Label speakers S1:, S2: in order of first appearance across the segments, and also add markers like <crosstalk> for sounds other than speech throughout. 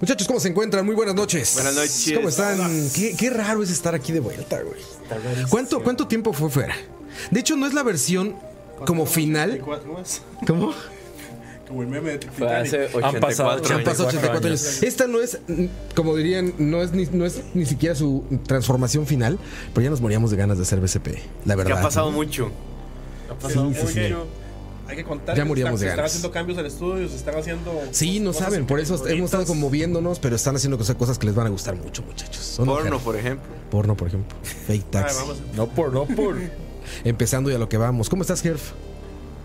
S1: Muchachos, ¿cómo se encuentran? Muy buenas noches.
S2: Buenas noches.
S1: ¿Cómo están? Qué, qué raro es estar aquí de vuelta, güey. ¿Cuánto, ¿Cuánto tiempo fue fuera? De hecho, no es la versión como
S2: ¿Eh?
S1: final.
S3: ¿Cómo es?
S1: ¿Cómo?
S3: Como el meme de Titanic.
S2: Fue hace 84
S4: Han pasado
S2: años.
S1: Han pasado 84 años. Esta no es, mm, como dirían, no es, ni, no es ni siquiera su transformación final, pero ya nos moríamos de ganas de hacer BCP, la
S2: Que
S1: verdad.
S2: ha pasado
S1: ¿no?
S2: mucho.
S3: Ha pasado
S1: Sí, sí, sí.
S3: mucho. Hay que contar.
S1: Ya
S3: que se
S1: moríamos
S3: están-
S1: de ganas.
S3: se Están haciendo cambios al estudio, se están haciendo.
S1: Sí, no
S3: cosas
S1: saben, por eso hemos estado como moviéndonos, pero están haciendo cosas, cosas que les van a gustar mucho, muchachos. Son
S2: Porno,
S1: ojeras.
S2: por ejemplo.
S1: Porno, por ejemplo. Fake
S3: Ah,
S1: taxi.
S3: vamos.
S4: No por, no
S2: <laughs>
S4: por.
S1: Empezando y a lo que vamos. ¿Cómo estás, Herf?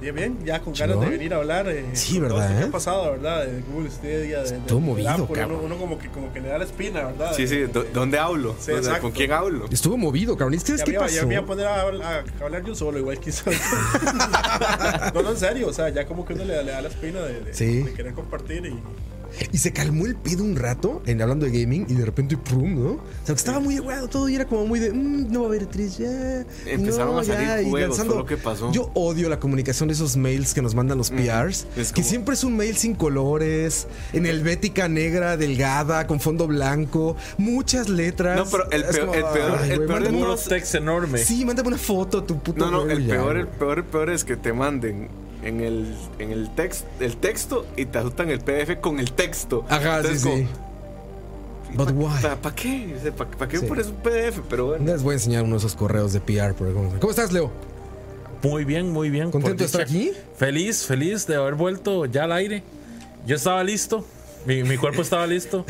S3: Bien, bien, ya con ganas
S1: Chingón.
S3: de venir a hablar. eh,
S1: Sí,
S3: con todo
S1: ¿verdad,
S3: esto que
S1: eh?
S3: ha pasado, verdad? De Google Stadia. De, de-
S1: Estuvo
S3: del
S1: movido,
S3: Apple, uno,
S1: cabrón.
S3: uno como que como que le da la espina, ¿verdad?
S2: Sí, sí. ¿dó- ¿Dónde hablo?
S3: Sí,
S2: O sea,
S3: exacto.
S2: ¿Con quién hablo?
S1: Estuvo movido, cabrón. ¿Y ¿Qué,
S3: Ya
S1: qué
S3: me, iba, ya
S1: pasó?
S3: me iba a poner a, habl- a hablar yo solo, igual que hizo. <laughs> no, no, en serio, o sea, ya como que uno le, le da la espina de, de-
S1: Sí.
S3: de querer compartir y.
S1: Y se calmó el pedo un rato en hablando de gaming y de repente prum, ¿no? O sea, que estaba muy aguado todo y era como muy de "Mm, no va a haber tres ya.
S2: Empezaron
S1: no,
S2: a salir
S1: ya", y
S2: juegos,
S1: lanzando-
S2: fue lo que pasó.
S1: Yo odio la comunicación de esos mails que nos mandan los PRs,
S2: es
S1: que
S2: como-
S1: siempre es un mail sin colores, en helvética negra, delgada, con fondo blanco, muchas letras.
S2: No, pero el
S1: Es
S2: peor- el peor-
S1: "Ay,
S2: el
S1: güey,
S2: peor de
S1: mándame una-
S4: Unos text enormes.
S1: Sí, mándame una foto a tu puto
S2: No, no,
S1: juego
S2: el
S1: ya,
S2: peor, el
S1: güey.
S2: peor, el peor es que te manden en el, en el, text, el texto y te ajustan el PDF con el texto.
S1: Ajá, sí, sí.
S2: Entonces,
S1: But
S2: como,
S1: why?
S2: ¿Para qué? O sea, ¿Para para qué
S1: Sí.
S2: pones un PDF? Pero bueno.
S1: Un día Les voy a enseñar uno de esos correos de PR. por ejemplo. ¿Cómo estás, Leo?
S4: Muy bien, muy bien.
S1: ¿Contento
S4: por
S1: de estar
S4: dicha.
S1: aquí?
S4: Feliz, feliz de haber vuelto ya al aire. Yo estaba listo. Mi, mi cuerpo estaba <laughs> listo.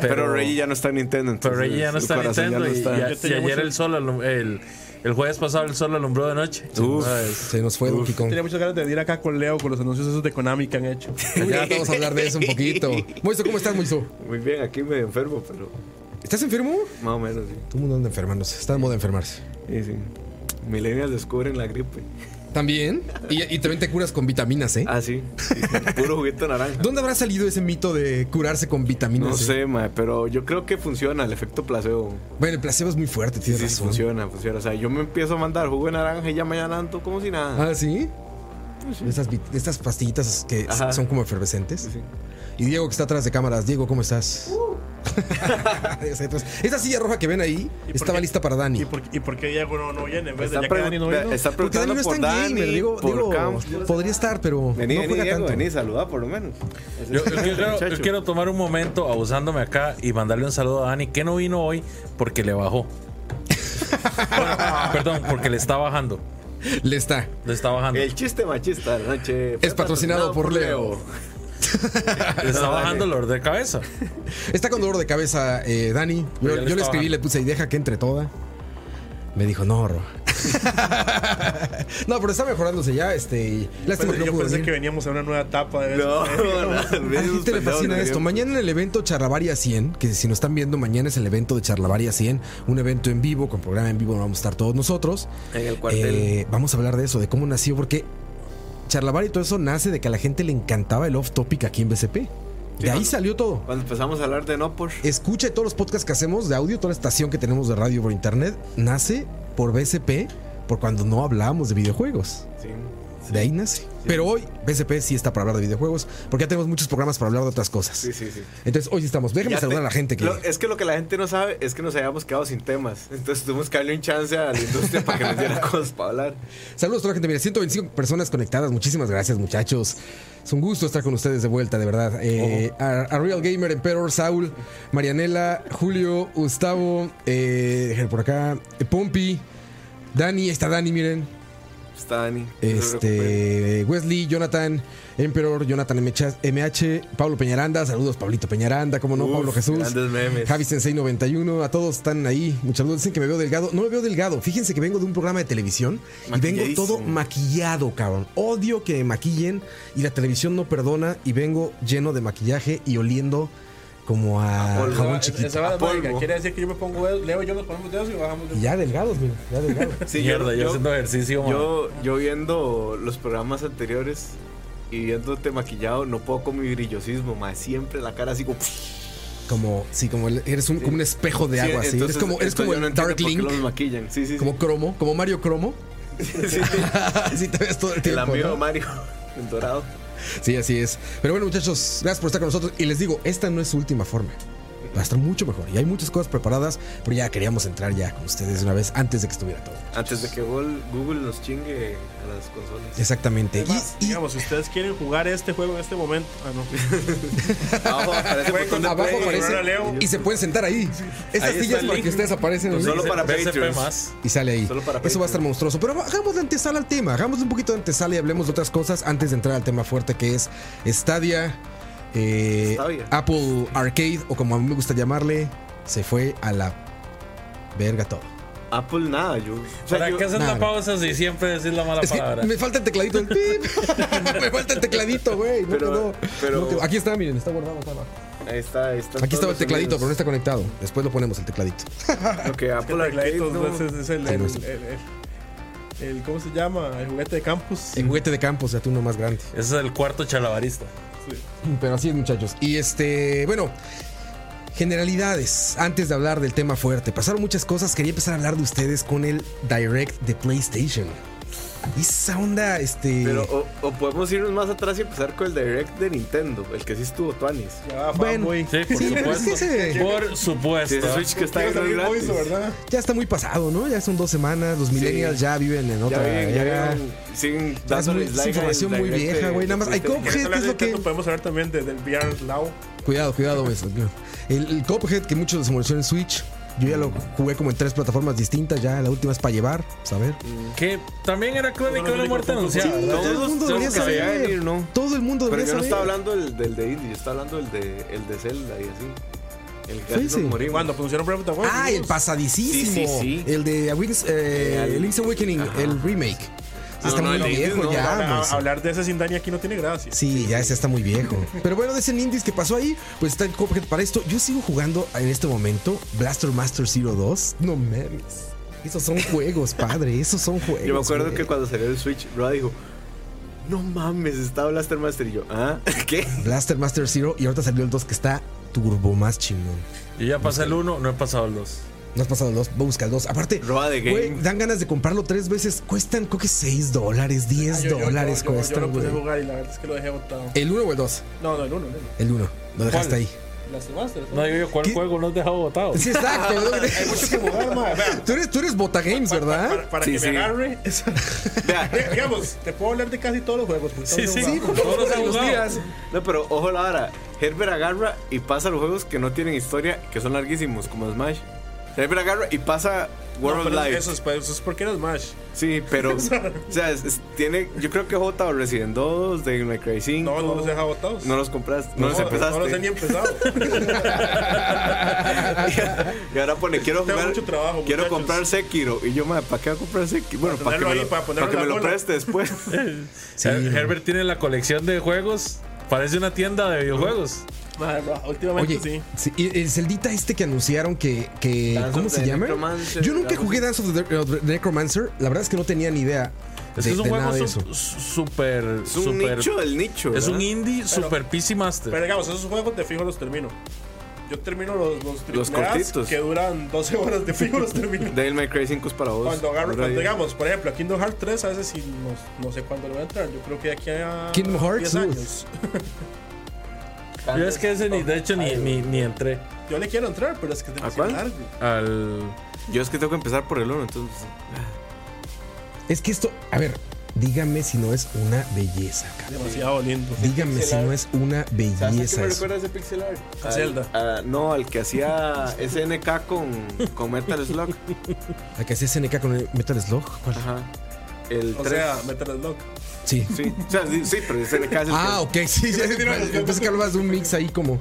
S4: Pero,
S2: Pero Reggie ya no está en Nintendo.
S4: pero
S2: entonces
S4: Reggie ya no
S2: el
S4: está en
S2: corazón ya
S4: Nintendo.
S2: no
S4: y-
S2: está.
S4: y a-
S3: Yo
S4: y
S3: tenía
S4: ayer
S3: mucho-
S4: el sol, alum- el, el jueves pasado el sol alumbró de noche.
S2: Uf. <laughs>
S4: Entonces,
S1: Se nos fue Donkey Kong.
S3: Tenía muchas ganas de venir acá con Leo con los anuncios esos de Konami que
S1: <laughs>
S3: han hecho.
S1: Ya vamos a hablar de eso un poquito. Moiso, ¿cómo estás, Moiso?
S2: Muy bien, aquí medio enfermo, pero
S1: ¿Estás enfermo?
S2: más o menos, sí.
S1: Todo el mundo anda enfermándose. Está en modo de enfermarse.
S2: Sí, sí. Millennials descubren la gripe.
S1: También. Y, y también te curas con vitaminas, ¿eh?
S2: Ah, sí. sí,
S1: <laughs>
S2: sí. Puro juguito naranja.
S1: ¿Dónde habrá salido ese mito de curarse con vitaminas?
S2: No
S1: eh?
S2: sé, ma, pero yo creo que funciona el efecto placebo.
S1: Bueno, el placebo es muy fuerte,
S2: Sí,
S1: tienes
S2: sí,
S1: razón.
S2: funciona, funciona. O sea, yo me empiezo a mandar jugo de naranja y ya mañana ando como si nada.
S1: Ah, ¿sí? Estas, vit- estas pastillitas que s-
S2: Pues Ajá.
S1: son como efervescentes.
S2: Sí, Uh. sí.
S1: Y Diego que está atrás de cámaras. Diego, ¿cómo estás? <laughs> Esta silla roja que ven ahí
S3: ¿Y por
S1: estaba
S3: qué?
S1: lista para Dani.
S3: ¿Y por, ¿Y por qué Diego no, no viene? En vez de
S2: Está,
S3: ya que
S2: pregun-
S3: Dani no vino.
S2: está
S1: Porque Dani
S2: preguntando
S1: no está
S2: por
S1: en
S2: Dani,
S1: gamer. Diego,
S2: por
S1: Diego
S2: Campos.
S1: podría estar, pero
S2: Vení,
S1: no
S2: vení,
S1: juega
S2: Diego,
S1: tanto.
S2: vení, saluda por lo menos.
S4: Yo, yo quiero,
S2: Muchacho.
S4: yo quiero tomar un momento abusándome acá y mandarle un saludo a Dani que no vino hoy porque le bajó.
S2: <laughs>
S4: Bueno, perdón, porque le está bajando.
S1: Le está.
S4: Le está bajando.
S2: El chiste machista de la noche fue
S1: Es patrocinado por Leo.
S4: Le está
S2: no,
S4: bajando
S2: dale.
S4: el dolor de cabeza.
S1: Está con dolor de cabeza, eh, Dani. Yo,
S4: Pero ya le
S1: yo le
S4: está
S1: escribí,
S4: bajando.
S1: le puse y deja que entre toda. Me dijo, no, Ro". <laughs> no, pero está mejorándose ya. Este, lástima
S3: Pensé-
S1: que no
S3: yo
S1: pudo
S3: pensé
S1: venir.
S3: que veníamos a una nueva etapa de
S2: No, no,
S1: A la gente le fascina esto. Mañana en el evento Charlavaria 100, que si nos están viendo, mañana es el evento de Charlavaria 100, un evento en vivo, con programa en vivo, donde vamos a estar todos nosotros.
S2: En el cuartel.
S1: Eh, vamos a hablar de eso, de cómo nació, porque Charlavaria y todo eso nace de que a la gente le encantaba el off topic aquí en BCP. De ahí
S2: cuando-
S1: salió todo.
S2: Cuando empezamos a hablar de no por.
S1: Escuche todos los podcasts que hacemos de audio, toda la estación que tenemos de radio por internet, nace por BCP, por cuando no hablábamos de videojuegos.
S2: Sí.
S1: De ahí nace. Pero hoy BCP sí está para hablar de videojuegos, porque ya tenemos muchos programas para hablar de otras cosas.
S2: Sí, sí, sí.
S1: Entonces hoy sí estamos. Déjenme
S2: Ya
S1: saludar
S2: te-
S1: a la gente que...
S2: lo- es que lo que la gente no sabe es que nos habíamos quedado sin temas. Entonces tuvimos que darle un chance a la industria para que
S1: <laughs>
S2: nos diera cosas para hablar.
S1: Saludos a toda la gente. Mira, 125 personas conectadas. Muchísimas gracias, muchachos. Es un gusto estar con ustedes de vuelta, de verdad. Eh, a, a Real Gamer, Emperor, Saul, Marianela, Julio, Gustavo, eh, déjenme por acá, eh, Pompi, Dani, ahí está Dani, miren.
S2: Está Pues, Dani. no se preocupe.
S1: Este, Wesley, Jonathan, Emperor, Jonathan MH, MH, Pablo Peñaranda, saludos Pablito Peñaranda, como no,
S2: Uf,
S1: Pablo Jesús,
S2: grandes memes.
S1: Javi Sensei 91, a todos están ahí, muchas saludos, dicen que me veo delgado, no me veo delgado, fíjense que vengo de un programa de televisión y vengo
S2: Maquilladísimo.
S1: todo maquillado, cabrón, odio que me maquillen y la televisión no perdona y vengo lleno de maquillaje y oliendo como a,
S2: A polvo.
S1: jabón chiquito.
S3: Esa va
S2: A
S3: la
S2: polvo.
S3: mágica. Quiere decir que yo me pongo dedos, Leo y yo nos ponemos dedos y bajamos
S1: Y
S3: dedos.
S1: ya delgados, mira, ya
S2: <laughs>
S1: delgados.
S2: Sí,
S4: Mierda, yo, haciendo ejercicio. man.
S2: Yo, yo viendo los programas anteriores y viéndote maquillado, no puedo con mi brillosismo, más siempre la cara así como.
S1: como, sí, como el- eres un, como un espejo de agua, sí,
S2: Sí,
S1: eres
S2: entonces-
S1: como, eres
S2: entonces
S1: como
S2: yo no
S1: el
S2: entiendo
S1: Dark
S2: por qué
S1: Link.
S2: los maquillan. Sí, sí, sí.
S1: Como cromo, como Mario Cromo. <laughs>
S2: Sí, sí.
S1: Así te ves todo el
S2: El
S1: tiempo.
S2: amigo <laughs>
S1: ¿no?
S2: Mario, el dorado.
S1: Sí, así es. Pero bueno, muchachos, gracias por estar con nosotros. Y les digo, esta no es su última forma. Va a estar mucho mejor. Y hay muchas cosas preparadas, pero ya queríamos entrar ya con ustedes de una vez antes de que estuviera todo.
S2: Antes de que Google Google nos chingue a las consolas.
S1: Exactamente. Y-
S3: Además,
S1: y-
S3: digamos, si ustedes quieren jugar este juego en este momento. Ah,
S1: <laughs>
S3: no.
S2: Abajo aparece el botón de
S1: abajo
S2: play.
S1: aparece
S3: ahora leo.
S1: y se pueden sentar ahí. Estas
S2: Ahí está
S1: sillas
S2: el
S1: para
S2: link.
S1: que ustedes aparecen. en el
S2: Solo
S1: link.
S2: para
S4: BCP
S2: Patreons.
S4: más.
S1: Y sale ahí.
S2: Solo para
S1: Eso va a estar
S2: Patreon.
S1: monstruoso. Pero hagámosle antesala al tema. Hagámosle un poquito de antesala y hablemos de otras cosas antes de entrar al tema fuerte que es Stadia. eh,
S2: Stadia.
S1: Apple Arcade, o como a mí me gusta llamarle, se fue a la verga todo.
S2: Apple nada, yo. O sea,
S4: ¿Para
S2: yo-
S4: qué hacer la
S1: Nah.
S4: pausa si siempre decís la mala
S1: Es que
S4: palabra?
S1: me falta el tecladito
S2: <laughs>
S1: del pip. me falta el tecladito, güey. No
S2: Pero-
S1: quedó.
S2: pero-
S1: No quedó. aquí está, miren, está guardado acá abajo.
S2: Ahí está, ahí
S1: Aquí
S2: está todos
S1: estaba el
S2: los
S1: tecladito, pero este no
S2: sonidos.
S1: está conectado. Después lo ponemos el tecladito.
S2: Lo que Apple Arcade,
S3: Tecladitos,
S2: no.
S3: Este es- es- es el-
S1: Sí,
S3: el-
S1: no sé.
S3: el- el- el- ¿Cómo se llama? El juguete de campus.
S1: El juguete de campo, o sea, tú uno más grande.
S4: Ese es el cuarto chalabarista.
S3: Sí.
S1: Pero así es, muchachos. Y este, bueno, generalidades. Antes de hablar del tema fuerte, pasaron muchas cosas. Quería empezar a hablar de ustedes con el direct de PlayStation. Y esa onda, este.
S2: Pero o, o podemos irnos más atrás y empezar con el direct de Nintendo, el que sí estuvo Tuanis.
S3: Ya,
S1: Bueno.
S3: fanboy.
S4: Sí, por
S1: Sí, pero es
S4: supuesto.
S1: que ese-
S4: Por
S2: Sí,
S4: supuesto.
S2: ese Switch que está
S3: Quiero
S2: ahí
S3: salir
S2: gratis.
S3: voice, ¿verdad?
S1: ya está muy pasado, ¿no? Ya son dos semanas. Los millennials ya viven en
S2: Ya
S1: otra.
S2: ven, ya
S1: era.
S2: ven. Siguen
S1: Ya es muy-
S2: dándole
S1: es
S2: like al
S1: información muy
S2: direct
S1: vieja,
S2: de-
S1: güey, nada más.
S2: de
S1: Ay, ¿cómo?
S2: Nintendo.
S1: ¿Qué
S3: ¿Quieres hablar
S1: es
S3: de
S1: lo que-
S3: Nintendo? Podemos hablar también de- del VR Now.
S1: Cuidado, cuidado, güey. El, el Cuphead que muchos les emocionó en Switch. Yo ya lo jugué como en tres plataformas distintas. Ya la última es para llevar, pues, saber.
S4: Que también era crónica de una muerte
S3: Sí,
S4: anunciada. ¿verdad?
S1: todo el
S2: Todos
S1: mundo
S2: los
S1: debería
S2: que se veía
S1: saber.
S2: venir, ¿no?
S1: Todo el mundo
S2: Pero
S1: debería
S2: yo no
S1: saber.
S2: estaba hablando del, del de Indie, yo estaba hablando del de, el de Zelda y así. El que
S1: Sí,
S2: sí,
S1: sí.
S2: morimos.
S3: Cuando pusieron Breath of the Wild.
S1: Ah, el
S3: dijimos,
S1: pasadísimo.
S2: Sí, sí, sí.
S1: El de Wings, eh, el Link's Awakening, el remake.
S2: No,
S1: está
S2: no,
S1: muy
S2: el de
S1: viejo
S2: Indies no,
S1: ya.
S3: hablar-
S1: pues.
S3: Hablar de ese sin Dani aquí no tiene gracia.
S1: Sí, ya ese está muy viejo. Pero bueno, de ese Indies que pasó ahí, pues está el Cuphead para esto. Yo sigo jugando en este momento Blaster Master Zero 2. No mames. Esos son juegos, padre. Esos son juegos.
S2: <laughs> Yo me acuerdo
S1: güey.
S2: que cuando salió el Switch, Roa dijo: No mames, está Blaster Master. Y yo, ¿ah? <laughs> ¿Qué?
S1: Blaster Master Zero y ahorita salió el 2 que está turbo más chingón.
S4: Yo ya pasé el uno, no he pasado el dos.
S1: No has pasado el 2, busca el 2. Aparte,
S2: Roba de game.
S1: güey, dan ganas de comprarlo tres veces. Cuestan, creo que 6 dólares, 10
S3: Ah, yo- yo-
S1: dólares
S3: yo- yo- Yo
S1: cuestan,
S3: lo puse a
S1: güey.
S3: jugar y la verdad es que lo dejé botado.
S1: ¿El 1 o el 2?
S3: No, no, el uno, el uno.
S1: El 1. Lo dejaste
S4: ¿Cuál?
S1: ahí.
S3: Las Masters.
S4: No, digo yo, ¿cuál
S1: ¿Qué?
S4: juego no has dejado botado?
S1: Sí, exacto.
S3: Hay mucho que jugar, ma.
S1: <laughs>
S3: Vea,
S1: tú, eres, tú eres Bota Games,
S3: Para,
S1: ¿verdad?
S3: para- para
S2: Sí,
S3: que
S2: sí.
S3: me agarre.
S2: Vea, <laughs>
S3: Digamos, te puedo hablar de casi todos los juegos. porque
S4: Sí,
S3: todos
S4: sí,
S3: he
S4: sí,
S3: jugado.
S4: todos los he
S1: Los
S4: jugado.
S1: días.
S2: No, pero ojo la vara. Herbert agarra y pasa los juegos que no tienen historia, que son larguísimos, como Smash. Herbert agarra y pasa
S3: No,
S2: World
S3: pero
S2: of Life.
S3: Eso es, pues, eso es porque era Smash.
S2: Sí,
S3: <laughs>
S2: pero. o sea, es- es- tiene. Yo creo que J o Resident 2, de May Cry 5.
S3: No, no los he dejado botados.
S2: No los compraste, no, los empezaste.
S3: No los he ni empezado.
S2: y ahora pone, quiero
S3: Tengo
S2: jugar.
S3: mucho trabajo,
S2: quiero
S3: muchachos.
S2: comprar Sekiro. Y yo, madre, ¿para qué voy a comprar Sekiro? Bueno, para,
S3: Para
S2: que me
S3: ponerlo
S2: lo,
S3: ahí, para
S2: para
S3: ponerlo
S2: que
S3: en
S2: me
S3: la
S2: lo pues.
S3: cola.
S2: preste después.
S3: <laughs>
S1: Sí,
S4: Her-
S1: güey.
S4: Herbert tiene la colección de juegos. Parece una tienda de videojuegos.
S3: Madre, bro, últimamente
S1: Oye, sí,
S3: sí.
S1: y el celdita este que anunciaron que. que-
S2: Dance
S1: ¿Cómo
S2: of
S1: se
S2: the
S1: llama?
S2: Necromancer,
S1: Yo nunca
S2: algo
S1: jugué Dance of the of the Necromancer. La verdad es que no tenía ni idea.
S4: Es
S1: de-
S4: que es un
S1: de nada
S4: juego
S1: de
S4: su-
S1: eso.
S4: su- súper.
S2: Es un
S4: súper-
S2: nicho del nicho.
S4: Es un
S2: ¿verdad?
S4: indie super PC
S3: Pero
S4: Master.
S3: digamos, esos juegos de fijo los termino. Yo termino los, los,
S2: Los
S3: triple As
S2: cortitos.
S3: que duran 12 horas de fijo
S2: <laughs>
S3: los termino.
S2: Devil May Cry 5 es para vos.
S3: Cuando agarro,
S2: Dura
S3: cuando
S2: diez.
S3: digamos, por ejemplo, a Kingdom Hearts 3, a veces sí, no, no sé cuándo le voy a entrar. Yo creo que de aquí a
S1: Kingdom Hearts,
S3: 10 años.
S4: Yo es que ese ni, de hecho, ni, ni, ni entré
S3: Yo le quiero entrar, pero es que es demasiado
S2: cuál?
S3: largo.
S4: al.
S2: Yo es que tengo que empezar por el 1, entonces.
S1: Es que esto. A ver, dígame si no es una belleza, cabrón.
S3: Demasiado lindo.
S1: Dígame si no es una
S2: ¿Sabes
S1: belleza.
S2: me
S1: eso.
S2: recuerda ese pixel art?
S3: A Zelda.
S2: no, al que hacía SNK con, con Metal Slug.
S1: La que hacía SNK con el Metal Slug. ¿Cuál?
S2: Ajá. El
S3: O
S2: 3.
S3: sea, Metal Slug.
S1: Sí.
S2: sí, o sea, sí, sí, pero SNK es el
S1: Ah,
S2: que-
S1: ok, sí, sí. Entonces que hablabas de un mix ahí como.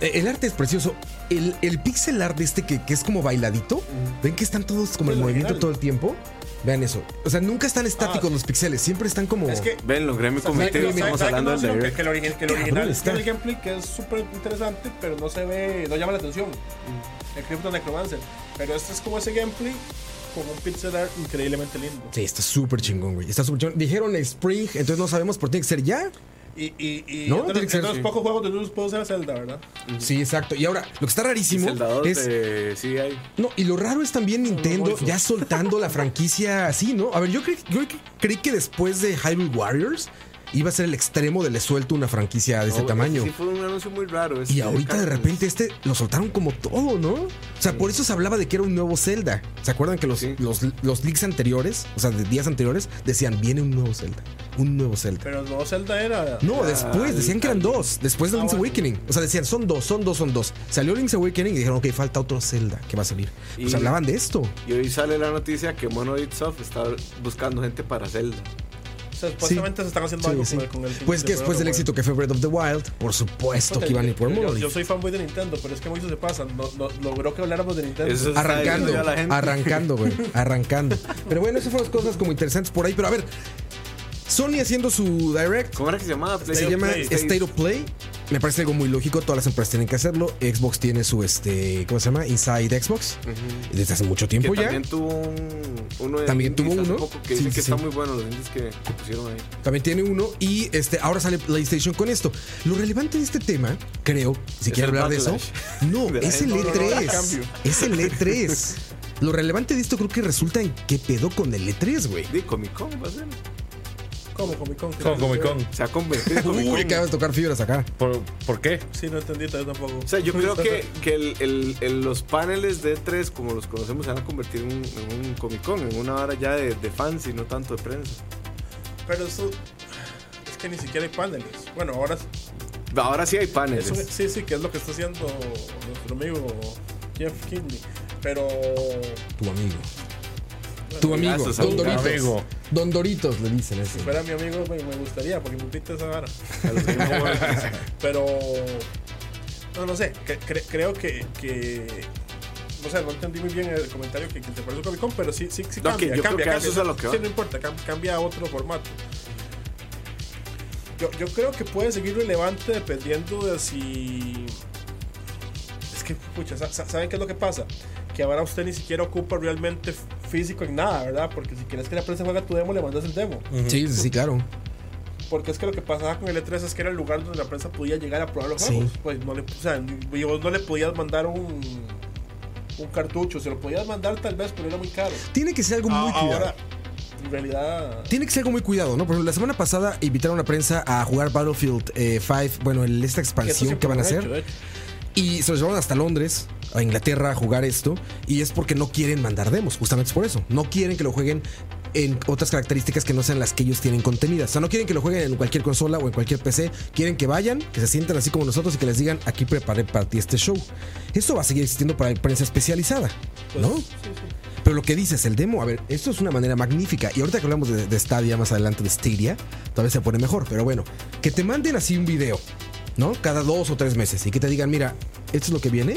S1: Eh, El arte es precioso. El, el pixel art de este que, que es como bailadito. ¿Ven que están todos como en
S3: El
S1: movimiento
S3: original.
S1: todo el tiempo? Vean eso. O sea, nunca están estáticos
S3: Ah.
S1: los píxeles. Siempre están como.
S3: Es que.
S2: Ven, los gremios
S3: ¿sabe que-
S2: cometidos.
S3: sabe-
S2: Estamos
S3: sabe que
S2: hablando
S3: no,
S2: del
S3: sino que-
S2: Direct.
S3: que el origi- que el original
S1: está.
S3: tiene el gameplay que es súper interesante, pero no se ve, no llama la atención.
S1: Mm.
S3: El Crypto Necromancer. Pero este es como ese gameplay con un pixel art increíblemente lindo.
S1: Sí, está súper chingón, güey. Está súper chingón. Dijeron Spring, entonces no sabemos por qué tiene que ser ya.
S3: Y, y, y
S1: No, tiene
S3: es de los-
S1: que ser
S3: es de los
S1: así.
S3: pocos juegos de Luz puedo usar Zelda, ¿verdad?
S1: Sí, exacto. Y ahora, lo que está
S2: Y
S1: rarísimo
S2: Zelda 2
S1: es.
S2: de CI.
S1: No, y lo raro es también Nintendo ya soltando la franquicia así, ¿no? A ver, yo, cre- yo cre- creí que después de Hyrule Warriors iba a ser el extremo del suelto una franquicia de este
S2: No,
S1: tamaño.
S2: Sí, fue un anuncio muy raro. este
S1: Y ahorita de
S2: Capcom.
S1: repente este lo soltaron como todo, ¿no? O sea, por eso se hablaba de que era un nuevo Zelda. ¿Se acuerdan que los,
S2: Sí.
S1: los, los leaks anteriores, o sea, de días anteriores, decían, viene un nuevo Zelda? Un nuevo Zelda.
S3: Pero no Zelda era.
S1: No,
S2: Ah,
S1: después, decían que eran dos, después de
S3: Ah,
S1: Link's
S3: bueno.
S1: Awakening. O sea, decían, son dos, son dos, son dos. Salió Link's Awakening y dijeron, ok, falta otro Zelda que va a salir. Pues
S2: Y-
S1: hablaban de esto.
S2: Y hoy sale la noticia que Monolith Soft está buscando gente para Zelda.
S3: O sea, supuestamente se están haciendo
S1: Sí,
S3: algo
S1: sí.
S3: con el- con el.
S1: Pues que después del éxito que fue Breath of the Wild, por supuesto que iban a ir por
S3: Yo-
S1: Monolith.
S3: Yo soy fanboy de Nintendo, pero es que muchos se pasan. No, no- logró que habláramos de Nintendo.
S2: Eso está
S1: Arrancando,
S2: diciendo ya la gente.
S1: arrancando, güey. Arrancando. Pero bueno, esas fueron cosas como interesantes por ahí. Pero a ver, Sony haciendo su direct.
S2: ¿Cómo era que se llamaba?
S1: se
S2: of
S1: llama
S2: Play.
S1: State of Play. Me parece algo muy lógico. Todas las empresas tienen que hacerlo. Xbox tiene su, este, ¿cómo se llama? Inside Xbox.
S2: Ujú.
S1: Desde hace mucho
S2: Que
S1: tiempo ya.
S2: también tuvo un, uno de
S1: También tuvo
S2: indies hace
S1: uno.
S2: poco que
S1: Sí,
S2: dicen
S1: sí,
S2: que
S1: sí.
S2: está muy bueno los indies que, que pusieron ahí.
S1: También tiene uno. Y este, ahora sale PlayStation con esto. Lo relevante de este tema, creo, si
S2: Es
S1: quieren
S2: el
S1: hablar de eso,
S2: backlash.
S3: <laughs>
S1: no,
S2: De la
S1: es el
S2: gente.
S3: No, no, no, el
S1: E3.
S3: cambio.
S1: Es el
S3: <laughs>
S1: E3. Lo relevante de esto creo que resulta en qué pedo con el E3, güey.
S2: Di Comic Con, va a ser.
S3: ¿Cómo? Comic Con.
S4: Con Comic Con.
S2: Se
S1: <laughs>
S2: ha convertido en Comic
S1: Uy,
S2: Con.
S1: acabas de tocar fibras acá.
S4: ¿Por, por qué?
S3: Sí, no entendí todavía tampoco.
S2: O sea, yo creo que, que el- el- el- los paneles de E3, como los conocemos, se van a convertir en, un- en un Comic Con, en una hora ya de, de fans y no tanto de prensa.
S3: <laughs> Pero eso. Es que ni siquiera hay paneles. Bueno, ahora.
S2: Ahora sí hay
S3: es
S2: paneles.
S3: un- sí, sí, que es lo que está haciendo nuestro amigo Jeff Kinley. Pero.
S1: Tu amigo. Tu amigo,
S2: Gracias,
S1: Don
S2: amigo.
S1: Doritos.
S4: Amigo.
S1: Don Doritos le dicen eso.
S3: Si fuera mi amigo, me, me gustaría, porque me invita a
S2: <laughs>
S3: esa vara.
S2: A los que no van.
S3: Pero. No, no sé, cre- cre- creo que, que. No sé, no entendí muy bien el comentario que, que te parece un Comic Con, pero sí, sí, sí
S2: No,
S3: cambia.
S2: que yo creo
S3: cambia,
S2: que a
S3: cambia.
S2: eso es a lo que va.
S3: Sí, no importa, cam- cambia a otro formato. Yo, yo creo que puede seguir relevante dependiendo de si. Es que, pucha, sa- sa- ¿saben qué es lo que pasa? Que ahora usted ni siquiera ocupa realmente f- físico en nada, ¿verdad? Porque si quieres que la prensa juega tu demo, le mandas el demo.
S1: Sí, sí, sí, claro.
S3: Porque es que lo que pasaba con el E3 es que era el lugar donde la prensa podía llegar a probar los
S1: Sí.
S3: juegos. Pues no le, o sea, ni- vos no le podías mandar un, un cartucho. Se lo podías mandar tal vez, pero era muy caro.
S1: Tiene que ser algo
S4: Ah,
S1: muy
S3: A-
S1: cuidado.
S3: Ah, Ahora, en realidad.
S1: Tiene que ser algo muy cuidado, ¿no? Por ejemplo, la semana pasada invitaron a la prensa a jugar Battlefield 5, bueno, el- esta
S3: que esto
S1: expansión
S3: siempre
S1: que van a
S3: lo han
S1: hacer.
S3: hecho, de hecho.
S1: Y se los llevaron hasta Londres, a Inglaterra, a jugar esto. Y es porque no quieren mandar demos, justamente es por eso. No quieren que lo jueguen en otras características que no sean las que ellos tienen contenidas. O sea, no quieren que lo jueguen en cualquier consola o en cualquier PC. Quieren que vayan, que se sientan así como nosotros y que les digan, aquí preparé para ti este show. Esto va a seguir existiendo para la prensa especializada,
S3: Pues,
S1: ¿no?
S3: sí, sí.
S1: Pero lo que dices, el demo, a ver, esto es una manera magnífica. Y ahorita que hablamos de, de Stadia más adelante, de Stadia, tal vez se pone mejor. Pero bueno, que te manden así un video, ¿no? Cada dos o tres meses y que te digan, mira, esto es lo que viene.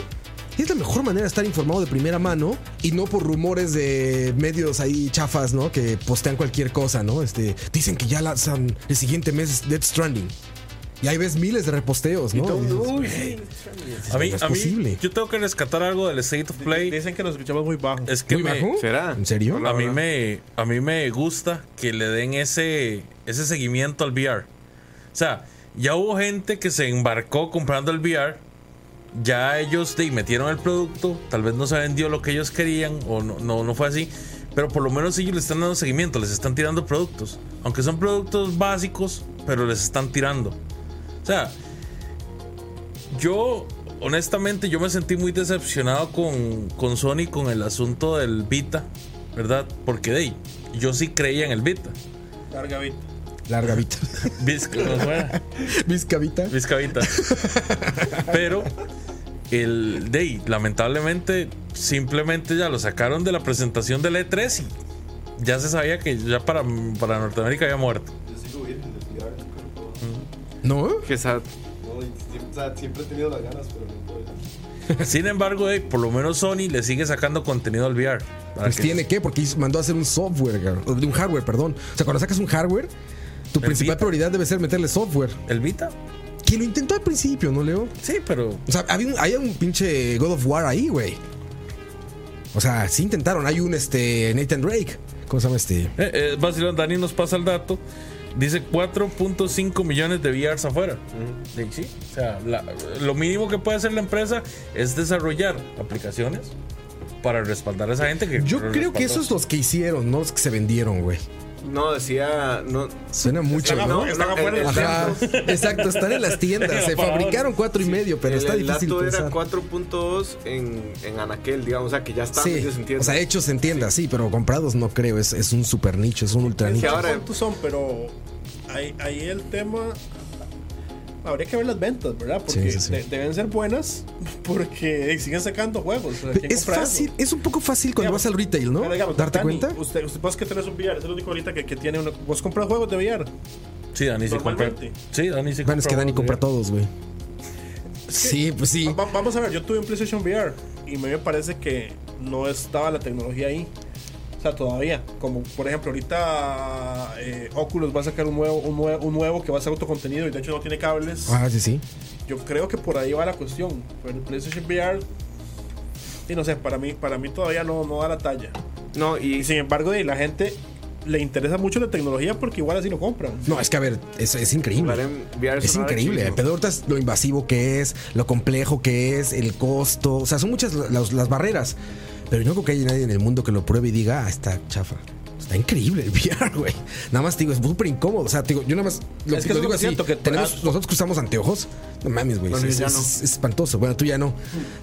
S1: Es la mejor manera de estar informado de primera mano y no por rumores de medios ahí chafas, ¿no? Que postean cualquier cosa, ¿no? Este, dicen que ya lanzan el siguiente mes Dead Stranding. Y ahí ves miles de reposteos, ¿no? Y dices,
S2: Uy, sí.
S4: A mí,
S1: No es
S4: a mí-
S1: posible.
S4: yo tengo que rescatar algo del State of Play.
S3: Dicen que nos escuchamos muy bajo.
S4: Es que
S1: ¿Muy
S4: me-
S1: bajo?
S2: ¿Será?
S1: ¿En serio?
S4: a mí me a mí me gusta que le den ese ese seguimiento al VR. O sea, ya hubo gente que se embarcó comprando el VR. Ya ellos de, metieron el producto, tal vez no se vendió lo que ellos querían o no, no, no fue así, pero por lo menos ellos le están dando seguimiento, les están tirando productos. Aunque son productos básicos, pero les están tirando. O sea, yo, honestamente, yo me sentí muy decepcionado con, con Sony con el asunto del Vita, ¿verdad? Porque de ahí, yo sí creía en el Vita.
S3: Larga vida.
S1: Larga vita. <laughs>
S4: Vizca, ¿no suena?
S1: Vizcavita.
S4: Vizca Vita. Pero el de ahí, lamentablemente, simplemente ya lo sacaron de la presentación del E3 y ya se sabía que ya para, para Norteamérica había muerto.
S5: Yo sigo bien en el VR, nunca lo puedo.
S1: ¿No?
S2: Que esa-
S5: No, y siempre, o sea, siempre he tenido las ganas, pero no puedo.
S4: Sin embargo, de ahí, por lo menos Sony le sigue sacando contenido al VR. para
S1: Pues
S4: que-
S1: tiene que, porque hizo- mandó a hacer un software, gar- o de un hardware, perdón. O sea, cuando sacas un hardware, tu
S4: El
S1: principal
S4: Vita.
S1: prioridad debe ser meterle software.
S4: ¿El Vita?
S1: Que lo intentó al principio, ¿no, Leo?
S4: Sí, pero
S1: O sea, había un, había un pinche God of War ahí, güey. O sea, sí intentaron. Hay un este Nathan Drake. ¿Cómo se llama este?
S4: Eh, eh, vacilón, Dani nos pasa el dato. Dice 4.5 millones de VRs afuera. Sí, o sea, la- lo mínimo que puede hacer la empresa es desarrollar aplicaciones para respaldar a esa gente que
S1: Yo creo
S4: respaldó.
S1: que esos los que hicieron, no los que se vendieron, güey.
S2: No, decía. No,
S1: Suena mucho,
S3: Están
S1: ¿no?
S3: afuera, están afuera
S2: el-
S3: del
S2: el
S1: Ajá,
S3: centro.
S1: exacto, están en las tiendas. Se fabricaron cuatro y medio, pero
S2: el-
S1: está
S2: el
S1: difícil
S2: dato
S1: pensar.
S2: era 4.2 en, en Anaquel, digamos, o sea, que ya están
S1: Sí,
S2: ellos entienden.
S1: o sea, hechos en tiendas, sí, pero comprados no creo. Es, es un super nicho, es un ultra
S2: Es que
S1: nicho.
S2: ahora-
S3: ¿Cuántos son? Pero ahí, ahí el tema. Habría que ver las ventas, ¿verdad? Porque
S1: Sí, sí, sí.
S3: de- deben ser buenas <laughs> porque siguen sacando juegos. o sea, ¿quién
S1: Es
S3: compra eso?
S1: fácil, es un poco fácil cuando
S3: Digamos,
S1: vas al retail, ¿no?
S3: Pero digamos,
S1: Darte
S3: Dani,
S1: cuenta.
S3: Usted, usted vos que tenés un VR, es el único ahorita que, que tiene uno. Vos compras juegos de VR.
S4: Sí, Dani sí compra.
S3: Normalmente.
S4: Sí, Dani sí
S1: Bueno, es que Dani compra todos, güey.
S3: ¿eh? que-
S1: Sí, pues sí.
S3: Va- vamos a ver, yo tuve un PlayStation VR y me parece que no estaba la tecnología ahí. O sea, todavía. Como por ejemplo, ahorita eh, Oculus va a sacar un nuevo, un, nue- un nuevo que va a ser autocontenido y de hecho no tiene cables.
S1: Ah, sí, sí.
S3: Yo creo que por ahí va la cuestión. Pero el PlayStation VR, y no sé, para mí, para mí todavía no, no da la talla.
S2: no, y
S3: Y sin embargo, y la gente le interesa mucho la tecnología porque igual así lo compran.
S1: No, es que a ver, es, es
S2: jugar
S1: increíble.
S2: en VR
S1: Es
S2: sonaba
S1: increíble.
S2: chivísimo.
S1: Pero ahorita es lo invasivo que es, lo complejo que es, el costo. O sea, son muchas la- las, las barreras. Pero yo no creo que haya nadie en el mundo que lo pruebe y diga, ah, está chafa. Está increíble el <laughs> VR, güey. Nada más te digo, es súper incómodo. O sea, te digo, yo nada más lo
S3: Es
S1: que
S3: que
S1: lo
S3: es lo
S1: digo
S3: que
S1: así.
S3: siento, que-
S1: tenemos,
S3: ah,
S1: nosotros que usamos anteojos, no mames, güey.
S2: Bueno,
S1: es,
S2: yo ya
S1: es-
S2: no.
S1: es espantoso. Bueno, tú ya no.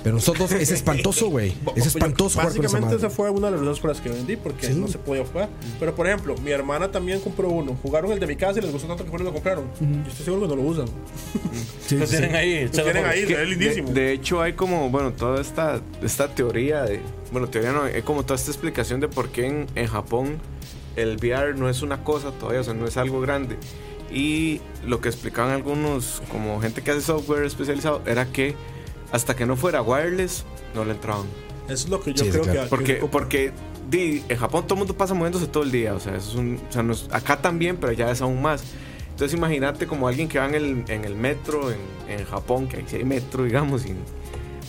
S1: Pero nosotros es espantoso, güey. Es espantoso jugar con esa
S3: Básicamente
S1: madre.
S3: esa fue una de las razones por las que vendí, porque
S1: Sí. Mm.
S3: no se podía jugar. Pero por ejemplo, mi hermana también compró uno. Jugaron el de mi casa y les gustó tanto que fueron y lo compraron. Yo estoy seguro que no lo usan.
S1: Sí,
S4: Lo
S1: sí, sí.
S4: tienen ahí.
S3: Lo tienen ahí,
S2: Que
S3: es lindísimo.
S2: De, de hecho, hay como, bueno, toda esta, esta teoría de. Bueno, teoría no, es como toda esta explicación de por qué en, en Japón el VR no es una cosa todavía, o sea, no es algo grande. Y lo que explicaban algunos, como gente que hace software especializado, era que hasta que no fuera wireless, no le entraban.
S3: Eso es lo que yo
S1: Sí, sí,
S3: creo
S1: claro.
S3: que.
S2: Porque,
S3: que-
S2: porque di, en Japón todo el mundo pasa moviéndose todo el día. O sea, eso es un, o sea, no es- acá también, pero allá es aún más. Entonces imagínate como alguien que va en el, en el metro en, en Japón, que ahí sí hay metro, digamos, y-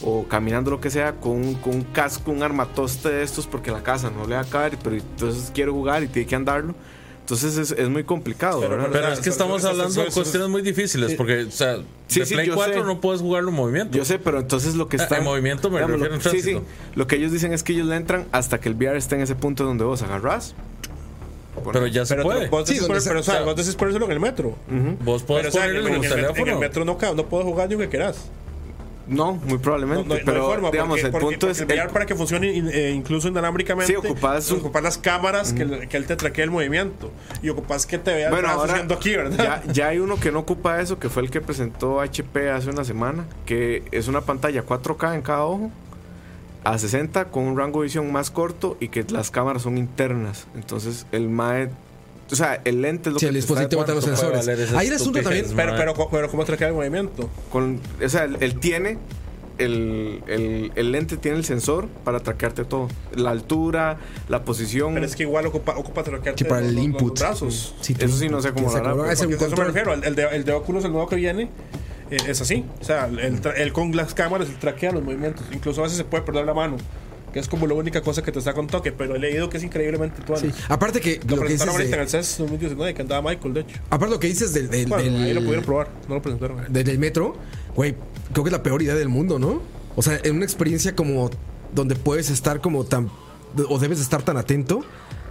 S2: o caminando lo que sea, con, un- con un casco, un armatoste de estos, porque la casa no le va a caer, pero entonces quiero jugar y tiene que andarlo. Entonces es, es muy complicado,
S3: Pero-
S2: ¿verdad?
S4: Pero es que estamos hablando de cuestiones muy difíciles porque, o sea,
S2: Sí,
S4: de
S2: sí,
S4: Play
S2: yo
S4: 4
S2: sé.
S4: no puedes jugar los movimientos.
S2: Yo sé, pero entonces lo que
S4: Ah,
S2: está
S4: en movimiento me
S2: Digamos,
S4: refiero en
S2: lo- Sí, sí.
S4: tránsito.
S2: Lo que ellos dicen es que ellos le entran hasta que el VR esté en ese punto donde vos agarrás.
S4: Pero ya se
S3: pero te-
S4: puede.
S3: vos
S1: Sí,
S3: decís
S1: donde
S3: por-
S1: se-
S3: pero, o sea,
S4: o sea,
S3: vos decís por eso en el metro.
S4: Vos podés
S3: Pero, o sea, en,
S4: ponerle
S3: el,
S4: en
S3: en
S4: el
S3: el- en el
S4: teléfono.
S3: metro no, ca- no puedes jugar ni lo que querás.
S2: No, muy
S3: No,
S2: probablemente.
S3: no, no hay
S2: pero
S3: forma,
S2: digamos,
S3: porque-
S2: el
S3: porque-
S2: punto
S3: porque
S2: es.
S3: el
S2: el-
S3: VR para que funcione in- eh, incluso inalámbricamente.
S2: Sí, ocupas un-
S3: ocupas las cámaras que, le- que él te traquee el movimiento. Y ocupas que te vea
S2: bueno, ahora
S3: haciendo aquí, ¿verdad?
S2: Ya, ya hay uno que no ocupa eso, que fue el que presentó HP hace una semana, que es una pantalla 4K en cada ojo, a 60 con un rango de visión más corto y que las cámaras son internas. Entonces el MAE, o sea, el lente es lo
S1: Sí,
S2: que
S1: el
S2: te está
S1: dispositivo te
S2: adecuando.
S1: los
S4: puede
S1: sensores.
S4: valer esa
S1: Ahí el asunto
S4: estupidez,
S1: también,
S4: man.
S3: <laughs> Pero, pero, co- pero ¿cómo traquea el movimiento?
S2: Con, o sea, él, él tiene. El, el- el lente tiene el sensor para traquearte todo. La altura, la posición.
S3: Pero es que igual ocupa, ocupa traquearte
S1: Sí, para
S3: los-
S1: el
S3: los- los
S1: input.
S3: brazos.
S1: Sí,
S2: Eso sí, no sé cómo
S1: que se
S2: lo hará,
S1: acabó.
S2: pero-
S1: Ese
S3: Porque a eso me
S1: control.
S3: refiero. El, el de, el de Oculus, el nuevo que viene, eh, es así. O sea, él, tra- él con las cámaras, él traquea los movimientos. Incluso a veces se puede perder la mano. Que es como la única cosa que te está con toque. Pero he leído que es increíblemente tuana.
S1: Sí. Aparte que
S3: Lo,
S1: lo que dices,
S3: presentaron ahorita
S1: de-
S3: en el E CES 2019, que andaba Michael, de hecho.
S1: aparte lo que dices del, del-
S3: Bueno,
S1: del-
S3: ahí lo pudieron probar, no lo presentaron.
S1: del- del metro, güey, creo que es la peor idea del mundo, ¿no? O sea, en una experiencia como donde puedes estar como tan o debes estar tan atento,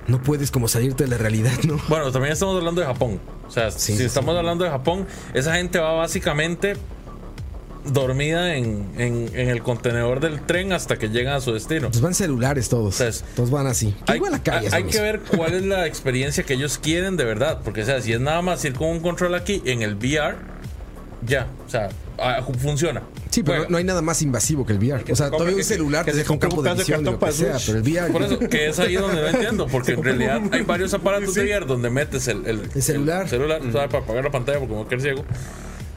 S1: no puedes como salirte de la realidad, ¿no?
S4: Bueno, también estamos hablando de Japón. O sea,
S1: Sí,
S4: si
S1: sí,
S4: estamos hablando de Japón, esa gente va básicamente dormida en, en- en el contenedor del tren hasta que llegan a su destino.
S1: Pues van celulares todos.
S3: Pues,
S4: Entonces,
S1: todos van así. Que igual la calle.
S4: hay-
S1: es
S4: hay
S1: lo
S4: que
S1: mismo.
S4: ver cuál es la experiencia que ellos quieren de verdad. Porque, o sea, si es nada más ir con un control aquí en el VR, ya, o sea, ah, funciona.
S1: Sí, pero
S4: Juega.
S1: no hay nada más invasivo que el VR. o sea,
S3: se compre-
S1: todavía un
S3: que-
S1: celular
S3: que
S1: te
S3: se
S1: deja un
S3: compre
S1: campo
S3: un
S1: de
S3: pedazo de
S1: visión y lo que
S3: cartón
S1: sea,
S3: para
S1: pero el VR
S4: Por eso, que es ahí donde no entiendo, porque en realidad hay varios aparatos de VR donde metes el, el-
S1: El celular.
S4: el celular, ¿sabes? para apagar la pantalla porque no quieres ciego,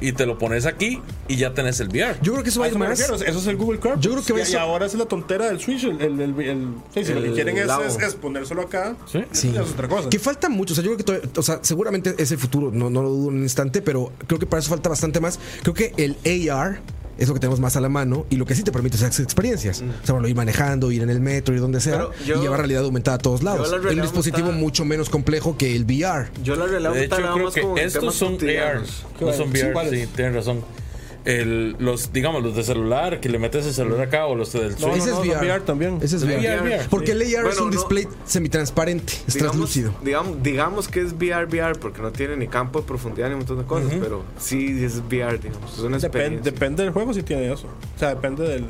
S4: y te lo pones aquí y ya tenés el VR.
S1: <laughs> Yo creo que eso va a
S3: A
S1: ir
S3: eso me
S1: más.
S3: refiero, Eso es el Google Card.
S1: Yo creo que
S3: y,
S1: eso-
S3: y ahora es la tontera del Switch. El, el, el, el- sí, sí, lo que
S2: El
S3: quieren es,
S2: labo.
S3: es, es ponérselo acá.
S4: Sí.
S1: Sí.
S3: Es otra cosa.
S1: Que falta mucho. O sea, yo creo que todavía- o sea, seguramente es el futuro, no, no lo dudo en un instante, pero creo que para eso falta bastante más. Creo que el AR es lo que tenemos más a la mano y lo que sí te permite es esas experiencias. O sea, bueno, ir manejando, ir en el metro, ir donde sea
S2: Mm. Pero yo-
S1: y llevar realidad aumentada a todos lados.
S2: la
S1: Es un
S2: realidad
S1: dispositivo
S2: aumentada-
S1: mucho menos complejo que el VR.
S2: Yo la realidad
S4: De hecho,
S2: nada
S4: creo
S2: más
S4: que
S2: como en
S4: estos
S2: temas
S4: son
S2: cotidianos.
S4: ARs, no son
S3: Sí,
S4: VR,
S3: ¿cuáles?
S4: sí, tienen razón. el- los, digamos, los de celular, que le metes el celular acá o los del Switch.
S1: Ese es
S3: no, no,
S1: VR.
S3: VR también.
S1: Ese es
S4: VR.
S1: VR.
S4: VR.
S1: Porque el AR es
S2: Bueno,
S1: un
S2: no.
S1: display semitransparente, es
S2: digamos,
S1: translúcido.
S2: digamos, digamos que es VR, VR, porque no tiene ni campo de profundidad ni un montón de cosas, pero sí es VR, digamos. Es una
S3: Depende,
S2: experiencia.
S3: depende del juego si tiene eso. O sea, depende del,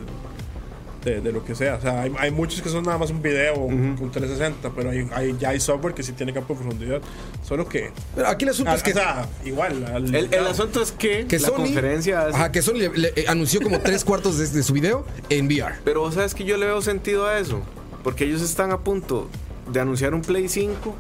S3: de, de lo que sea. O sea, hay, hay muchos que son nada más un video con 360, pero hay, hay- ya hay software que sí tiene campo de profundidad. Solo que.
S1: Pero aquí el asunto
S3: ah,
S1: es que.
S3: o sea, igual. al-
S2: el, el asunto es que,
S1: que
S2: la
S1: Sony,
S2: conferencia es-
S1: ajá, que Sony le- le- eh, anunció como tres cuartos de, de su video en VR.
S2: Pero vos sabes que yo le veo sentido a eso. Porque ellos están a punto de anunciar un Play 5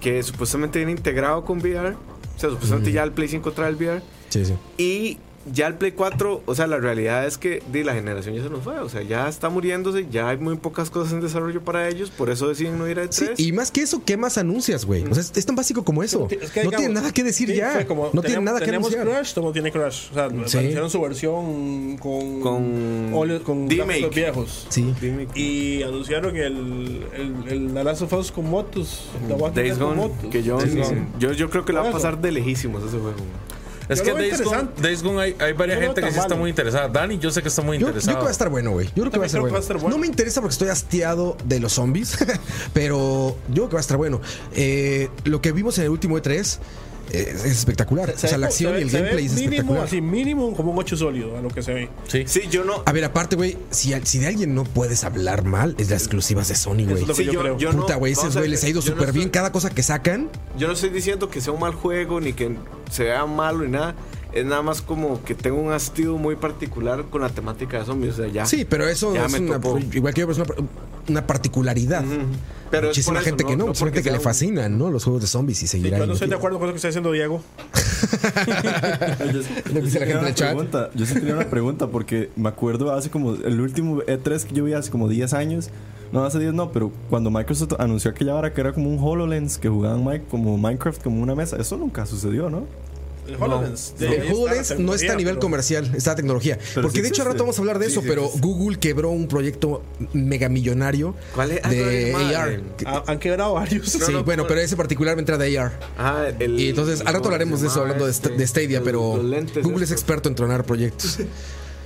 S2: que supuestamente viene integrado con VR. O sea, supuestamente ya el Play 5 trae el VR.
S1: Sí, sí.
S2: Y ya el Play 4, o sea, la realidad es que de la generación ya se nos fue. O sea, ya está muriéndose, ya hay muy pocas cosas en desarrollo para ellos. Por eso deciden no ir a E
S1: Sí,
S2: E3.
S1: y más que eso, ¿qué más anuncias, güey? O sea, es, es tan básico como eso.
S3: Es que,
S1: no
S3: digamos,
S1: tiene nada que decir
S3: sí,
S1: ya.
S3: fue como
S1: no tiene
S3: teníamos-
S1: nada que
S3: teníamos
S1: anunciar.
S3: Crash, todo tiene Crash. O sea,
S1: Sí.
S3: hicieron su versión con.
S2: Con
S3: óleo- con
S2: D-Make.
S3: gráficos viejos.
S1: Sí.
S2: Dime-
S3: Y anunciaron el, el, el The Last of Us con motos. The Walking Dead
S2: Days
S3: con
S2: Gone,
S3: motos.
S2: que yo,
S3: Days
S2: sí,
S3: Gone.
S2: sí. yo, yo creo que la va a
S3: Por eso.
S2: pasar de lejísimos ese juego.
S4: Es
S3: Yo
S4: que
S3: lo veo
S4: Days Gone,
S3: interesante.
S4: Days Gone hay, hay varias
S3: No lo
S4: gente
S3: veo
S4: que
S3: tan
S4: sí está
S3: mal.
S4: muy interesada. Dani, yo sé que está muy
S1: Yo, yo creo que
S4: interesado.
S1: va a estar bueno, güey. Yo creo que va a,
S3: también
S1: estar
S3: creo que
S1: bueno.
S3: va a estar bueno.
S1: No me interesa porque estoy hastiado de los zombies, <laughs> pero yo creo que va a estar bueno. Eh, lo que vimos en el último E3 es, es espectacular. o sea, la
S3: Se
S1: acción
S3: ve-
S1: y el
S3: se ve
S1: gameplay es
S3: mínimo,
S1: espectacular.
S3: Así, mínimo como un 8 sólido a lo que se ve.
S4: Sí.
S2: Sí, yo
S3: Ah,
S2: no.
S1: A ver, aparte, güey, si, si de alguien no puedes hablar mal, es las exclusivas de Sony, güey.
S3: es lo que
S2: Sí,
S3: yo creo.
S2: no-
S1: Puta, güey, esos
S2: vamos a
S1: güey
S2: ver,
S1: les ha ido
S2: yo no
S1: súper bien.
S2: estoy-
S1: Cada cosa que sacan,
S2: Yo no estoy diciendo que sea un mal juego ni que se vea malo ni nada. Es nada más como que tengo un hastío muy particular con la temática de zombies. O sea, ya.
S1: sí, pero eso
S2: Ya
S1: es
S2: me
S1: una,
S2: topó.
S1: igual que yo, pero es una, una particularidad.
S2: Pero es
S1: muchísima
S2: por eso,
S1: gente que no, muchísima
S2: porque
S1: gente que le
S2: sea un-
S1: fascinan, ¿no? Los juegos de zombies y
S3: Sí,
S1: seguirá.
S3: yo no estoy de
S1: metido.
S3: acuerdo con lo que está diciendo Diego.
S1: <laughs>
S3: <laughs>
S1: Lo que dice la gente en el chat.
S5: Pregunta. Yo sí tenía una pregunta porque me acuerdo hace como el último E3 que yo vi hace como 10 años. No, hace 10 no, pero cuando Microsoft anunció aquella vara que era como un HoloLens que jugaban mi- como Minecraft como una mesa, eso nunca sucedió, ¿no?
S3: El HoloLens. de- ahí
S1: El
S3: está la
S1: HoloLens no está a
S3: tecnología,
S1: nivel
S3: pero-
S1: comercial, está la tecnología.
S5: Pero
S1: Porque
S5: sí
S1: de hecho, al rato
S5: existe.
S1: vamos a hablar de
S2: Sí,
S1: eso,
S2: sí
S1: pero
S2: existe.
S1: Google quebró un proyecto megamillonario
S2: ¿Cuál es? Ah,
S1: de
S2: no, es
S1: AR.
S2: madre.
S1: Que-
S3: Ha- han quebrado varios. <laughs>
S1: sí,
S2: no,
S1: bueno,
S2: por-
S1: pero ese particularmente era de AR.
S2: Ajá, el-
S1: Y entonces, al rato
S2: ¿cómo
S1: hablaremos
S2: se
S1: de eso,
S2: llama
S1: hablando de,
S2: este?
S1: st- de Stadia,
S2: Los-
S1: pero
S2: los lentes
S1: Google es
S2: estos.
S1: experto en tronar
S2: <laughs>
S1: proyectos.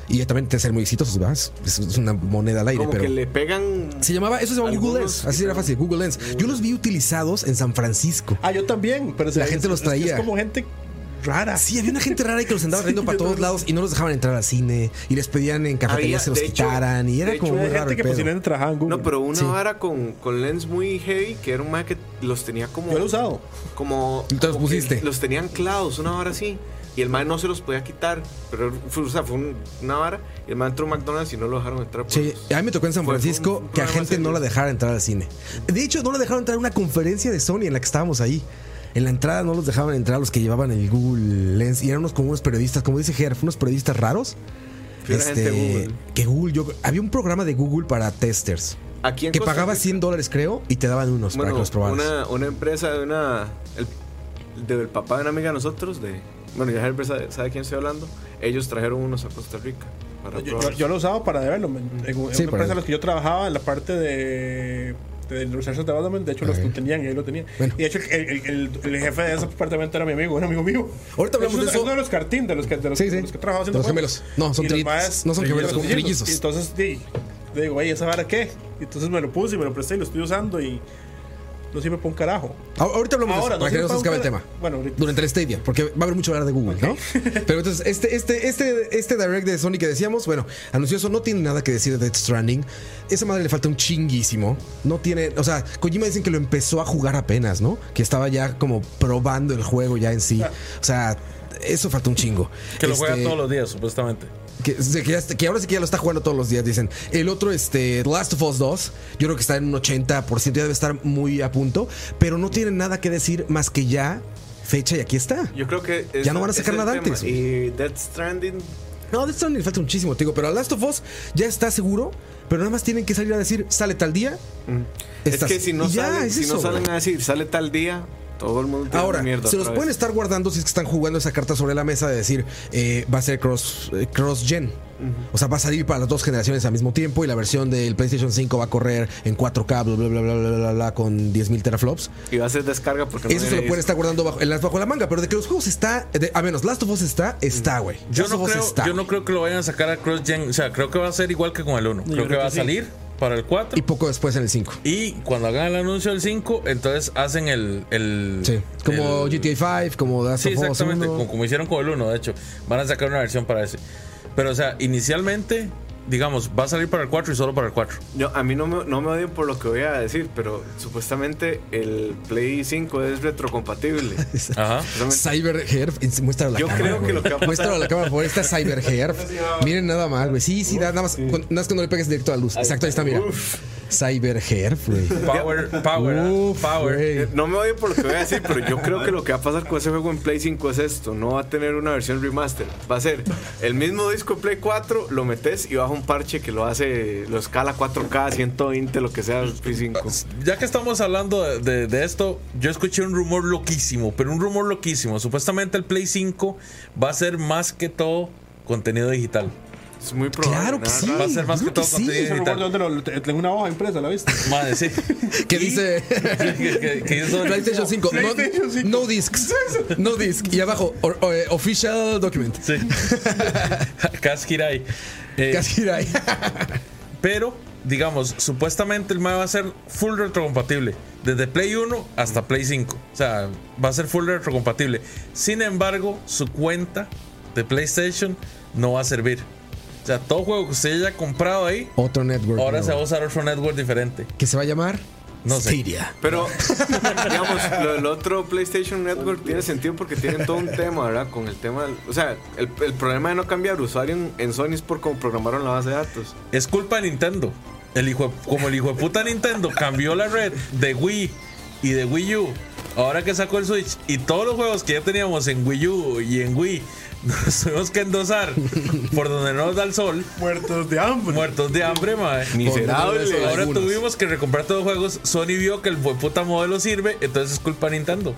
S1: y también te ser muy exitosos, ¿verdad? Es es una moneda al aire,
S2: Como
S1: pero.
S2: que le pegan.
S1: Se llamaba, eso se llamaba Google
S2: Algunos
S1: Lens.
S2: que
S1: Así era
S2: son-
S1: fácil, Google Lens. Yo los vi utilizados en San Francisco.
S3: Ah, yo también. Pero se-
S1: La gente
S3: es-
S1: los
S3: es que
S1: traía.
S3: Es como gente
S2: Ah,
S3: rara.
S1: Sí, había una gente rara ahí que los andaba trayendo para todos lados y no los dejaban entrar al cine y les pedían en
S2: Había,
S1: cafeterías se los
S2: de hecho,
S1: quitaran y era
S2: de
S1: como
S2: hecho,
S1: muy
S3: Hay
S1: raro.
S3: gente
S1: el
S3: que pues
S1: pedo.
S3: posiblemente trabajaba en Google.
S2: pues No, pero una
S1: Sí.
S2: vara con, con lens muy heavy que era un mae que los tenía como.
S3: Yo lo he usado.
S2: como
S1: Y te los
S2: como que
S1: pusiste.
S2: los tenían clavos una vara así y el man no se los podía quitar pero fue, o sea, fue un- una vara y el man entró a McDonald's y no lo dejaron entrar pues. por
S1: Sí, a mí me tocó en San
S2: Fue- fue
S1: Francisco
S2: un
S1: que a
S2: problema
S1: gente no
S2: serio.
S1: la dejara entrar al cine. De hecho, no la dejaron entrar a una conferencia de Sony en la que estábamos ahí. En la entrada no los dejaban entrar los que llevaban el Google Lens y eran unos como unos periodistas, como dice Gerf, unos periodistas raros. Este,
S2: Era gente Google.
S1: que Google, yo había un programa de Google para testers
S2: aquí en
S1: que
S2: Costa
S1: pagaba
S2: Rica-
S1: 100 dólares creo y te daban unos Pues, para que
S2: bueno,
S1: los probaras.
S2: una, una empresa de una el, del papá de una amiga de nosotros de bueno ya Herbert sabe, sabe quién estoy hablando ellos trajeron unos a Costa Rica para
S3: Yo, yo-
S2: probar.
S3: yo lo he usado para development. En, en
S1: Sí,
S3: una
S1: para-
S3: empresa en la que yo trabajaba, en la parte de, de Research and Development, de hecho, los
S1: Ajá.
S3: lo tenían y ahí lo tenían.
S1: Bueno.
S3: Y de hecho, el, el- el- el jefe de ese departamento era mi amigo, era amigo mío.
S1: Ahorita hablamos
S3: Es uno-
S1: de eso.
S3: es uno de los cartín, de los que, de los,
S1: Sí, sí.
S3: de los que trabajaba haciendo
S1: Los
S3: juegos.
S1: gemelos. No, son
S3: Y los
S1: tri-
S3: maes-
S1: no son gemelos, son
S3: los
S1: trillizos.
S3: Y entonces, di, le digo, oye, ¿esa vara qué? Y entonces me lo puse y me lo presté y lo estoy usando y no sirve para un carajo.
S1: A- Ahorita hablamos
S3: Ahora,
S1: de eso, para que
S3: no
S1: no
S3: sé
S1: se nos acabe el
S3: para-
S1: tema.
S3: bueno, ahorita.
S1: durante el Stadia, porque va a haber mucho hablar de Google, ¿no? Pero entonces, este, este, este, este direct de Sony que decíamos, bueno, anunció eso, no tiene nada que decir de Death Stranding. Esa madre le falta un chinguísimo. No tiene, o sea, Kojima dicen que lo empezó a jugar apenas, ¿no? Que estaba ya como probando el juego ya en sí. O sea, eso falta un chingo.
S4: Que lo
S1: Este,
S4: juega todos los días, supuestamente.
S1: que, que ya- que ahora sí que ya lo está jugando todos los días, dicen. El otro, este, The Last of Us 2, yo creo que está en un 80%, ya debe estar muy a punto, pero no tiene nada que decir más que ya fecha y aquí está.
S2: Yo creo que
S1: Ya no van a
S2: es
S1: sacar
S2: el
S1: nada
S2: tema.
S1: antes, güey.
S2: y Death Stranding
S1: No, de esto le falta muchísimo, te digo, pero a Last of Us ya está seguro, pero nada más tienen que salir a decir, sale tal día. estás-
S2: es que si no
S1: y ya,
S2: salen
S1: es
S2: si no
S1: eso,
S2: salen
S1: güey.
S2: a decir sale tal día todo el mundo tiene
S1: Ahora,
S2: mierda
S1: se los
S2: otra
S1: pueden
S2: vez.
S1: estar guardando si es que están jugando esa carta sobre la mesa de decir, eh, va a ser cross, eh, cross-gen. O sea, va a salir para las dos generaciones al mismo tiempo y la versión del PlayStation 5 va a correr en 4K, bla, bla, bla, bla, bla, bla, bla, con 10.000 teraflops.
S2: Y va a ser descarga porque
S1: Eso
S2: no
S1: se lo
S2: viene
S1: pueden estar guardando bajo, en las- bajo la manga, pero de que los juegos está, de- a menos Last of Us está, está, güey.
S4: Yo
S1: Last
S4: no,
S1: of Us
S4: creo,
S1: está.
S4: yo no creo que lo vayan a sacar a Cross Gen. O sea, creo que va a ser igual que con el 1. Creo, que
S3: creo
S4: va
S3: que
S4: a
S3: sí.
S4: salir para el 4.
S1: Y poco después en el 5.
S4: Y cuando hagan el anuncio del 5, entonces hacen el. el
S1: Sí. Como
S4: el-
S1: GTA 5, como Last
S4: Sí,
S1: of Us
S4: exactamente.
S1: 1.
S4: Como, como hicieron con el 1, de hecho. Van a sacar una versión para ese. Pero, o sea, inicialmente, digamos, va a salir para el 4 y solo para el 4.
S2: Yo- a mí no me, no me odien por lo que voy a decir, pero supuestamente el Play 5 es retrocompatible.
S1: <laughs>
S4: Ajá.
S2: Supuestamente-
S1: Cyberherf, y muéstralo a la
S2: Yo
S1: cámara.
S2: creo que
S1: güey.
S2: lo que va a pasar-
S1: Muéstralo a la cámara, por favor. Esta es
S4: <laughs>
S1: Cyberherf. Miren nada más, güey. Sí, sí, da- nada más. con- nada más cuando le pegues directo a la luz. Exacto, ahí está, mira. Cyberherf, güey.
S4: Power, power, ah,
S1: Uf,
S4: power.
S1: güey.
S2: No me odien por lo que voy a decir, pero yo creo que lo que va a pasar con ese juego en Play 5 es esto: no va a tener una versión remaster. Va a ser el mismo disco en Play 4, lo metes y baja un parche que lo hace, lo escala 4K, 120, lo que sea, el Play 5.
S4: Ya que estamos hablando de, de- de esto, yo escuché un rumor loquísimo, pero un rumor loquísimo. Supuestamente el Play 5 va a ser más que todo contenido digital.
S2: Es muy probable.
S1: Claro que
S2: nada
S1: sí.
S2: raro.
S4: Va a ser más
S1: yo
S4: que
S1: creo
S4: todo
S1: que sí.
S4: contenido
S3: Ese rumor, ¿de
S4: digital.
S3: dónde lo- te- Tengo una hoja impresa, ¿la
S1: <laughs>
S3: viste?
S4: Madre, sí.
S1: Que
S4: Y-
S1: dice
S4: <laughs> que- que- que eso-
S1: <laughs> PlayStation 5. No,
S3: PlayStation 5.
S1: no discs. No discs. Y abajo, or- or- eh, official document.
S4: sí. <laughs> Casquirai. Eh,
S1: Casi era ahí. <laughs>
S4: pero, digamos, supuestamente el MAE va a ser full retrocompatible. Desde Play 1 hasta Play 5. O sea, va a ser full retrocompatible. Sin embargo, su cuenta de PlayStation no va a servir. O sea, todo juego que usted haya comprado ahí,
S1: Otro network.
S4: ahora
S1: nuevo.
S4: se va a usar otro network diferente.
S1: Que se va a llamar
S4: No sé.
S1: Stadia.
S2: Pero, digamos, lo del otro PlayStation Network tiene sentido porque tienen todo un tema, ¿verdad? Con el tema. del- O sea, el, el problema de no cambiar usuario en, en Sony es por cómo programaron la base de datos.
S4: Es culpa de Nintendo. El hijo, de- como el hijo de puta Nintendo cambió la red de Wii y de Wii U, ahora que sacó el Switch y todos los juegos que ya teníamos en Wii U y en Wii, <laughs> nos tuvimos que endosar por donde no nos da el sol,
S3: Muertos de hambre.
S4: muertos de hambre, mae.
S1: Miserable.
S2: Miserable.
S4: Ahora
S1: Algunos.
S4: tuvimos que recomprar todos los juegos. Sony vio que el hijo de puta modelo sirve, entonces es culpa de Nintendo.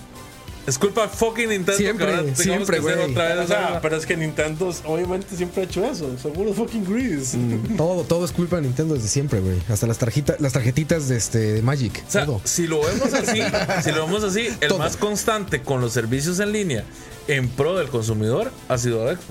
S4: Es culpa de fucking Nintendo
S1: Siempre,
S4: que ahora tengamos
S1: siempre,
S4: que hacer
S1: güey.
S4: otra vez
S3: O
S4: esa-
S3: sea, pero es que Nintendo obviamente siempre ha hecho eso. Son unos fucking greedies.
S1: Todo, todo es culpa de Nintendo desde siempre, güey. Hasta las tarjetas, las tarjetitas de este de Magic.
S4: O sea,
S1: todo.
S4: si lo
S1: <laughs>
S4: vemos así, si lo vemos así, el
S1: Todo.
S4: más constante con los servicios en línea en pro del consumidor ha sido Xbox.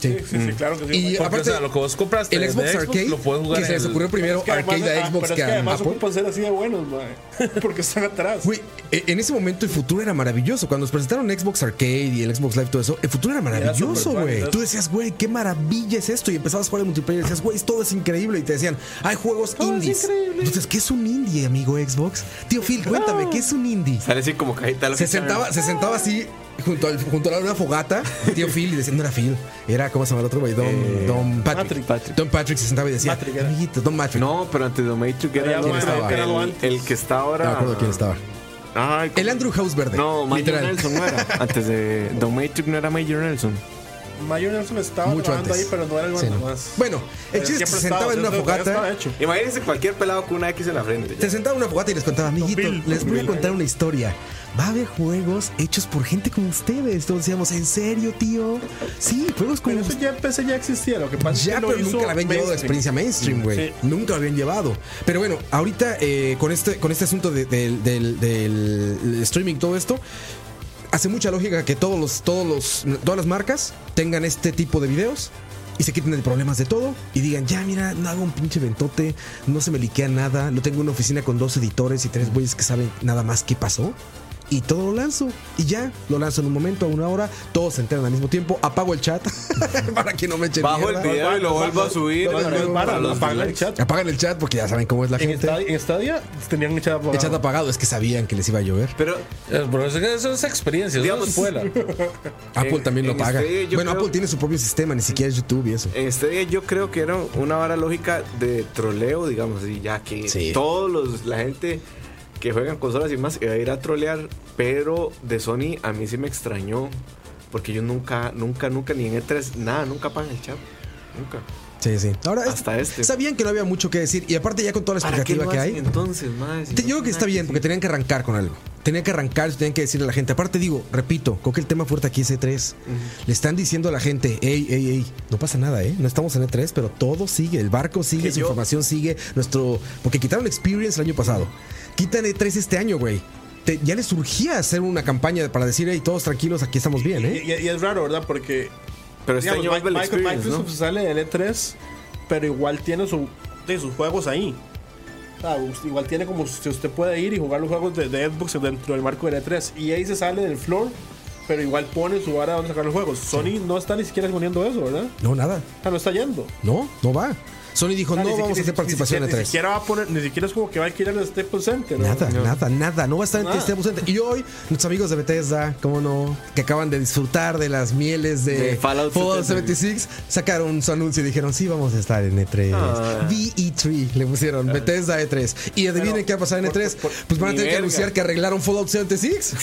S1: Sí.
S3: Sí, sí, claro que sí.
S1: Mm. Y-
S4: Porque,
S1: Aparte,
S4: o sea, lo que vos compraste
S1: El
S4: desde
S1: Xbox Arcade,
S4: lo puedes jugar
S1: que se
S4: en
S1: les
S4: el-
S1: ocurrió primero
S3: Es que
S1: Arcade
S3: además-
S1: a
S3: ah,
S1: Xbox
S3: pero es
S1: que,
S3: que
S1: a
S3: además
S1: Apple.
S3: ocupan ser así de buenos, mae, <laughs> Porque están atrás.
S1: Güey, e- en ese momento el futuro era maravilloso. Cuando nos presentaron Xbox Arcade y el Xbox Live, todo eso, el futuro era maravilloso,
S3: súper
S1: güey.
S3: válido.
S1: Tú decías, güey, qué maravilla es esto. Y empezabas a jugar en multiplayer y decías, güey, todo es increíble. Y te decían, hay juegos indies. Entonces, ¿qué es un indie, amigo Xbox? Tío Phil,
S3: Ah.
S1: cuéntame, ¿qué es un indie?
S2: Sale así como cajita. de la
S1: Se
S2: pizarra.
S1: sentaba, se sentaba así junto, al, junto a una fogata, tío Phil, y decía, no era Phil, era, ¿cómo se llama el otro güey? Don, Don Patrick.
S3: Patrick,
S2: Eh, Patrick.
S1: Don Patrick se sentaba y decía,
S3: Patrick era.
S1: amiguito, Don Patrick.
S2: No, pero antes de Matrix
S3: Había
S2: era el,
S3: uno
S1: estaba.
S2: el-
S3: que era lo antes.
S2: el que está
S1: No
S2: ahora.
S1: me acuerdo quién estaba.
S2: Ay,
S1: El Andrew House verde.
S2: ah. No, Major
S1: literal.
S2: Nelson no era. Antes de Don Matrix no era Major Nelson.
S3: Mayor Nelson
S1: <laughs>
S3: estaba
S1: Mucho
S3: trabajando
S1: antes.
S3: ahí, pero no era el
S1: Sí,
S3: bueno
S1: no.
S3: más.
S1: Bueno, el
S3: Pero
S1: chiste es que
S3: siempre
S1: se sentaba
S3: estaba,
S1: en una
S3: o sea, estaba
S1: fogata.
S3: hecho.
S2: Imagínense cualquier pelado con una X en la frente.
S1: Se sentaba en una fogata y les contaba, amiguito,
S3: Bill,
S1: les
S3: Don
S1: voy a
S3: Bill.
S1: contar una historia. Va a haber juegos hechos por gente como ustedes. Todos decíamos, ¿en serio, tío? Sí, juegos como
S3: Pero eso ya empecé, ya existía. Lo que pasa es
S1: Ya,
S3: que lo
S1: pero
S3: hizo
S1: nunca la habían llevado de
S3: mainstream.
S1: experiencia mainstream, güey.
S3: Sí.
S1: Nunca la habían llevado. Pero bueno, ahorita eh, con, este, con este asunto de- del, del- del streaming, todo esto, hace mucha lógica que todos los, todos los, todas las marcas tengan este tipo de videos. Y se quiten de problemas de todo y digan, ya mira, no hago un pinche ventote, no se me liquea nada, no tengo una oficina con dos editores y tres güeyes que saben nada más qué pasó. Y todo lo lanzo. Y ya, lo lanzo en un momento, a una hora, todos se enteran al mismo tiempo, apago el chat <laughs> para que no me echen
S2: Bajo el
S1: mierda.
S2: video y lo vuelvo a subir.
S3: No, no, no,
S2: para-
S3: para,
S2: para los
S3: apagar el
S2: likes.
S3: chat.
S1: Apagan el chat porque ya saben cómo es la
S3: En
S1: gente.
S3: Stadia, en Stadia tenían el chat apagado.
S1: El chat apagado es que sabían que les iba a llover.
S2: Pero
S4: Eh, pero eso, eso es experiencia, eso
S2: Digamos-
S4: es escuela.
S1: <laughs> Apple
S2: En-
S1: también lo
S2: en
S1: paga.
S2: Stadia yo
S1: bueno,
S2: creo-
S1: Apple tiene su propio sistema, ni siquiera es YouTube y eso.
S2: en este día yo creo que era una vara lógica de troleo, digamos así, ya que
S1: Sí.
S2: todos los, la gente que juega en consolas y más iba a ir a trolear, pero de Sony a mí sí me extrañó. Porque yo nunca, nunca, nunca, ni en E3, nada, nunca pagan el chat. Nunca.
S1: Sí, sí. Ahora es-
S2: Hasta este.
S1: sabían que no había mucho que decir y aparte ya con toda la
S2: ¿Para qué
S1: expectativa
S2: lo
S1: que
S2: hacen
S1: hay.
S2: Entonces, madre, si
S1: te-
S2: no
S1: yo creo que
S2: tiene
S1: está
S2: nada
S1: bien porque tenían que arrancar con algo. tenía que arrancar, tenían que decirle a la gente. Aparte, digo, repito, creo que el tema fuerte aquí es E3. Le están diciendo a la gente, hey, hey, hey, no pasa nada, ¿eh? No estamos en E3, pero todo sigue, el barco sigue,
S2: Que
S1: su
S2: yo-
S1: información sigue, nuestro. Porque quitaron Experience el año pasado. Quitan E3 este año, güey. Te- ya les surgía hacer una campaña para decir, hey, todos tranquilos, aquí estamos bien, ¿eh?
S3: Y, y- y es raro, ¿verdad? Porque
S2: Pero este
S3: digamos,
S2: año
S3: Mi-
S2: vuelve el
S3: Michael-
S2: Experience,
S3: Microsoft
S2: ¿no?
S3: sale del E3, pero igual tiene su, de sus juegos ahí. O sea, us- igual tiene como si usted puede ir y jugar los juegos de, de Xbox dentro del marco del E3. Y ahí se sale del floor, pero igual pone su vara donde sacar los juegos. Sony no está ni siquiera exponiendo eso, ¿verdad?
S1: No, nada.
S3: O sea, no está yendo.
S1: No, no va. Sony dijo,
S3: O sea,
S1: no
S3: ni siquiera-
S1: vamos a hacer
S3: ni
S1: participación E
S3: siquiera-
S1: en
S3: Ni
S1: E3.
S3: siquiera va a poner, ni siquiera es como que va a alquilar el Staples Center. ¿no?
S1: Nada,
S2: Señor.
S1: nada, nada. No va a estar en
S3: Nada.
S1: este ausente. Y hoy, nuestros amigos de Bethesda, cómo no, que acaban de disfrutar de las mieles de,
S2: De Fallout
S1: 76, sacaron su anuncio y dijeron, sí, vamos a estar en E E3.
S2: Ah.
S1: VE3 E le pusieron, Bethesda E3. Y adivinen
S3: Pero,
S1: qué va a pasar en
S2: por-
S1: E3.
S2: por-
S1: pues van a tener
S2: ni
S1: que
S2: verga.
S1: anunciar que arreglaron Fallout
S2: <laughs>
S1: 76.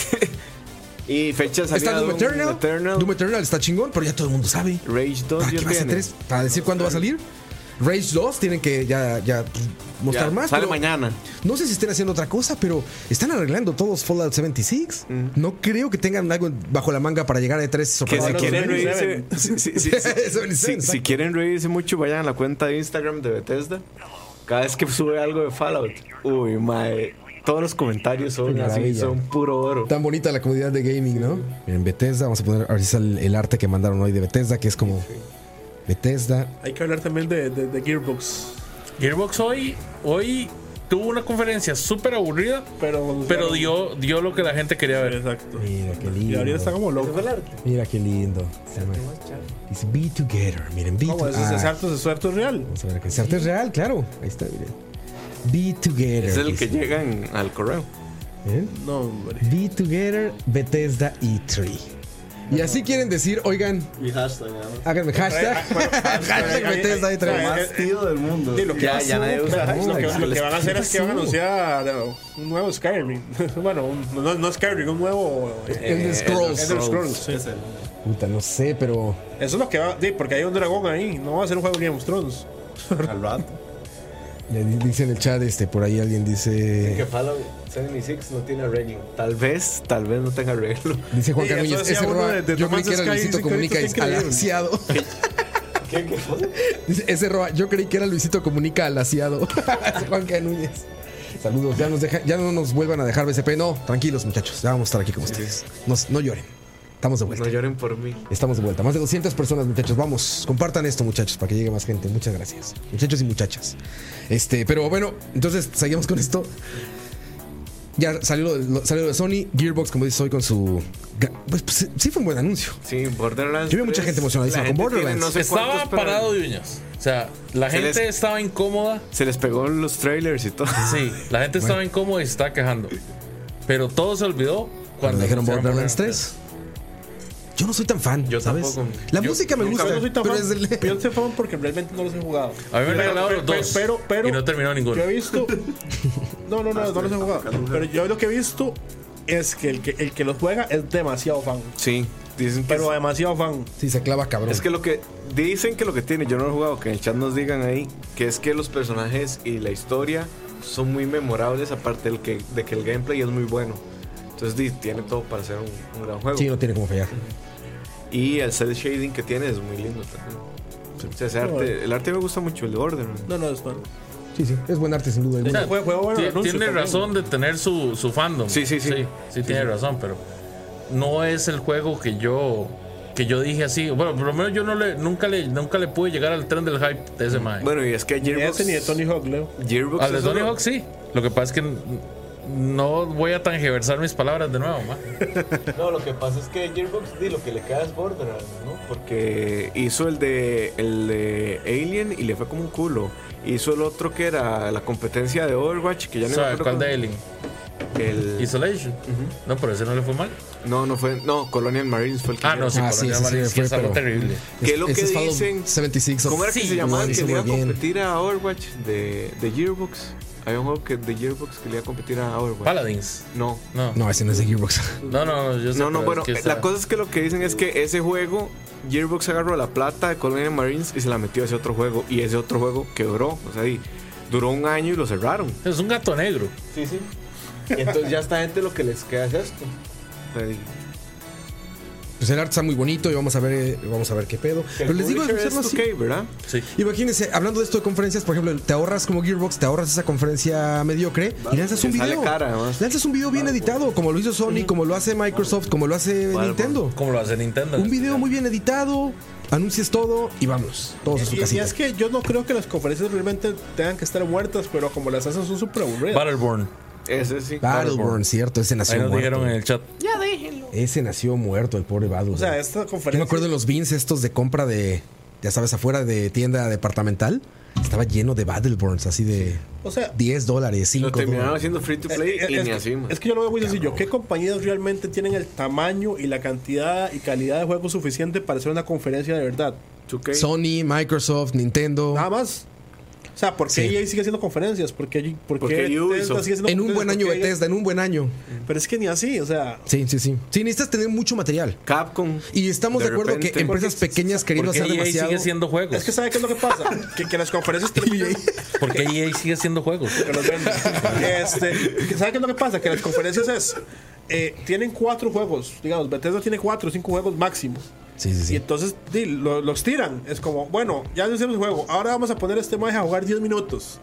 S2: Y fecha de salida
S1: Está Doom
S2: Doom
S1: Eternal.
S2: Eternal,
S1: Doom Eternal está chingón, pero ya todo el mundo sabe.
S2: Rage 2
S1: ¿Para
S2: ya
S1: qué va a ser
S2: viene.
S1: 3? ¿Para decir cuándo va a salir? Rage 2 tienen que ya, ya
S2: Ya,
S1: mostrar más.
S2: sale
S1: pero-
S2: mañana.
S1: No sé si estén haciendo otra cosa, pero están arreglando todos Fallout 76. No creo que tengan algo bajo la manga para E llegar a E3 y
S2: Que si
S1: sorprender a
S3: Fallout
S2: quieren
S1: todos.
S2: reírse,
S3: 77.
S2: si, si- <laughs> si- si-
S1: Eso,
S2: si-
S1: exacto.
S2: si quieren reírse mucho, vayan a la cuenta de Instagram de Bethesda. Cada vez que sube algo de Fallout, uy, mae, todos los comentarios son
S1: Qué
S2: así,
S1: maravilla.
S2: son puro oro.
S1: Tan bonita la comunidad de gaming, ¿no? En Bethesda, vamos a poner a ver si sale el arte que mandaron hoy de Bethesda, que es como Bethesda.
S3: Hay que hablar también de, de, de Gearbox.
S4: Gearbox hoy, hoy tuvo una conferencia súper aburrida,
S3: Pero,
S4: pero dio, dio lo que la gente quería ver.
S3: Exacto.
S1: Mira qué
S3: Y ahorita está
S1: lindo.
S3: como loco.
S1: Mira qué lindo. Se llama- Dice Be Together. Miren, Be
S3: ¿Cómo?
S1: Together.
S3: Ese es harto, es harto real.
S1: Vamos a ver acá. Es arte real, claro. Ahí está, miren. Be Together.
S2: Es el
S1: dice.
S2: que llegan al correo.
S1: ¿Eh?
S3: No, hombre.
S1: Be Together Bethesda E E3. Y así quieren decir, oigan,
S6: Mi hashtag, nada más.
S1: háganme hashtag. <laughs> hashtag Bethesda E
S3: Ay,
S1: E3.
S3: ay,
S6: Eh,
S5: Más tío del mundo.
S3: Sí, lo que,
S2: Ya,
S6: <laughs>
S2: ya nadie usa
S3: lo que-
S2: hashtag.
S3: lo que van a hacer es que van a
S1: pasó?
S3: anunciar eh, un nuevo Skyrim. <laughs> bueno, un- no, no Skyrim, un nuevo eh,
S1: Elder
S2: Eh,
S1: Scrolls.
S3: Elder Scrolls. sí.
S6: Es el-
S1: Puta, no sé, pero.
S3: Eso es lo que va. Sí, porque hay un dragón ahí. No va a ser un juego de Game of Thrones.
S5: Al rato.
S1: le di- Dice en el chat, este, por ahí alguien
S2: Que
S1: dice.
S2: Fallout 76 no tiene arreglo. Tal vez, tal vez no tenga arreglo.
S1: Dice Juan
S3: Sí, eso
S1: Carmiñez,
S3: decía
S1: ese
S3: uno
S1: roba.
S3: de- de
S1: Yo creí
S3: Tomás
S1: que era
S3: Sky,
S1: Luisito
S3: dice que ahorita
S1: Comunica
S3: está increíble.
S1: alaciado.
S6: ¿Qué, qué cosa?
S1: Dice, ese roba, yo creí que era Luisito Comunica <laughs> alaciado. Juan K. Núñez. Saludos, ya, nos deja- ya no nos vuelvan a dejar BCP. No, tranquilos, muchachos, ya vamos a estar aquí con ustedes. No, no lloren. Estamos de vuelta.
S2: No lloren por mí.
S1: Estamos de vuelta. Más de 200 personas, muchachos. Vamos, compartan esto, muchachos, para que llegue más gente. Muchas gracias. Muchachos y muchachas. Este, pero bueno, entonces seguimos con esto. Ya salió lo, de- lo- salió lo de Sony, Gearbox, como dice hoy, con su. ga- Pues, pues, sí- sí, fue un buen anuncio.
S2: Sí, Borderlands.
S1: Yo vi mucha
S2: 3,
S1: gente emocionadísima
S2: la
S1: con
S2: gente
S1: Borderlands.
S2: tiene sé
S4: Estaba
S2: cuántos, pero
S4: parado de uñas. O sea, la
S2: Se
S4: gente
S2: les-
S4: estaba incómoda.
S2: Se les pegó los trailers y todo.
S4: Sí, la gente estaba incómoda y se estaba quejando. Pero todo se olvidó
S1: Cuando
S4: cuando
S1: dijeron
S4: anunciaron
S1: Borderlands 3. Yo no soy tan fan.
S4: Yo
S1: ¿sabes?
S4: tampoco.
S1: La
S4: Yo-
S1: música me
S3: Yo
S1: gusta.
S3: no soy tan
S1: pero
S3: fan.
S1: es el-
S3: Yo no soy fan porque realmente no los he jugado.
S4: A mí me
S3: Pero-
S4: regalaron
S3: pero-
S4: los dos.
S3: Pero, pero,
S4: y no terminó ninguno.
S3: Yo he visto. No, no, no, no los he jugado. Pero yo lo que he visto es que el que, el que los juega es demasiado fan.
S2: Sí, dicen que
S3: Pero demasiado fan.
S1: Sí, se clava cabrón.
S2: Es que lo que dicen que lo que tiene, yo no lo he jugado, que en el chat nos digan ahí, que es que los personajes y la historia son muy memorables, aparte del que, de que el gameplay es muy bueno. Entonces di, tiene todo para ser un, un gran juego.
S1: Sí, no tiene como fallar.
S2: Y el cel shading que tiene es muy lindo también. O sea, ese
S3: No,
S2: arte, el arte me gusta mucho, el de Borderlands.
S3: No, no, es fan.
S1: Sí, sí. Es buen arte, sin duda. alguna.
S4: O sea,
S3: Fue- fue bueno el
S4: ti-
S3: anuncio
S4: tiene
S3: también.
S4: razón de tener su, su fandom.
S2: Sí, sí, sí.
S4: Sí, sí tiene razón, pero no es el juego que yo que yo dije así. Bueno, por lo menos yo no le, nunca le nunca le pude llegar al tren del hype de ese mae.
S2: Bueno, y es que
S3: Ni
S2: Gearbox.
S3: ese ni de Tony Hawk, Leo.
S2: Gearbox
S4: al de
S2: es
S4: Tony
S2: uno-
S4: Hawk sí. Lo que pasa es que n- no voy a tangiversar mis palabras de nuevo, mae.
S2: No, lo que pasa es que Gearbox di, lo que le queda es Borderlands, ¿no? Porque hizo el de el de Alien y le fue como un culo. Hizo el otro que era la competencia de Overwatch, que ya no
S4: O
S2: me
S4: sea,
S2: acuerdo
S4: ¿cuál
S2: cómo-
S4: de Alien?
S2: El-
S4: Isolation. No, pero ese no le fue mal.
S2: No, no fue, no, Colonial Marines fue el que
S4: Ah, no, sí,
S1: Ah,
S4: Colonial
S1: sí, sí, sí,
S4: Marines,
S1: me
S4: que
S1: fue,
S4: es algo
S1: pero-
S4: terrible.
S2: Que lo
S1: Ese
S2: que
S1: es Fallout
S2: dicen-
S1: 76.
S2: ¿Cómo era que
S4: Sí,
S2: se llamaba el
S1: no,
S2: que
S1: hizo
S2: le iba a
S1: muy bien.
S2: competir a Overwatch de, de Gearbox? Había un juego que de Gearbox que le iba a competir a Overwatch.
S4: Paladins.
S2: No.
S4: No.
S1: No, ese no es de Gearbox.
S4: No, no, yo sé,
S2: No, no,
S4: pero
S2: bueno,
S4: es que
S2: eh,
S4: está-
S2: la cosa es que lo que dicen es que ese juego, Gearbox agarró la plata de Colonial Marines y se la metió a ese otro juego. Y ese otro juego quebró. O sea, y duró un año y lo cerraron.
S4: es un gato negro.
S2: Sí, sí. Y entonces ya esta gente lo que les queda es esto. O sea,
S1: Pues el arte está muy bonito y vamos a ver, eh, vamos a ver qué pedo. Pero les digo, de
S2: es
S1: usarlo así.
S2: ok, ¿verdad?
S4: Sí.
S1: Imagínense, hablando de esto de conferencias, por ejemplo, te ahorras como Gearbox, te ahorras esa conferencia mediocre y lanzas un
S2: le sale
S1: video.
S2: cara, además.
S1: lanzas un video bien editado, como lo hizo Sony, como lo hace Microsoft, como lo hace Nintendo.
S4: Como lo hace Nintendo. este
S1: Un video muy bien editado, anuncias todo y vamos, todos a su
S3: Y, y
S1: casita.
S3: es que yo no creo que las conferencias realmente tengan que estar muertas, pero como las hacen son súper aburridas.
S4: Battleborn.
S2: Ese sí.
S1: Battleborn, cierto, ese
S4: Ahí
S1: nació
S4: nos dijeron eh. en
S1: muerto.
S4: el chat.
S1: Ese nació muerto, el pobre Battleborn.
S3: O sea, esta
S1: Yo
S3: conferencia.
S1: me acuerdo en los bins estos de compra de, ya sabes, afuera de tienda departamental. Estaba lleno de Battleborns, así de
S3: O sea,
S1: 10 dólares,
S2: Lo
S1: 5
S2: terminaron
S1: dólares.
S2: haciendo free to
S3: eh,
S2: play
S3: eh,
S2: y
S3: es,
S2: ni
S3: que-
S2: así, man.
S3: es que yo lo veo muy sencillo. ¿Qué compañías realmente tienen el tamaño y la cantidad y calidad de juego suficiente para hacer una conferencia de verdad?
S2: 2K.
S1: Sony, Microsoft, Nintendo.
S3: Nada más. O sea, ¿por qué
S1: Sí.
S3: EA sigue haciendo conferencias? ¿Por qué, por
S2: ¿Por
S3: qué
S2: qué Ubisoft?
S3: Bethesda sigue haciendo
S1: En un buen año
S3: conferencias? ¿Por qué- E
S1: Bethesda, en un buen año.
S3: Pero es que ni así, o sea.
S1: Sí, sí, sí. Sí, necesitas tener mucho material.
S2: Capcom.
S1: Y estamos de,
S2: De
S1: acuerdo que
S2: repente-
S1: empresas
S2: Porque-
S1: pequeñas queriendo
S4: ¿Por qué
S1: hacer
S4: EA
S1: demasiado.
S4: E sigue haciendo juegos?
S3: Es que ¿sabe qué es lo que pasa?
S1: <laughs>
S3: que, que las conferencias terminan.
S4: ¿Por qué EA sigue haciendo juegos?
S3: que los venden. Este, que- ¿Sabe qué es lo que pasa? Que las conferencias es. eh, tienen cuatro juegos, digamos, Bethesda tiene cuatro o cinco juegos máximo.
S1: Sí, sí,
S3: Y
S1: sí.
S3: entonces di, lo- los tiran. Es como, bueno, ya no hicimos el juego. Ahora vamos a poner a este maje a jugar 10 minutos.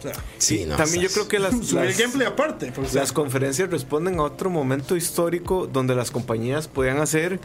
S3: O sea,
S1: Sí, no,
S2: También yo
S1: sabes.
S2: creo
S1: <laughs>
S2: que las,
S3: subir el
S2: las,
S3: gameplay aparte. porque, o sea,
S2: las conferencias responden a otro momento histórico donde las compañías podían hacer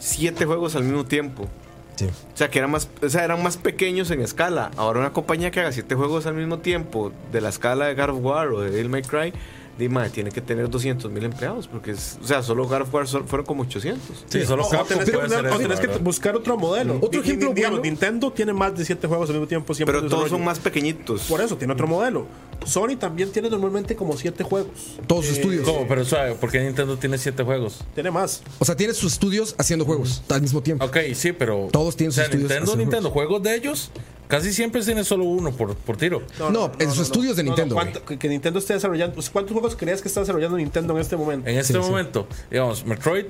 S2: siete juegos al mismo tiempo.
S1: Sí.
S2: O sea, que eran más, o sea, eran más pequeños en escala. Ahora una compañía que haga siete juegos al mismo tiempo, de la escala de God of War o de Devil May Cry, di, madre, tiene que tener 200 mil empleados. Porque, es- o sea, solo God of War sol- fueron como 800.
S4: Sí,
S3: o-
S4: solo
S3: o
S4: Capcom
S3: tenés que,
S4: puede hacer
S3: poner- o
S4: eso,
S3: tenés que
S4: ¿verdad?
S3: buscar otro modelo.
S1: Otro
S3: Ni-
S1: ejemplo
S3: ni- digamos,
S1: bueno.
S3: Nintendo tiene más de 7 juegos al mismo tiempo. siempre
S2: Pero
S3: en
S2: todos son
S3: desarrollo.
S2: más pequeñitos.
S3: Por eso tiene otro modelo. Sony también tiene normalmente como 7 juegos. Eh,
S1: Todos sus estudios.
S4: ¿Cómo? Pero suave, ¿por qué Nintendo tiene siete juegos?
S3: Tiene más.
S1: O sea, tienes sus estudios haciendo juegos al mismo tiempo.
S4: Ok, sí, pero.
S1: Todos tienen
S4: o sea,
S1: sus estudios
S4: Nintendo,
S1: haciendo
S4: Nintendo, juegos de ellos, casi siempre tiene solo uno por, por tiro.
S1: No, en sus estudios de Nintendo,
S3: ¿cuánto- que, que Nintendo esté desarrollando. pues, ¿Cuántos juegos crees que está desarrollando Nintendo en este momento?
S4: En este
S1: Sí, sí.
S4: momento, digamos, Metroid,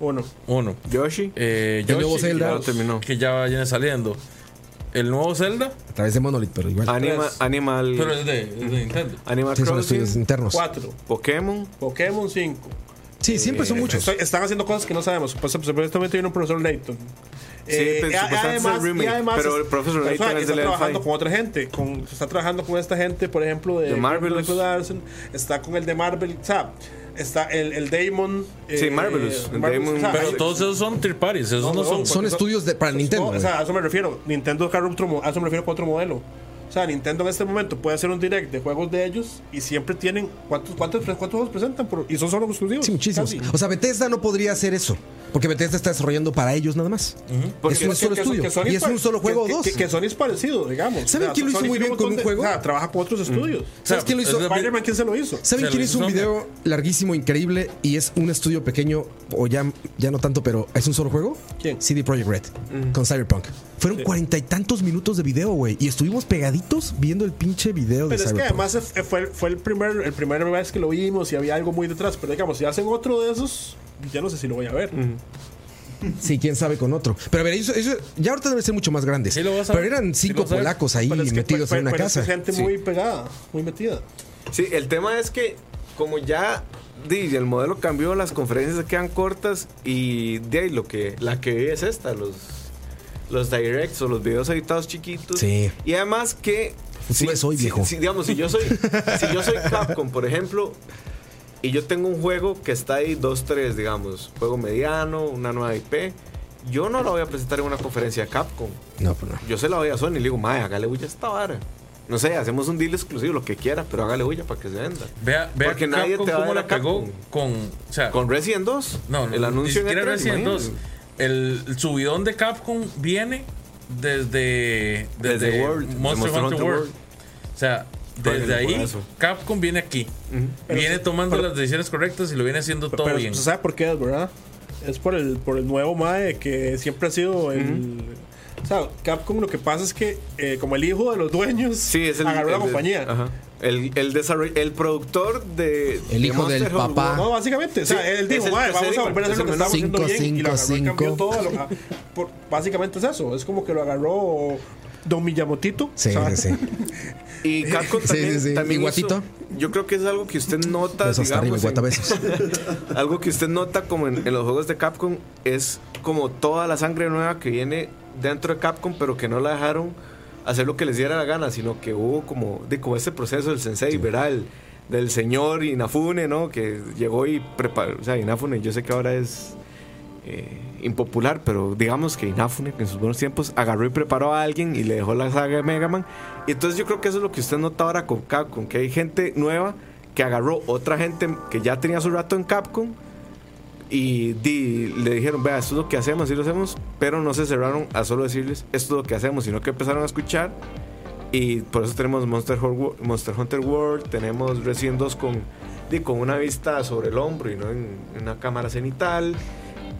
S3: Uno.
S4: uno.
S2: Yoshi.
S4: Eh,
S1: El nuevo
S4: Yoshi,
S1: Zelda.
S4: que ya-
S1: Ya lo
S2: terminó.
S4: Que ya viene saliendo. El nuevo Zelda,
S1: eh, A través de Monolith, pero igual.
S2: Anima-
S3: tres.
S2: Animal.
S4: pero es de, es de Nintendo.
S2: Animal
S1: Sí, son estudios
S2: Crossing.
S1: internos.
S3: Cuatro.
S2: Pokémon.
S3: Pokémon 5.
S1: Sí, siempre son muchos.
S3: Eh, Estoy- están haciendo cosas que no sabemos. Pues, supuestamente viene un profesor Layton. Eh,
S2: pero
S3: y a-
S2: pues, supuestamente es el remake, pero el profesor
S3: pero,
S2: Layton
S3: ¿sabes?
S2: es del Elfai.
S3: está trabajando con otra gente. Con, está trabajando con esta gente, por ejemplo, de
S2: De Marvelous.
S3: Michael Darson, Está con el de Marvel. O sea, está el, el Damon.
S2: Sí, Marvelous, el Damon,
S3: o sea,
S4: Pero
S3: hay-
S4: todos esos son third parties, esos
S3: No,
S4: no,
S3: no,
S4: son.
S3: porque
S1: Son estudios de- para
S3: son-
S1: Nintendo,
S3: Pues,
S1: eh.
S3: no,
S1: güey.
S3: o sea, a eso me refiero. Nintendo carga otro mo- a eso me refiero con otro modelo. O sea, Nintendo en este momento puede hacer un direct de juegos de ellos y siempre tienen. ¿Cuántos, cuántos, cuántos juegos presentan? por- y son solo exclusivos.
S1: Sí, muchísimos.
S3: casi.
S1: O sea, Bethesda no podría hacer eso. Porque Bethesda está desarrollando para ellos nada más. Es un solo estudio.
S3: Sony
S1: Y es
S3: pare-
S1: un solo juego o
S3: que-
S1: dos.
S3: Que, que Sony es parecido, digamos.
S1: ¿Saben quién lo hizo
S3: Sony
S1: muy bien
S3: tiene montón
S1: con un
S3: de-
S1: juego?
S3: O sea, trabaja con otros estudios.
S1: ¿Sabes quién lo hizo?
S4: es de-
S3: Spider-Man, ¿quién se lo hizo?
S1: ¿Saben
S4: Se
S1: quién
S4: lo
S1: hizo un
S4: hizo.
S1: video larguísimo, increíble? Y es un estudio pequeño, o ya, ya no tanto, pero es un solo juego.
S3: ¿Quién? Mm.
S1: CD Projekt Red, con Cyberpunk. Fueron cuarenta y tantos minutos de video, güey. Y estuvimos pegaditos viendo el pinche video de
S3: Pero es que
S1: Cyberpunk.
S3: además eh, fue, fue el primer el primera vez que lo vimos y había algo muy detrás. Pero digamos, si hacen otro de esos, ya no sé si lo voy a ver.
S1: Sí, quién sabe con otro. Pero a ver, ellos, ellos- ya ahorita deben ser mucho más grandes.
S4: Sí, lo vas a
S1: pero
S4: ver.
S1: eran
S4: Sí,
S1: cinco
S4: lo vas a ver.
S1: polacos ahí
S3: Pero es que-
S1: metidos
S3: pero-
S1: en una
S3: pero es
S1: casa.
S3: que es gente
S2: Sí.
S3: muy pegada, muy metida.
S2: Sí, el tema es que como ya di, el modelo cambió, las conferencias se quedan cortas y de ahí lo que la que vi es esta, los los directs o los videos editados chiquitos.
S1: Sí.
S2: Y además que
S1: Futuro es hoy,
S2: si-
S1: viejo.
S2: si, digamos, si yo soy si yo soy Capcom, por ejemplo, y yo tengo un juego que está ahí 2 3, digamos, juego mediano, una nueva IP, yo no la voy a presentar en una conferencia de Capcom.
S1: No, pues no.
S2: Yo se la voy a Sony y le digo, mae, hágale bulla a esta vara. No sé, hacemos un deal exclusivo, lo que quiera, pero hágale bulla para que se venda.
S4: Vea, vea
S2: Porque nadie
S4: Capcom
S2: te va a ver
S4: cómo la
S2: a Capcom.
S4: cagó con. O sea,
S2: Con Resident 2.
S4: No, no,
S2: El
S4: ni
S2: anuncio en E
S4: siquiera
S2: E3,
S4: Resident
S2: imagínate.
S4: 2. El, el subidón de Capcom viene desde, desde,
S2: Desde World, de Monster
S4: Monster, Hunter,
S2: Hunter
S4: World.
S2: World.
S4: O sea,
S2: Jueguen
S4: desde
S2: el
S4: ahí
S2: juegazo.
S4: Capcom viene aquí. viene tomando las decisiones correctas y lo viene haciendo todo
S3: Pero
S4: bien.
S3: se sabe por qué es, ¿verdad? Es por el, por el nuevo Mae que siempre ha sido el. O sea, Capcom lo que pasa es que, eh, como el hijo de los dueños,
S2: Sí, es el.
S3: agarró
S2: el-
S3: la compañía.
S2: El, ajá. el, el desarroll- el productor de.
S1: El
S2: de
S1: hijo del
S2: Monster Hunter
S1: papá.
S3: No, básicamente, o sea,
S2: Sí,
S3: él
S2: es
S3: dijo,
S2: el
S3: "Mae, vamos
S2: tercer
S3: a volver a hacer lo que
S2: hijo,
S3: estábamos haciendo
S1: cinco,
S3: bien. y lo agarró y
S1: cinco,
S3: cambió
S1: cinco.
S3: todo. lo- por- básicamente es eso. Es como que lo agarró Don Miyamotito.
S1: Sí,
S3: o sea,
S1: sí, sí.
S3: <laughs>
S2: Y Capcom
S1: <laughs> Sí,
S2: también,
S1: sí, sí.
S2: también
S1: ¿Y Guatito?
S2: hizo- yo creo que es algo que usted nota,
S1: Besos hasta arriba,
S2: digamos, en-
S1: guata besos. <laughs>
S2: algo que usted nota como en, en los juegos de Capcom es como toda la sangre nueva que viene dentro de Capcom, pero que no la dejaron hacer lo que les diera la gana, sino que hubo como, de, como este proceso del sensei, ¿verdad? El- del señor Inafune, ¿no? Que llegó y preparó, o sea, Inafune, yo sé que ahora es eh, impopular, pero digamos que Inafune en sus buenos tiempos agarró y preparó a alguien y le dejó la saga de Mega Man. Y entonces yo creo que eso es lo que usted nota ahora con Capcom, que hay gente nueva que agarró otra gente que ya tenía su rato en Capcom y di- le dijeron, vea, esto es lo que hacemos, así lo hacemos, pero no se cerraron a solo decirles, esto es lo que hacemos, sino que empezaron a escuchar y por eso tenemos Monster, Hor- Wo- Monster Hunter World, tenemos Resident 2 con, di, con una vista sobre el hombro y no en, en una cámara cenital,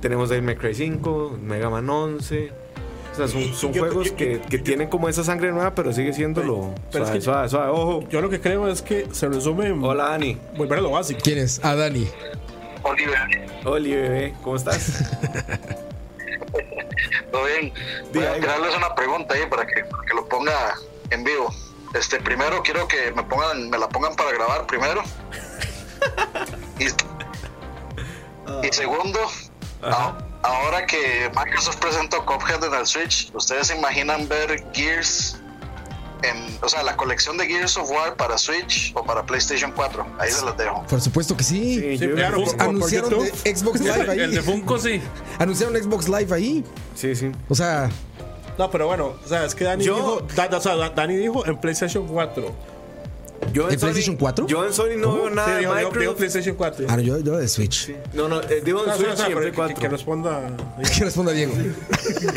S2: tenemos Devil May Cry 5, Mega Man 11... O sea, son, son
S3: Yo-
S2: juegos
S3: yo-
S2: que,
S3: yo-
S2: que tienen como esa sangre nueva, pero sigue siendo lo
S3: Pero es
S2: suave,
S3: que-
S2: suave, suave. Ojo.
S3: Yo lo que creo es que se resume en
S2: Hola, Dani.
S3: volver a lo básico.
S1: ¿Quién es? A Ah, Dani.
S2: Oli, bebé. ¿Cómo
S3: <laughs>
S2: estás?
S7: Todo bien. Voy a crearles una pregunta ahí para que, para que lo ponga en vivo. Este, primero quiero que me pongan, me la pongan para grabar primero. Y, y segundo, a- ahora que Microsoft presentó Cuphead en el Switch, ¿ustedes se imaginan ver Gears en, o sea, la colección de Gears of War para Switch o para PlayStation 4? Ahí se las dejo.
S1: Por supuesto que sí.
S2: Sí,
S3: Sí,
S2: yo-
S3: claro, por- por- por
S1: Anunciaron
S3: YouTube.
S1: de Xbox Live
S4: El, el de
S1: ahí.
S4: Funko sí.
S1: Anunciaron Xbox Live ahí.
S2: Sí, sí.
S1: O sea,
S3: No, pero bueno, o sea, es que Dani
S2: Yo-
S3: dijo, Da- o sea, Da- Dani dijo en PlayStation 4.
S2: Yo
S1: ¿En PlayStation 4?
S2: Yo en Sony no veo nada
S3: Sí,
S2: de
S3: dijo, dijo- dijo
S2: Microsoft.
S3: PlayStation 4.
S1: ah, no, yo, yo de Switch.
S2: No, no, eh, digo en
S3: No, sí,
S2: Switch
S3: o sea,
S2: y en
S3: pero
S2: Play
S3: que- que,
S2: 4.
S3: que responda.
S1: <laughs> Que responda Diego.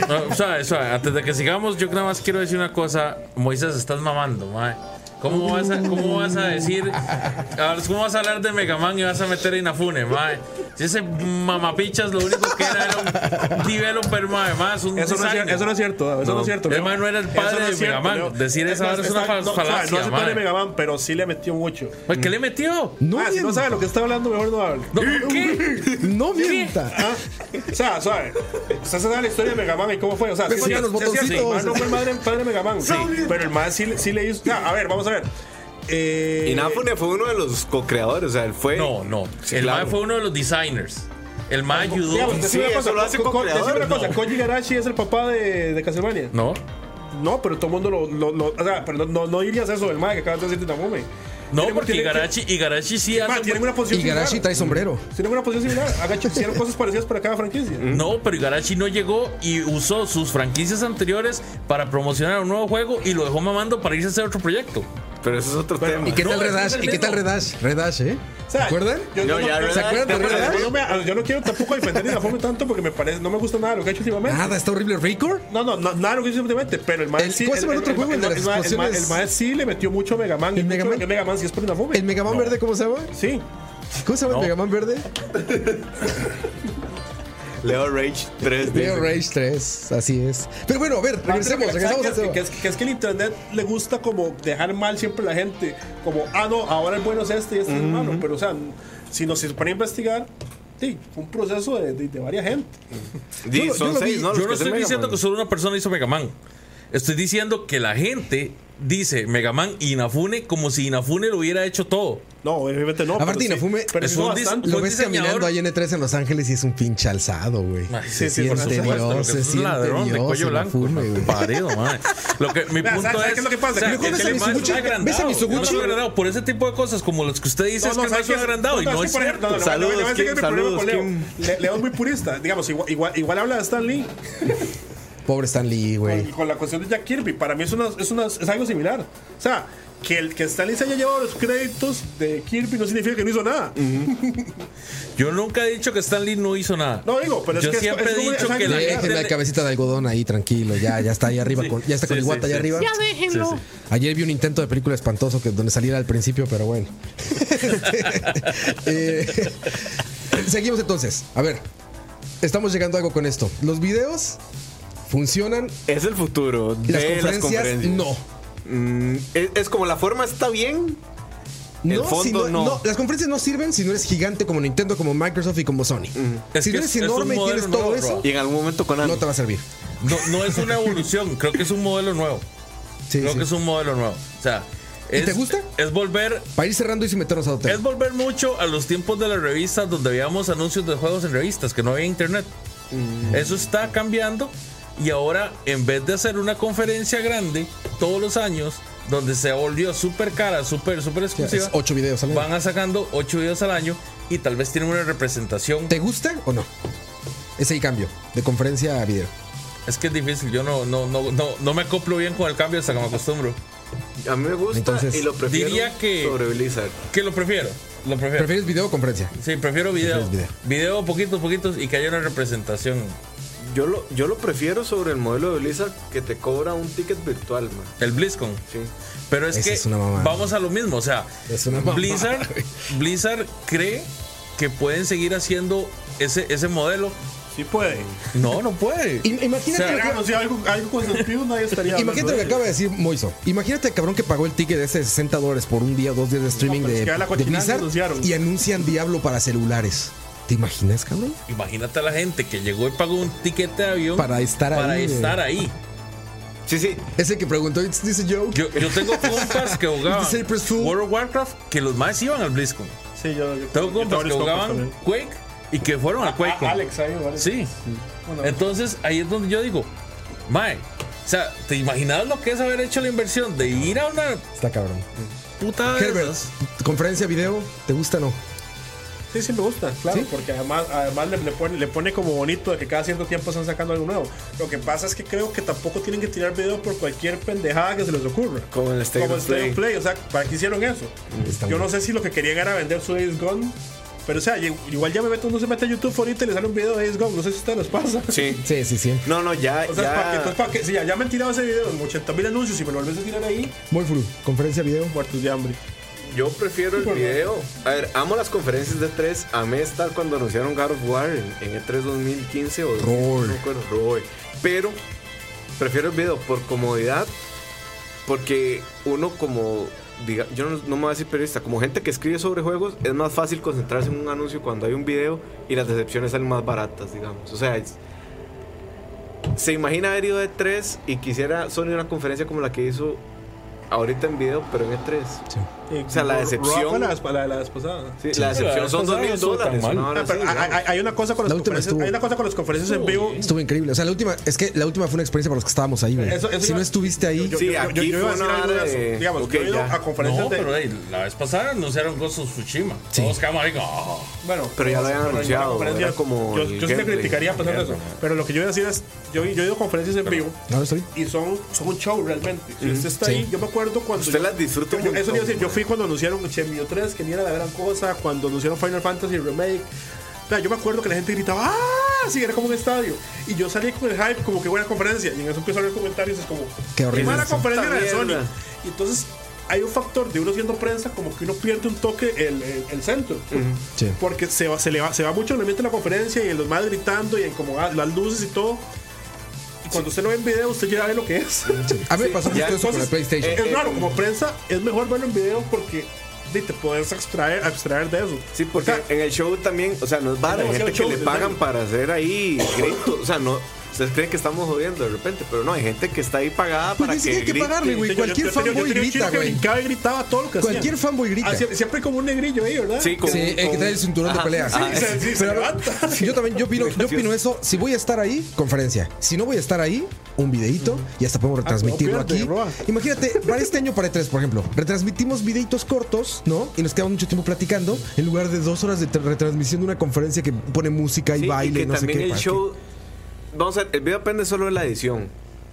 S4: No, suave, suave. Antes de que sigamos, yo nada más quiero decir una cosa. Moisés, estás mamando, mae. ¿Cómo vas, a, ¿Cómo vas a decir? a ver, ¿Cómo vas a hablar de Mega Man y vas a meter a Inafune, mae? Si ese mamapichas lo único que era era un developer, mae. mae, es un
S3: Eso no, es, cier-
S4: designer.
S3: eso no es cierto, ah, eso no, es cierto.
S4: el
S3: Leo.
S4: man no era el padre
S3: Eso
S4: de
S3: es cierto,
S4: Megaman.
S3: Leo.
S4: Decir esa
S3: más,
S4: vara es una
S3: está-
S4: fal-
S3: no, o sea,
S4: falacia,
S3: No es el padre de
S4: man.
S3: Megaman, pero sí le metió mucho.
S4: Mae, ¿Qué le metió?
S1: No
S3: ah, si no
S1: mienta.
S3: sabe lo que está hablando, mejor no hable.
S4: No,
S2: Mm.
S4: ¿Qué?
S1: No mienta.
S3: Ah, O sea, suave. Usted se sabe la historia de Megaman y cómo fue. O sea, sí,
S1: Pues
S3: sí,
S1: pongan los
S3: sí, sí,
S1: botoncitos.
S3: el man no fue madre, padre de Megaman. Sí. Pero el man sí, le- sí le hizo. o sea, a ver, vamos a ver. Eh,
S2: Inafune fue uno de los co-creadores, o sea, él fue.
S4: No, no. El
S2: claro.
S4: mae fue uno de los designers. El mae ayudó.
S3: Digamos,
S2: Sí,
S3: decime una
S2: eso
S3: cosa,
S2: lo hace
S3: co- co-
S2: co-creador,
S3: decime una
S2: no.
S3: cosa, Koji Garashi es el papá de, de Castlevania.
S4: No,
S3: No, pero todo el mundo lo, lo- lo- o sea, pero no, no, no dirías eso del mal que acabas de decir de Tamome.
S4: no,
S3: Tienen-
S4: porque
S3: tienen-
S4: Igarashi, Igarashi sí
S3: Ma,
S4: hace.
S3: tienen una posición
S1: Y Garashi
S3: similar.
S1: trae sombrero.
S3: Tienen una posición similar. Hagan- Hicieron cosas parecidas para cada franquicia.
S4: No, pero Igarashi no llegó y usó sus franquicias anteriores para promocionar un nuevo juego y lo dejó mamando para irse a hacer otro proyecto.
S2: Pero eso es otro tema.
S1: ¿Y qué tal
S4: No, ese es
S1: Redash?
S4: el
S1: ¿Y qué tal
S4: mismo.
S1: Redash? Redash, ¿eh? ¿Se acuerdan?
S3: Yo,
S2: No,
S3: yo
S2: ya,
S3: no,
S2: ¿verdad?
S1: ¿Se acuerdan de
S3: o sea,
S1: Redash?
S3: yo no me- yo no quiero tampoco defender ni la forma tanto porque me parece, no me gusta nada lo que ha hecho últimamente.
S1: Nada, está horrible. ¿Record?
S3: No, no, no, nada lo que hizo últimamente, pero el man
S1: El-
S3: sí.
S1: ¿cómo se llama el otro juego?
S3: El,
S1: El de
S3: el,
S1: las
S3: ma- el ma-
S1: explosiones.
S3: el ma sí le metió mucho a Mega Man.
S1: ¿El
S3: y
S1: Mega
S3: mucho
S1: Man?
S3: de Mega Man sí es por una fome.
S1: ¿El Megaman verde cómo se llama?
S3: Sí.
S1: ¿Cómo se llama el Megaman verde?
S2: Leo Rage 3
S1: Leo Rage 3, así es. Pero bueno, a ver, regresemos,
S3: Que-
S1: regresamos a
S3: que-
S1: esto.
S3: que, es, que es que el internet le gusta como dejar mal siempre a la gente. Como, ah, no, ahora el bueno es este y este es el malo. Pero, o sea, si nos se pone a investigar, sí, fue un proceso de, de, de varias gente.
S1: Yo lo- yo
S2: Son
S1: lo
S2: seis,
S1: vi,
S2: ¿no? Los
S4: Yo no
S2: que
S4: estoy
S2: hacen Mega
S4: diciendo que
S2: Man.
S4: solo una persona hizo Mega Man. Estoy diciendo que la gente dice Mega Man y Inafune como si Inafune lo hubiera hecho todo.
S3: No, obviamente no.
S1: Aparte,
S3: pero sí-
S1: Inafume
S3: pero
S4: es
S3: sí hizo
S4: un dis-
S3: bastante.
S1: Lo
S4: fue
S1: ves
S4: diseñador.
S1: caminando ahí en E3 en Los Ángeles y es un pinche alzado, güey.
S4: Ay,
S1: Se
S4: Ah, sí, sí, por
S1: siente
S4: supuesto, lo que
S1: Dios, se
S4: es un
S1: siente
S4: ladrón de
S1: Dios,
S4: cuello blanco.
S1: Inafume, güey.
S4: <laughs> Parido, madre. Lo que mi
S3: Vea,
S4: punto
S3: ¿sabe- sabe
S4: es
S3: qué es lo que pasa? Que
S1: luego ves a
S4: el man
S1: Mizuguchi-
S4: está agrandado.
S1: ves a Mizuguchi-
S4: El man está agrandado. por ese tipo de cosas como las que usted dice es que no
S3: ¿sabes
S4: es
S3: qué?
S4: agrandado y
S3: No,
S4: no es
S3: es que, por ejemplo,
S4: cierto.
S3: no, no, no, no,
S2: Saludos,
S3: no, es que
S2: Kim,
S3: el problema
S2: saludos,
S3: con Leo.
S2: Kim.
S3: Le- Leo es muy purista. Digamos, igual, igual, igual habla de Stan Lee
S1: Pobre Stan Lee,
S3: con,
S1: güey.
S3: con la cuestión de Jack Kirby. Para mí es, una, es, una, es algo similar. O sea, que, el, que Stan Lee se haya llevado los créditos de Kirby no significa que no hizo nada.
S4: Yo nunca he dicho que Stan Lee no hizo nada.
S3: No, digo, pero es
S4: Yo
S3: que es-
S4: siempre
S3: es
S4: he
S3: como-
S4: dicho
S3: es
S4: que la
S3: algo-
S4: gente
S1: Déjenme la
S4: le-
S1: cabecita de algodón ahí, tranquilo. Ya, ya está ahí arriba. con- ya está con
S4: sí,
S1: Iguata
S4: sí,
S1: allá
S4: sí.
S1: arriba. Ayer vi un intento de película espantoso que donde saliera al principio, pero
S4: <laughs>
S1: bueno. Eh, seguimos entonces. A ver, estamos llegando a algo con esto. Los videos funcionan,
S2: Es el futuro de
S1: las
S2: las conferencias.
S1: conferencias, no.
S2: Mm, es, es como la forma está bien. El
S1: No, si
S2: fondo, no.
S1: Las conferencias no sirven si no eres gigante como Nintendo, como Microsoft y como Sony.
S4: Mm. Es
S1: Si
S4: que
S1: no eres
S4: es- es un
S1: enorme y
S4: modelo
S1: tienes todo
S4: nuevo,
S1: eso,
S4: bro.
S2: Y en algún momento con
S1: no te va a servir.
S4: No, no es una evolución, creo que es un modelo nuevo.
S1: Sí,
S4: Creo
S1: sí.
S4: que es un modelo nuevo. O sea,
S1: ¿Y
S4: es-
S1: te gusta?
S4: Es volver
S1: Para ir cerrando y si meternos a hotel.
S4: es volver mucho a los tiempos de las revistas donde veíamos anuncios de juegos en revistas, que no había internet.
S1: Mm.
S4: Eso está cambiando y ahora en vez de hacer una conferencia grande todos los años, donde se volvió súper cara, súper, súper
S1: O sea,
S4: exclusiva,
S1: es ocho videos al año.
S4: van a sacando 8 videos al año y tal vez tienen una representación.
S1: ¿Te gusta o no? Ese ahí cambio, de conferencia a video.
S4: Es que es difícil, yo no, no, no, no, no me acoplo bien con el cambio hasta que me acostumbro.
S2: A mí me gusta
S1: Entonces,
S2: y lo prefiero
S4: diría que-
S2: sobre Blizzard.
S4: Que lo prefiero, lo prefiero.
S1: ¿Prefieres video o conferencia?
S4: Sí, prefiero video.
S1: Prefieres
S4: Video poquitos, poquitos y que haya una representación.
S2: Yo lo, yo lo prefiero sobre el modelo de Blizzard que te cobra un ticket virtual, man.
S4: El BlizzCon.
S2: Sí.
S4: Pero es
S1: Esa
S4: que
S1: es una mamada.
S4: vamos a lo mismo, o sea,
S1: Es una mamada, <laughs>
S4: Blizzard,
S1: güey.
S4: Blizzard cree que pueden seguir haciendo ese, ese modelo.
S3: Sí puede.
S4: No, no puede.
S1: Im- Imagínate,
S4: O sea,
S1: lo que-
S3: Claro, si algo, algo con sentido nadie estaría hablando
S1: imagínate lo que
S3: de eso.
S1: acaba de decir Moiso. Imagínate el cabrón que pagó el ticket de ese 60 dólares por un día o dos días de streaming
S3: No, pero
S1: de,
S3: es que a la
S1: de
S3: cochinada que
S1: Blizzard
S3: anunciaron.
S1: y anuncian Diablo para celulares. ¿Te imaginas, cabrón?
S4: Imagínate a la gente que llegó y pagó un tiquete de avión
S1: Para estar
S4: para
S1: ahí, eh. güey.
S4: estar ahí.
S2: Sí, sí.
S1: Ese que preguntó, "It's- dice Joe.
S4: Yo, yo
S1: <laughs>
S4: tengo compas que jugaban
S1: It's April Fool.
S4: World of Warcraft que los más iban al BlizzCon.
S3: Sí, yo. yo-
S4: Tengo
S3: yo
S4: compas
S3: varios
S4: que
S3: compas
S4: jugaban
S3: también.
S4: Quake y que fueron al QuakeCon.
S3: Ah, Alex, ahí, Alex.
S4: Sí.
S3: Bueno,
S4: Entonces ahí es donde yo digo, Mae, o sea, ¿te imaginabas lo que es haber hecho la inversión de ir a una
S1: Está cabrón.
S4: puta de
S1: Herbert,
S4: esas?
S1: conferencia, video, ¿te gusta o no?
S3: Sí, sí me gusta, claro, porque además, además le, le pone, le pone como bonito de que cada cierto tiempo están sacando algo nuevo. Lo que pasa es que creo que tampoco tienen que tirar video por cualquier pendejada que se les ocurra.
S2: Como el State
S3: Como
S2: of
S3: el State
S2: Play.
S3: of Play, o sea, ¿para qué hicieron eso?
S1: Está
S3: Yo
S1: bueno.
S3: no sé si lo que querían era vender su Days Gone, pero o sea, y- igual ya me meto, uno se mete a YouTube ahorita y le sale un video de Days Gone, no sé si a ustedes les pasa.
S2: Sí.
S1: Sí, sí, sí.
S2: No, no, ya.
S3: O sea,
S2: ya-
S3: para que, entonces, para que, si ya, ya me han tirado ese video, 80 mil anuncios y me lo vuelves a tirar ahí,
S1: Muy fru, conferencia, video.
S3: muertos de hambre.
S2: Yo prefiero el video. A ver, amo las conferencias de 3 Amé estar cuando anunciaron God of War en, en E el 3 2015 o
S1: Roy.
S2: no me acuerdo, Roy. Pero prefiero el video por comodidad. Porque uno como... diga- yo no, no me voy a decir periodista. Como gente que escribe sobre juegos, es más fácil concentrarse en un anuncio cuando hay un video y las decepciones salen más baratas, digamos. O sea, es- se imagina haber ido de 3 y quisiera Sony una conferencia como la que hizo ahorita en video, pero en E E3.
S1: Sí.
S3: Eh,
S2: O sea, la
S3: Roa
S2: decepción.
S3: fue la, des- la de la desposada.
S2: Sí, la
S4: Pero
S2: decepción son
S4: las
S2: dos mil
S4: cosas no
S2: dólares. ¿no?
S4: estuvo tan mal.
S2: Ahora
S3: Ah, pero
S2: sí,
S3: hay,
S2: ya.
S3: hay- hay una cosa con las
S1: La última
S3: conferencias,
S1: estuvo-
S3: hay una cosa con las conferencias en vivo
S1: Estuvo increíble. O sea, la última, es que la última fue una experiencia para los que estábamos ahí, güey.
S3: Eso- eso
S1: Si
S3: iba-
S1: no estuviste ahí,
S3: Yo,
S2: Sí,
S3: yo- yo-
S2: aquí
S3: yo iba a
S2: fue
S3: decir
S2: una
S3: algo de
S2: vara
S3: eso.
S2: de-
S3: Digamos,
S2: ok,
S3: yo he ido
S2: ya.
S3: a conferencias
S4: No,
S3: de.
S4: pero hey, la vez pasada anunciaron Ghost of Tsushima.
S1: Sí.
S4: Todos quedamos ahí,
S3: Ah,
S4: "Oh".
S3: bueno,
S2: Pero ya lo habían
S3: pero yo-
S2: anunciado,
S3: conferencias-
S2: era como
S3: Yo,
S2: el
S3: yo sí te
S2: gameplay.
S3: criticaría a pesar de eso. Pero lo que yo iba a decir es: yo, yo he ido a conferencias en vivo
S1: no estoy.
S3: y son, son un show realmente. Si usted está
S1: Sí.
S3: ahí, yo me acuerdo cuando.
S2: Usted
S3: yo-
S2: las disfruta un
S3: yo- Eso
S2: montón,
S3: iba a decir, yo
S2: güey.
S3: fui cuando anunciaron Chemio 3, que ni era la gran cosa, cuando anunciaron Final Fantasy Remake. O sea, yo me acuerdo que la gente gritaba ¡Ah! Sí, era como un estadio. Y yo salí con el hype, como que buena conferencia. Y en eso empezó a ver comentarios, es como.
S1: Qué horrible
S3: mala
S1: esto".
S3: conferencia era de
S2: Puta
S3: Sony.
S2: mierda.
S3: Y entonces hay un factor de uno siendo prensa, como que uno pierde un toque el, el- el centro.
S1: Sí.
S3: Porque se va, se, le va, se va mucho en el ambiente de la conferencia y en los más gritando y en como ah, las luces y todo. Y cuando usted lo ve en video, usted ya ve lo que es.
S1: A mí me pasó justo
S2: ya,
S1: eso con la
S2: entonces,
S1: PlayStation.
S2: eh,
S3: es raro, como prensa, es mejor verlo en video porque de, te puedes extraer, abstraer de eso.
S2: Sí, porque
S3: O sea,
S2: en el show también, o sea, no es vara, hay
S3: demasiado
S2: gente que
S3: show,
S2: le
S3: en
S2: pagan
S3: serio.
S2: para hacer ahí gritos, o sea, no, ustedes creen que estamos jodiendo de repente, pero no, hay gente que está ahí pagada
S1: Pues
S2: para
S1: ni
S2: que
S1: siquiera hay que
S2: grite.
S1: pagarle, güey.
S3: yo- yo-
S1: Cualquier
S3: yo tenía- yo
S1: fanboy
S3: tenía un
S1: grita,
S3: chino que
S1: güey.
S3: brincaba y gritaba todo lo que hacía.
S1: Cualquier fanboy grita.
S3: Ah, sie- siempre como un negrillo ahí, ¿verdad?
S2: Sí, con-
S1: Sí, el que
S2: con-
S1: trae el cinturón de
S2: Ajá,
S1: pelea.
S2: ajá,
S3: Sí, se- sí, se
S1: a ver,
S3: levanta.
S1: <laughs> Yo también, yo opino, yo opino eso. Si voy a estar ahí, conferencia. Si no voy a estar ahí, un videito y hasta podemos retransmitirlo
S3: Ah, no,
S1: aquí.
S3: fíjate,
S1: Imagínate, para este año, para E3, por ejemplo, retransmitimos videitos cortos, ¿no? Y nos quedamos mucho tiempo platicando en lugar de dos horas de tra- retransmisión de una conferencia que pone música y
S2: Sí,
S1: baile
S2: y que
S1: no sé
S2: también
S1: qué.
S2: el
S1: ¿para qué?
S2: show. Vamos a ver, el video depende solo de la edición.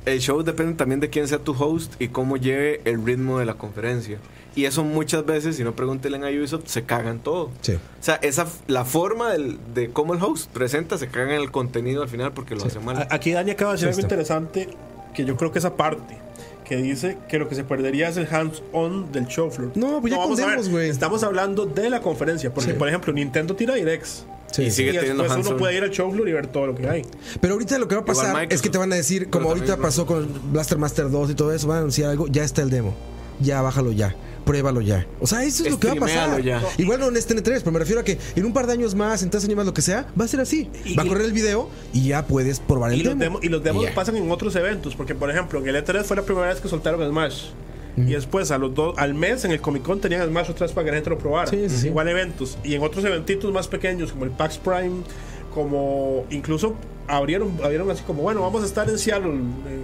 S2: El show depende también de quién sea tu host y cómo lleve el ritmo de la conferencia. Y eso muchas veces, si no pregúntenle a Ubisoft, se cagan todo.
S1: Sí.
S2: O sea, esa, f- la forma del- de cómo el host presenta, se cagan el contenido al final porque lo hace mal.
S1: Ah,
S3: A- Aquí Dani acaba de decir algo
S1: Listo.
S3: interesante que yo creo que esa parte que dice que lo que se perdería es el hands-on del show floor.
S1: No, pues ya
S3: vamos a ver,
S1: contemos, güey.
S3: Estamos hablando de la conferencia, porque por ejemplo Nintendo tira directs.
S1: Sí,
S2: y
S1: sí.
S2: sigue
S3: y
S2: teniendo
S3: después uno
S2: hands-on.
S3: puede ir al show floor y ver todo lo que hay.
S1: Pero ahorita lo que va a
S2: Igual
S1: pasar es
S2: Microsoft.
S1: que te van a decir, como
S2: Pero
S1: ahorita
S2: también-
S1: pasó con Blaster Master 2 y todo eso, van a anunciar algo, ya está el demo. ya bájalo ya, pruébalo ya. O sea, eso es lo que va a pasar.
S2: Streaméalo ya.
S1: Igual no en este N3, pero me refiero a que en un par de años más, en tres años más, lo que sea, va a ser así. Va a correr el video y ya puedes probar el
S3: Y los,
S1: demo.
S3: demo- y los demos
S1: ya.
S3: pasan en otros eventos, porque por ejemplo, en el E3 fue la primera vez que soltaron Smash.
S1: Mm.
S3: Y después, a los dos, al mes, en el Comic Con tenían Smash otras para que la gente lo probara.
S1: Sí, sí, sí.
S3: Igual eventos. Y en otros eventitos más pequeños, como el PAX Prime, como incluso abrieron, abrieron así como, bueno, vamos a estar en Seattle. eh,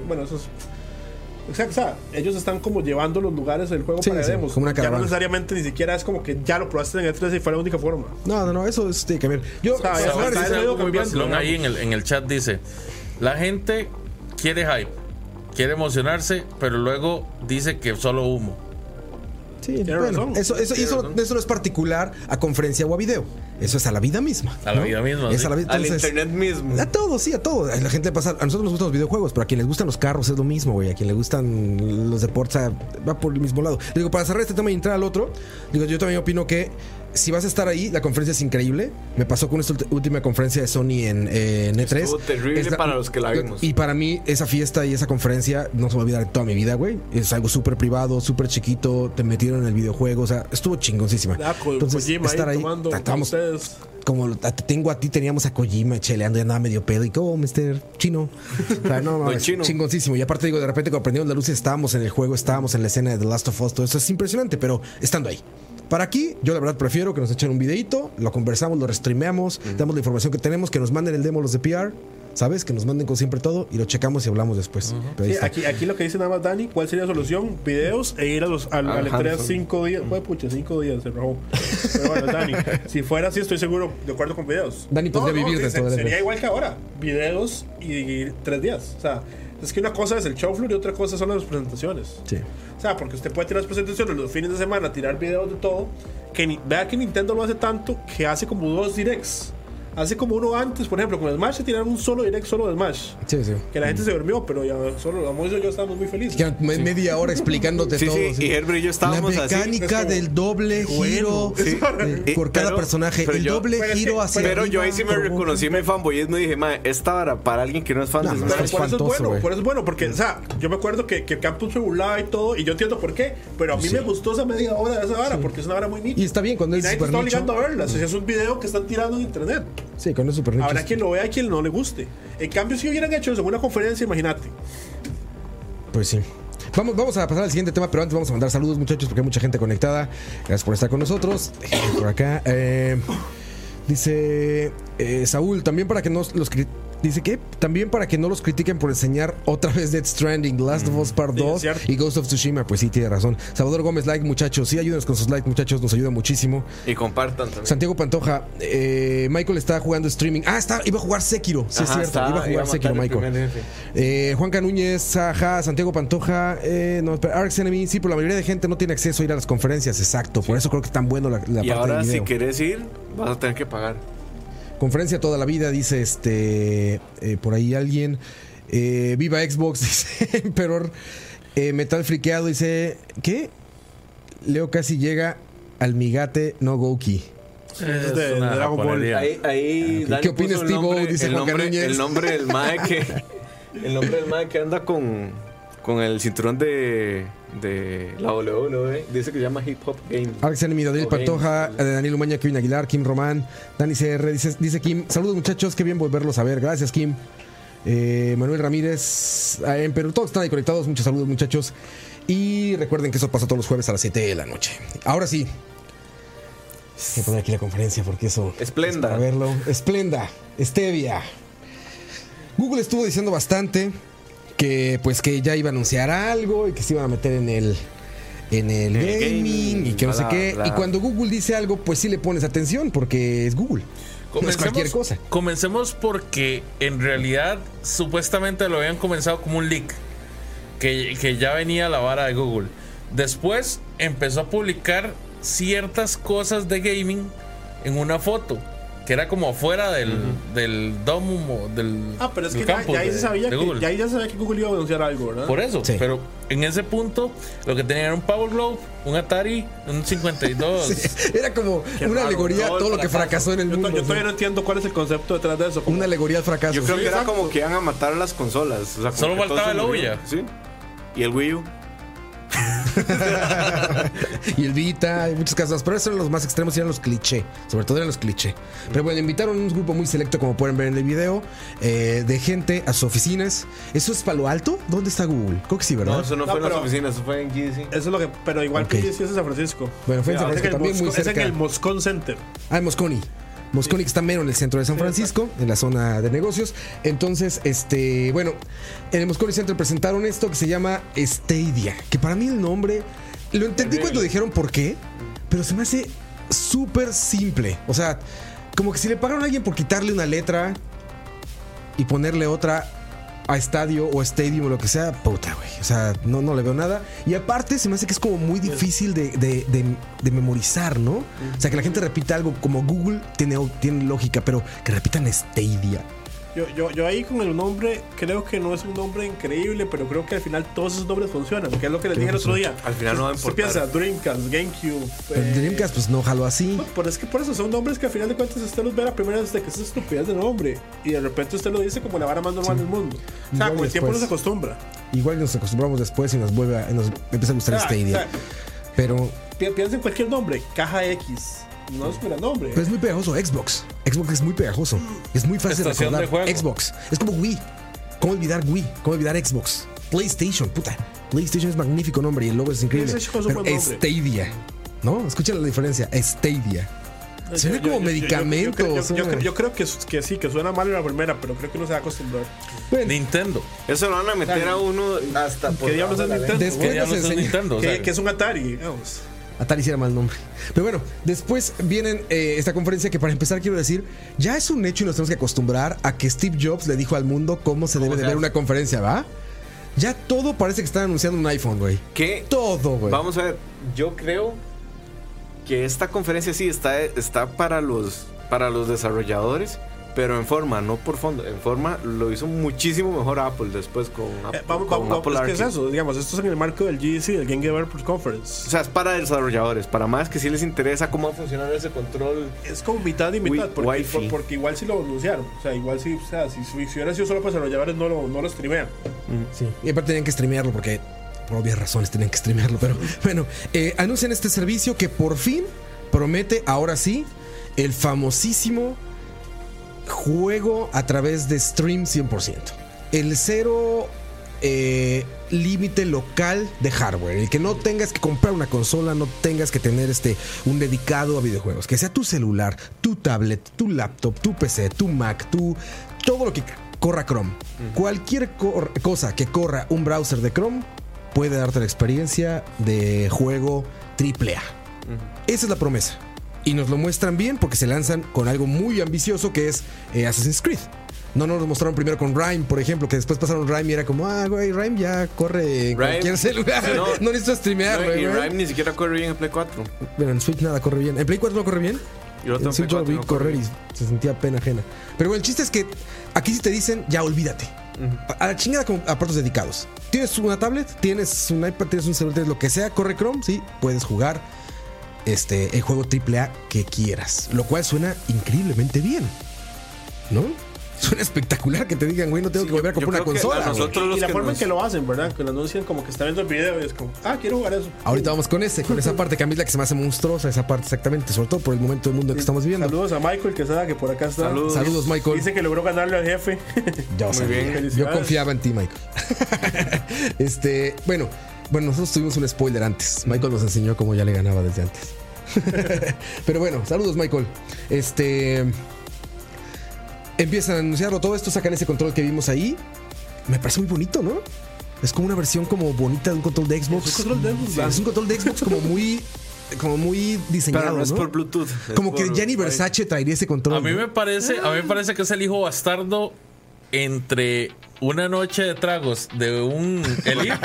S3: bueno, eso es. Exacto, o sea, ellos están como llevando los lugares del juego
S1: Sí,
S3: para
S1: sí,
S3: demos.
S1: como una
S3: ya no
S1: caravana.
S3: necesariamente ni siquiera es como que ya lo probaste en E3 y fue la única forma.
S1: No, no, no, eso es, tiene que ver. Yo,
S3: sea,
S1: Saúl,
S3: Ah, ya sabes,
S1: dice-
S4: Dice algo muy
S3: cambiando,
S4: vacilón ahí en el, en el chat dice, la gente quiere hype, quiere emocionarse, pero luego dice que solo humo.
S1: Sí,
S3: Tiene
S1: bueno,
S3: razón.
S1: Eso, eso, eso, eso no es particular a conferencia o a video. Eso es a la vida misma.
S4: A la
S1: ¿no?
S4: vida misma,
S1: Es
S4: sí.
S1: a la vida-
S2: Al
S1: ah, entonces-
S2: internet mismo.
S1: A todos, sí, a todos. A la gente le pasa. A nosotros nos gustan los videojuegos, pero a quien les gustan los carros es lo mismo, güey. A quien le gustan los deportes, a- va por el mismo lado. Digo, para cerrar este tema y entrar al otro, digo, yo también opino que si vas a estar ahí, la conferencia es increíble. Me pasó con esta ulti- última conferencia de Sony en, eh, en E3.
S2: Estuvo terrible para los que la vimos.
S1: Y para mí, esa fiesta y esa conferencia no se va a olvidar en toda mi vida, güey. Es algo súper privado, súper chiquito. Te metieron en el videojuego, o sea, estuvo chingoncísima.
S3: Ya, Ah, con Kojima ahí tomando con
S1: estábamos-
S3: ustedes.
S1: como lo- a- te tengo a ti, teníamos a Kojima cheleando y andaba medio pedo. Y que, oh, Mr. Chino. O sea,
S3: <laughs>
S1: no, no,
S2: Don
S1: es
S2: Chino.
S1: chingoncísimo. Y aparte, digo, de repente, cuando prendieron las luces, estábamos en el juego, estábamos en la escena de The Last of Us. Todo eso es impresionante, pero estando ahí. Para aquí, yo la verdad prefiero que nos echen un videito, lo conversamos, lo restreameamos, damos la información que tenemos, que nos manden el demo los de PR, ¿sabes? Que nos manden con siempre todo y lo checamos y hablamos después. Pero ahí
S3: Sí,
S1: está.
S3: aquí, aquí lo que dice nada más Dani, ¿cuál sería la solución? Videos e ir a los, al, al E3
S2: Hanson.
S3: cinco días. Pues pucha, cinco días se rajó. Pero
S1: <laughs>
S3: bueno, Dani, si fuera así, estoy seguro, de acuerdo con videos.
S1: Dani podría vivir de
S3: se-
S1: todo el
S3: Sería
S1: E3.
S3: igual que ahora, videos y, y tres días. O sea, es que una cosa es el show floor y otra cosa son las presentaciones.
S1: Sí.
S3: O sea, porque usted puede tirar las presentaciones los fines de semana, tirar videos de todo. Que ni- vea que Nintendo lo hace tanto que hace como dos directs. Hace como uno antes, por ejemplo, con Smash se tiraron un solo direct solo de Smash.
S1: Sí, sí.
S3: Que la gente se durmió, pero ya solo Mauricio y yo estábamos muy felices.
S1: Ya me- Media hora explicándote
S2: Sí,
S1: todo.
S2: sí, y Herbert y yo estábamos
S1: La
S2: así.
S1: mecánica
S3: Es como,
S1: del doble giro
S3: bueno, sí.
S1: eh, por
S2: <laughs> Y-
S1: cada
S2: pero-
S1: personaje.
S2: pero
S1: el
S2: yo-
S1: doble
S3: pero es que-
S1: giro hacia
S2: Pero yo ahí sí me
S1: arriba, por-
S2: reconocí mi fanboyismo y dije, ma, esta vara para alguien que no es fan
S1: No,
S2: de
S1: no,
S2: Smash".
S3: Pero por eso es
S1: espantoso,
S3: bueno,
S1: güey.
S3: por eso es bueno, porque, o sea, yo me acuerdo que, que Campus se burlaba y todo, y yo entiendo por qué, pero a mí me gustó esa media hora de esa vara, porque es una vara muy nicha.
S1: Y está bien, cuando
S3: Y
S1: es
S3: nadie te
S1: super
S3: está
S1: nicho.
S3: obligando a verla, o sea, es un video que están tirando en internet.
S1: Sí, con eso super nicho.
S3: Habrá quien lo vea y quien no le guste. En cambio, si hubieran hecho eso en una conferencia, imagínate.
S1: Pues sí. Vamos, vamos a pasar al siguiente tema, pero antes vamos a mandar saludos, muchachos, porque hay mucha gente conectada. Gracias por estar con nosotros. Déjenme ver Por acá. Eh, dice eh, Saúl, también para que no los cri- Dice que también para que no los critiquen por enseñar otra vez Dead Stranding, Last of Us Part
S3: Mm, Sí, es
S1: 2
S3: cierto.
S1: y Ghost of Tsushima. Pues sí, tiene razón. Salvador Gómez, like, muchachos. Sí, ayúdenos con sus likes, muchachos. Nos ayuda muchísimo.
S2: Y compartan también.
S1: Santiago Pantoja, eh, Michael está jugando streaming. Ah, está, iba a jugar Sekiro. Sí, es
S2: Ajá,
S1: cierto.
S2: está,
S1: iba a
S2: iba
S1: jugar
S2: a
S1: Sekiro,
S2: matar el
S1: Michael.
S2: primer jefe.
S1: Eh, Juan Canúñez, ajá, Santiago Pantoja, eh, no, espera, Arx Enemy. Sí, pero la mayoría de gente no tiene acceso a ir a las conferencias, exacto. Por eso creo que es tan bueno la, la
S2: Y
S1: parte
S2: ahora,
S1: del
S2: si
S1: video.
S2: quieres ir, vas a tener que pagar.
S1: Conferencia toda la vida, dice este. eh, por ahí alguien. Eh, Viva Xbox, <laughs> dice Emperor. Eh, Metal Friqueado dice. ¿Qué? Leo casi llega al migate, no Goki.
S3: es de-
S4: Es una
S3: de Dragon Ball.
S4: japonería.
S2: Ahí, ahí Dani
S1: Ah, ¿Qué
S2: puso
S1: opina
S2: el
S1: Steve-O?
S2: nombre-
S1: Dice
S2: el
S1: Juan
S2: nombre,
S1: Caruñez.
S2: el nombre del mae
S1: <laughs>
S2: que el nombre del mae que anda con con el cinturón de de la WWE dice que se llama Hip Hop Game.
S1: Alex Enemy, Daniel
S2: Ok.
S1: Pantoja, eh, Daniel Umaña, Kevin Aguilar, Kim Román, Dani CR, dice, dice Kim, saludos muchachos, qué bien volverlos a ver, gracias Kim. Eh, Manuel Ramírez, ah, en Perú, todos están ahí conectados, muchos saludos muchachos. Y recuerden que eso pasa todos los jueves a las 7 de la noche. Ahora sí. Voy a poner aquí la conferencia porque eso...
S2: Esplenda.
S1: A verlo. Esplenda, Stevia. Google estuvo diciendo bastante que pues que ya iba a anunciar algo y que se iban a meter en el en el,
S2: El
S1: gaming,
S2: gaming,
S1: y que no sé
S2: bla,
S1: qué.
S2: bla.
S1: Y cuando Google dice algo, pues sí le pones atención porque es Google. <laughs> No es cualquier cosa.
S4: Comencemos porque en realidad supuestamente lo habían comenzado como un leak. Que, que ya venía la vara de Google. Después empezó a publicar ciertas cosas de gaming en una foto. Que era como afuera del, del dome o del,
S3: Ah, pero es
S4: del
S3: que ya,
S4: campus
S3: ya ahí
S4: de-
S3: se sabía
S4: de
S3: que,
S4: Google.
S3: ya ahí ya sabía que Google iba a anunciar algo, ¿verdad?
S4: Por eso,
S1: Sí.
S4: pero en ese punto lo que tenían era un Power Glove, un Atari,
S1: <laughs>
S4: un 52.
S1: Era como una
S2: raro,
S1: alegoría a
S2: todo el
S1: todo lo que
S2: fracaso.
S1: fracasó en el
S3: yo, to-
S1: mundo.
S3: yo todavía no entiendo cuál es el concepto detrás de eso.
S1: ¿no?
S3: como-
S1: Una alegoría al fracaso.
S2: Yo creo
S1: Sí,
S2: que era
S1: exacto.
S2: como que iban a matar las consolas. o sea, como
S4: Solo
S2: que todo
S4: faltaba
S2: se
S4: el
S2: murió.
S4: Ouya.
S2: Sí. Y el Wii U.
S1: y el Vita, hay muchas casas, pero esos eran los más extremos y eran los cliché, sobre todo eran los cliché. Pero bueno, invitaron un grupo muy selecto, como pueden ver en el video, eh, de gente a sus oficinas. ¿Eso es Palo Alto? ¿Dónde está Google? Creo que sí, ¿verdad?
S2: No, eso no,
S3: No,
S2: fue en las
S3: pero-
S2: oficinas, eso fue en GDC.
S3: Eso es lo que. Pero igual
S1: Ok.
S3: que sí es en San Francisco.
S1: Bueno, fue en San
S3: Es
S1: Francisco,
S3: el
S1: también muy
S3: Moscón- Es en
S1: cerca.
S3: el Moscón Center.
S1: Ah, en Mosconi. Mosconi que está mero en el centro de San
S3: Sí,
S1: Francisco, en la zona de negocios. Entonces, este, bueno, en el Mosconi Center presentaron esto que se llama Stadia, que para mí el nombre lo entendí cuando dijeron por qué, pero se me hace súper simple. O sea, como que si le pagaron a alguien por quitarle una letra y ponerle otra a estadio o stadium o lo que sea, puta, güey. O sea, no, no le veo nada. Y aparte, se me hace que es como muy difícil de, de- de- de memorizar, ¿no? O sea, que la gente repita algo como Google tiene, tiene lógica, pero que repitan Stadia.
S3: Yo, yo, yo ahí con el nombre, creo que no es un nombre increíble, pero creo que al final todos esos nombres funcionan, que es lo que les dije el otro día.
S2: Al final no va a
S3: Tú
S2: importar.
S3: piensas Dreamcast, GameCube.
S1: Pero
S3: eh,
S1: Dreamcast, pues no jalo así.
S3: no, Pero es que por eso son nombres que al final de cuentas usted los ve a la primera vez de que es estupidez de nombre. Y de repente usted lo dice como la vara más normal del mundo. O sea,
S1: Igual
S3: con el tiempo
S1: después.
S3: uno se acostumbra.
S1: Igual nos acostumbramos después y nos vuelve a, nos empieza a gustar
S3: Ah,
S1: Stadia.
S3: o sea,
S1: pero
S3: pi- Piensa en cualquier nombre, caja X. No es un gran nombre.
S1: Pero es muy pegajoso Xbox. Xbox es muy pegajoso. Es muy fácil
S4: Estación de
S1: recordar.
S4: juego.
S1: Xbox. Es como Wii. ¿Cómo olvidar Wii? ¿Cómo olvidar Xbox? PlayStation, puta. PlayStation es magnífico nombre y el logo es increíble.
S3: PlayStation es un
S1: Pero
S3: buen nombre.
S1: Stadia. ¿No? Escucha la diferencia. Stadia. Se ve como
S3: Yo- yo- yo- yo-
S1: medicamentos.
S3: Yo, creo- yo- yo
S1: ¿no?
S3: creo- yo creo que, su- que sí, que suena mal en la primera, pero creo que uno se va a acostumbrar.
S1: Bueno,
S4: Nintendo.
S2: Eso lo van a meter a uno.
S6: Hasta por.
S2: Pues,
S3: ¿Qué diablos es
S6: abajo de la
S3: Nintendo?
S1: Después
S4: Que ya
S1: nos
S4: no es
S1: enseñó-
S4: Nintendo. o
S3: que,
S4: sea,
S3: que es un Atari, vamos.
S1: Atari sí era mal nombre. Pero bueno, después vienen eh, esta conferencia que para empezar quiero decir, ya es un hecho y nos tenemos que acostumbrar a que Steve Jobs le dijo al mundo cómo se debe de
S2: se
S1: ver
S2: hace?
S1: una conferencia, ¿va? Ya todo parece que están anunciando un iPhone, güey.
S2: ¿Qué?
S1: Todo, güey.
S2: Vamos a ver, yo creo que esta conferencia sí está, está para, los, para los desarrolladores, pero en forma, no por fondo. En forma lo hizo muchísimo mejor Apple después con, Apple-
S3: Eh, vamos,
S2: con
S3: vamos, vamos,
S2: Ah, Apple
S3: es que es
S2: Arcade.
S3: eso, digamos, esto es en el marco del GDC, del Game Developers
S2: O
S3: Conference.
S2: sea, es para desarrolladores, para más que sí les interesa cómo va a funcionar ese control.
S3: Es como mitad y
S2: Wi-
S3: mitad, porque,
S2: Wi-Fi.
S3: por- porque igual si lo anunciaron, o sea, igual si, o sea, si, si hubiera sido solo para desarrolladores no lo, no lo streamean.
S1: Sí. Y aparte tenían que streamearlo porque por obvias razones tenían que streamearlo. Pero bueno, eh, anuncian este servicio que por fin promete, ahora sí, el famosísimo juego a través de stream 100%. El cero eh, límite local de hardware. El que no tengas que comprar una consola, no tengas que tener este, un dedicado a videojuegos. Que sea tu celular, tu tablet, tu laptop, tu PC, tu Mac, tu... Todo lo que corra Chrome. Cualquier cor- cosa que corra un browser de Chrome puede darte la experiencia de juego AAA. Esa es la promesa. Y nos lo muestran bien porque se lanzan con algo muy ambicioso que es eh, Assassin's Creed. No nos lo mostraron primero con Rhyme, por ejemplo, que después pasaron Rhyme y era como, ah, güey, Rhyme ya corre en
S2: Rhyme,
S1: cualquier celular. <laughs> No,
S2: no.
S1: necesito streamear,
S2: No,
S1: güey.
S2: y
S1: güey".
S2: Rhyme ni siquiera corre bien en Play 4.
S1: Bueno, en Switch nada corre bien. ¿En Play 4 no corre bien?
S2: Yo
S1: En
S2: lo tengo en Play
S1: Switch yo lo
S2: 4
S1: vi
S2: y no corre
S1: correr y
S2: bien.
S1: se sentía pena ajena. Pero bueno, el chiste es que aquí sí te dicen, ya olvídate. A la chingada con aparatos dedicados. Tienes una tablet, tienes un iPad, tienes un celular, tienes lo que sea, corre Chrome, sí, puedes jugar este, el juego AAA que quieras. Lo cual suena increíblemente bien. ¿No? Suena espectacular que te digan, güey, no tengo
S2: Sí,
S1: que volver a
S2: yo- yo
S1: comprar una
S2: creo que a
S1: consola. güey.
S2: nosotros- Todos los
S3: Y la
S2: que
S3: forma
S2: nos-
S3: en que lo hacen, ¿verdad? Que lo anuncian como que está viendo el video y es como, ah, quiero jugar eso.
S1: Ahorita vamos con ese, con esa parte que a mí es la que se me hace monstruosa, esa parte exactamente, sobre todo por el momento del mundo en que estamos viviendo.
S3: Saludos a Michael que sabe que por acá está.
S2: Saludos.
S1: Saludos, Michael.
S3: Dice que logró ganarle al jefe. <laughs>
S1: Ya
S2: Muy
S1: sabía.
S2: bien,
S1: Yo
S3: felicidades.
S1: confiaba en ti, Michael. <laughs> este, bueno, bueno, nosotros tuvimos un spoiler antes. Michael nos enseñó cómo ya le ganaba desde antes. <laughs> Pero bueno, saludos, Michael. Este. Empiezan a anunciarlo todo esto, sacan ese control que vimos ahí. Me parece muy bonito, ¿no? Es como una versión como bonita de un control de Xbox.
S3: Es un control de Xbox,
S1: Sí,
S3: ¿verdad?
S1: es un control de Xbox como muy. Como muy diseñado.
S2: Pero no es
S1: ¿no?
S2: por Bluetooth. es
S1: Como que
S2: por-
S1: Gianni Versace traería ese control.
S4: A mí
S1: ¿no?
S4: me parece, a mí me parece que es el hijo bastardo entre una noche de tragos de un Elite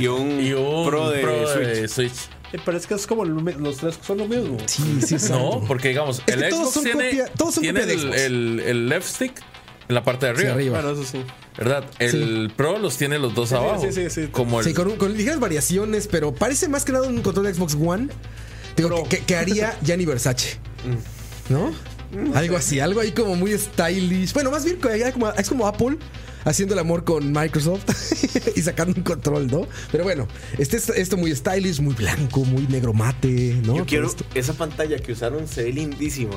S2: Y un, <laughs>
S4: y un
S2: Pro de Switch.
S4: Switch.
S3: Eh, Pero es que es como lo mi- los tres son lo mismo.
S1: Sí, sí, exacto.
S4: No, porque digamos,
S1: Es
S4: el
S1: que todos
S4: Xbox
S1: son
S4: tiene,
S1: copia- todos son
S4: tiene
S1: copia de
S4: el,
S1: Xbox.
S4: el- el left stick en la parte de
S1: Sí,
S4: arriba,
S1: arriba.
S3: Bueno, eso sí.
S4: ¿verdad? El Pro los tiene los dos abajo.
S3: sí, sí, sí.
S4: Como el,
S1: Sí, con, un- con ligeras variaciones, pero parece más que nada un control de Xbox One. Digo,
S3: Pro.
S1: que, que
S2: <laughs>
S1: haría Gianni Versace.
S2: Mm.
S1: ¿No? Algo así, algo ahí como muy stylish. Bueno, más bien que era como- es como Apple, haciendo el amor con Microsoft <laughs> y sacando un control, ¿no? Pero bueno, este es esto muy stylish, muy blanco, muy negro mate, ¿no?
S2: Yo
S1: Todo
S2: quiero
S1: esto.
S2: esa pantalla que usaron, se ve lindísima,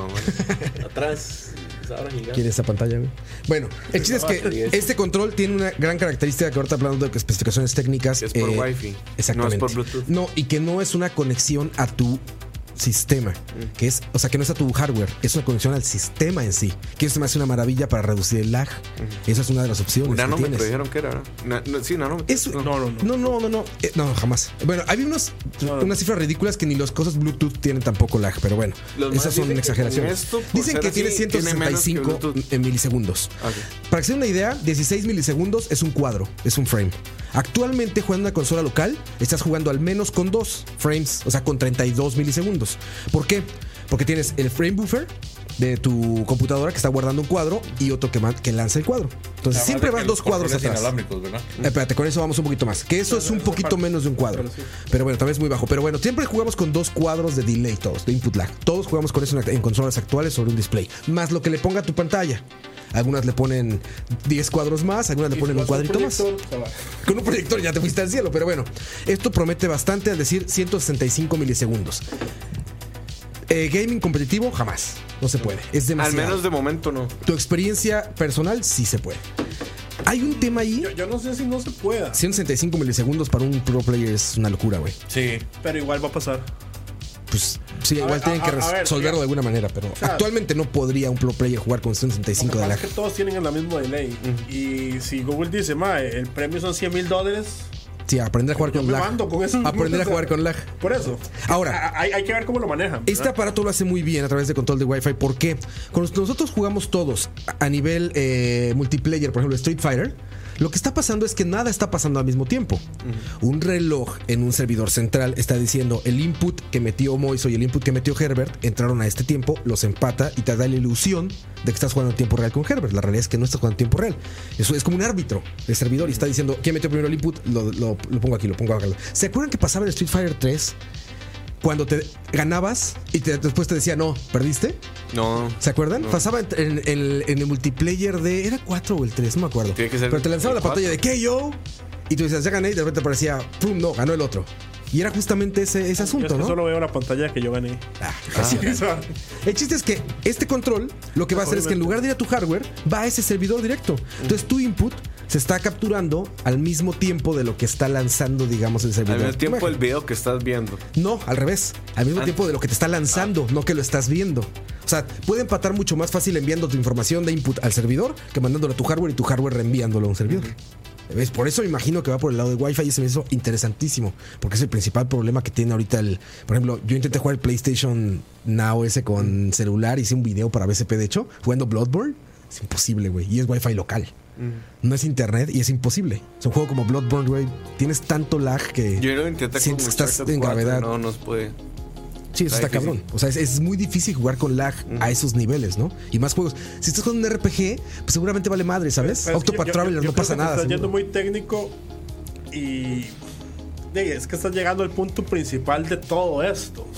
S1: <laughs>
S2: man. Atrás, esa hora gigante.
S1: ¿Quiere esa pantalla, güey? Bueno, el chiste es que este control tiene una gran característica que ahorita hablando de especificaciones técnicas.
S2: Es por Wi-Fi,
S1: eh, Exactamente.
S2: no es por Bluetooth.
S1: No, y que no es una conexión a tu sistema,
S2: Mm.
S1: que es, o sea, que no es a tu hardware, es una conexión al sistema en sí, que eso me hace una maravilla para reducir el lag. Esa es una de las opciones.
S2: Mm. Un
S1: que
S2: nanómetro
S1: pues,
S2: ¿eh?
S1: tienes.
S2: dijeron que era, ¿verdad? Na- no, sí, nanómetro.
S1: Eso-
S2: No.
S1: no, no, no, no, no, no, eh, no, jamás. Bueno, había unos, unas cifras ridículas que ni los cosas Bluetooth tienen tampoco lag, pero bueno,
S2: Los más
S1: esas son
S2: dicen que
S1: exageraciones.
S2: con esto, por
S1: dicen
S2: ser
S1: que
S2: así,
S1: tiene
S2: tiene menos que
S1: 165
S2: Bluetooth.
S1: en milisegundos.
S2: Ok.
S1: Para que se den una idea, 16 milisegundos es un cuadro, es un frame. Actualmente jugando en una consola local, estás jugando al menos con dos frames, o sea, con 32 milisegundos. ¿Por qué? Porque tienes el frame buffer de tu computadora que está guardando un cuadro y otro que, ma- que lanza el cuadro. Entonces siempre van dos cuadros atrás.
S4: inalámbricos, ¿verdad?
S1: Eh, Espérate, con eso vamos un poquito más. Que eso es un poquito menos de un cuadro. Pero bueno, tal vez muy bajo. Pero bueno, siempre jugamos con dos cuadros de delay todos, de input lag. Todos jugamos con eso en, en consolas actuales sobre un display. Más lo que le ponga a tu pantalla. Algunas le ponen 10 cuadros más, algunas le ponen un cuadrito más. Con un proyector ya te fuiste al cielo, pero bueno. Esto promete bastante al decir 165 milisegundos. Eh, gaming competitivo, jamás. No se puede. Es
S2: Al
S1: demasiado.
S2: menos de momento no.
S1: Tu experiencia personal, sí se puede. Hay un tema ahí.
S3: Yo, yo no sé si no se pueda,
S1: 165 milisegundos para un pro player es una locura, güey.
S4: Sí.
S3: pero igual va a pasar.
S1: Pues sí, igual
S3: ver,
S1: tienen
S3: a-
S1: que
S3: a- a ver,
S1: resolverlo
S3: ya.
S1: de alguna manera, pero
S3: sea,
S1: actualmente no podría un pro player jugar con 165 de
S3: Además
S1: lag.
S3: que todos tienen el mismo delay. Y si Google dice, ma, el premio son 100 mil dólares,
S1: Sí, aprender a jugar
S3: yo
S1: con
S3: me
S1: lag.
S3: mando con eso.
S1: Aprender a jugar con lag.
S3: por eso.
S1: Ahora.
S3: A- hay, hay que ver cómo lo manejan.
S1: Este
S3: ¿verdad?
S1: aparato lo hace muy bien a través de control de Wi-Fi. ¿Por qué? Cuando nosotros jugamos todos a a nivel eh, multiplayer, por ejemplo, Street Fighter, lo que está pasando es que nada está pasando al mismo tiempo. Un reloj en un servidor central está diciendo el input que metió Moiso y el input que metió Herbert entraron a este tiempo, los empata y te da la ilusión de que estás jugando en tiempo real con Herbert. La realidad es que no estás jugando en tiempo real. Eso es como un árbitro de servidor y está diciendo quién metió primero el input, lo, lo- lo pongo aquí, lo pongo acá. ¿Se acuerdan que pasaba en Street Fighter 3? cuando te ganabas y te- después te decía, no, perdiste.
S2: No.
S1: ¿Se acuerdan? Pasaba en, en- en el- en el multiplayer de. ¿Era 4 o el 3? No me acuerdo.
S2: Tiene que ser
S1: Pero te lanzaba
S2: el
S1: la pantalla de KO y tú decías, ya gané. Y de repente aparecía, pum, no, ganó el otro. Y era justamente ese, ese
S3: Yo es
S1: asunto,
S3: que
S1: ¿no? <laughs>
S3: solo veo la pantalla que yo gané.
S1: Ah, así era. El chiste es que este control lo que va a hacer es que en lugar de ir a tu hardware, va a ese servidor directo. Entonces tu input se está capturando al mismo tiempo de lo que está lanzando, digamos, el servidor.
S2: Al
S1: de
S2: mismo
S1: tu
S2: tiempo
S1: imagen.
S2: el video que estás viendo.
S1: No, al revés. Al mismo tiempo de lo que te está lanzando, no que lo estás viendo. O sea, puede empatar mucho más fácil enviando tu información de input al servidor que mandándolo a tu hardware y tu hardware reenviándolo a un servidor. ¿Ves? Por eso me imagino que va por el lado de Wi-Fi y se me hizo interesantísimo. Porque es el principal problema que tiene ahorita el. Por ejemplo, yo intenté jugar el PlayStation Now ese con celular, hice un video para BCP, de hecho, jugando Bloodborne. Es imposible, güey. Y es Wi-Fi local. No es internet y es imposible. Es un juego como Bloodborne, güey. Tienes tanto lag que.
S2: Yo lo intenté con
S1: Sientes que estás
S2: Uncharted
S1: en
S2: 4,
S1: gravedad.
S2: No, no se puede.
S1: Sí, eso está,
S2: Está
S1: cabrón.
S2: difícil.
S1: O sea, es, es muy difícil jugar con lag a esos niveles, ¿no? Y más juegos. Si estás con un RPG, pues seguramente vale madre, ¿sabes?
S3: Pero es que
S1: Octopath
S3: yo- yo-
S1: Traveler
S3: yo
S1: no
S3: creo
S1: pasa
S3: que te
S1: nada.
S3: Estás yendo
S1: seguro.
S3: muy técnico y. de- Es que estás llegando al punto principal de todo esto: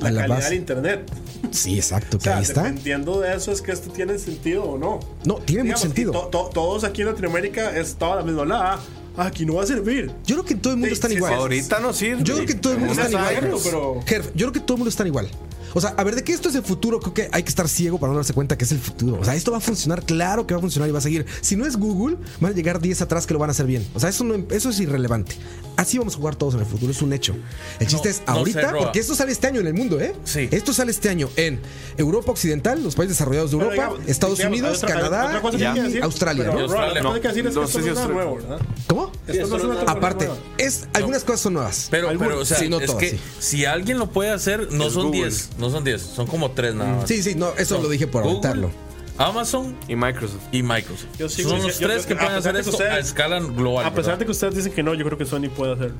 S3: la
S1: A la
S3: calidad
S1: base.
S3: del internet.
S1: Sí, exacto,
S3: O
S1: que
S3: sea,
S1: ahí está.
S3: dependiendo de eso, es que esto tiene sentido o no.
S1: No, tiene mucho
S3: Digamos,
S1: sentido.
S3: y to- to- todos aquí en Latinoamérica es toda la misma la. ah, aquí no va a servir.
S1: Yo creo que todo el mundo
S3: Sí,
S1: está
S3: sí,
S1: igual.
S3: sí,
S2: Ahorita no sirve.
S1: Yo creo que todo el mundo
S2: Una
S1: está igual.
S2: Cyprus.
S3: pero-
S1: Herb, yo creo que todo el mundo está igual. O sea, a ver, de que esto es el futuro, creo que hay que estar ciego para no darse cuenta que es el futuro. O sea, esto va a funcionar, claro que va a funcionar y va a seguir. Si no es Google, van a llegar 10 atrás que lo van a hacer bien. O sea, eso, no, eso es irrelevante. Así vamos a jugar todos en el futuro, es un hecho. El chiste
S4: No,
S1: es
S4: no sé,
S1: ahorita,
S4: Roa.
S1: porque esto sale este año en el mundo, ¿eh?
S4: Sí.
S1: Esto sale este año en Europa Occidental, los países desarrollados de
S3: Pero
S1: Europa,
S3: digamos,
S1: Estados
S3: digamos,
S1: Unidos,
S3: otra-
S1: Canadá
S3: otra cosa que hay
S1: y
S3: que decir,
S1: Australia.
S3: pero,
S1: ¿no?
S3: Roa,
S4: Australia,
S3: lo que hay que decir es que
S2: no
S3: esto
S2: sé si
S3: no es nada
S2: Australia.
S3: nuevo, ¿verdad?
S1: ¿Cómo?
S3: Esto no es una tecnología
S1: Aparte,
S3: nueva.
S1: es, algunas cosas son nuevas.
S4: Pero, pero, o sea,
S1: Sí, no
S4: es
S1: todas,
S4: que
S1: sí.
S4: si alguien lo puede hacer, no
S2: Es
S4: son
S2: Google.
S4: 10, no son 10, son como 3 nada más.
S1: Mm. Sí, sí, no, eso
S4: Son
S1: lo dije por
S4: Google,
S1: aventarlo.
S4: Amazon
S2: Y Microsoft.
S4: y Microsoft.
S3: Yo sigo
S4: son
S3: dici-
S4: los
S3: yo-
S4: tres
S3: yo-
S4: que
S3: a
S4: pueden
S3: pesar
S4: hacer
S3: de que
S4: esto
S3: ustedes-
S4: a escala global.
S3: A pesar
S4: ¿verdad?
S3: de que ustedes dicen que no, yo creo que Sony puede hacerlo.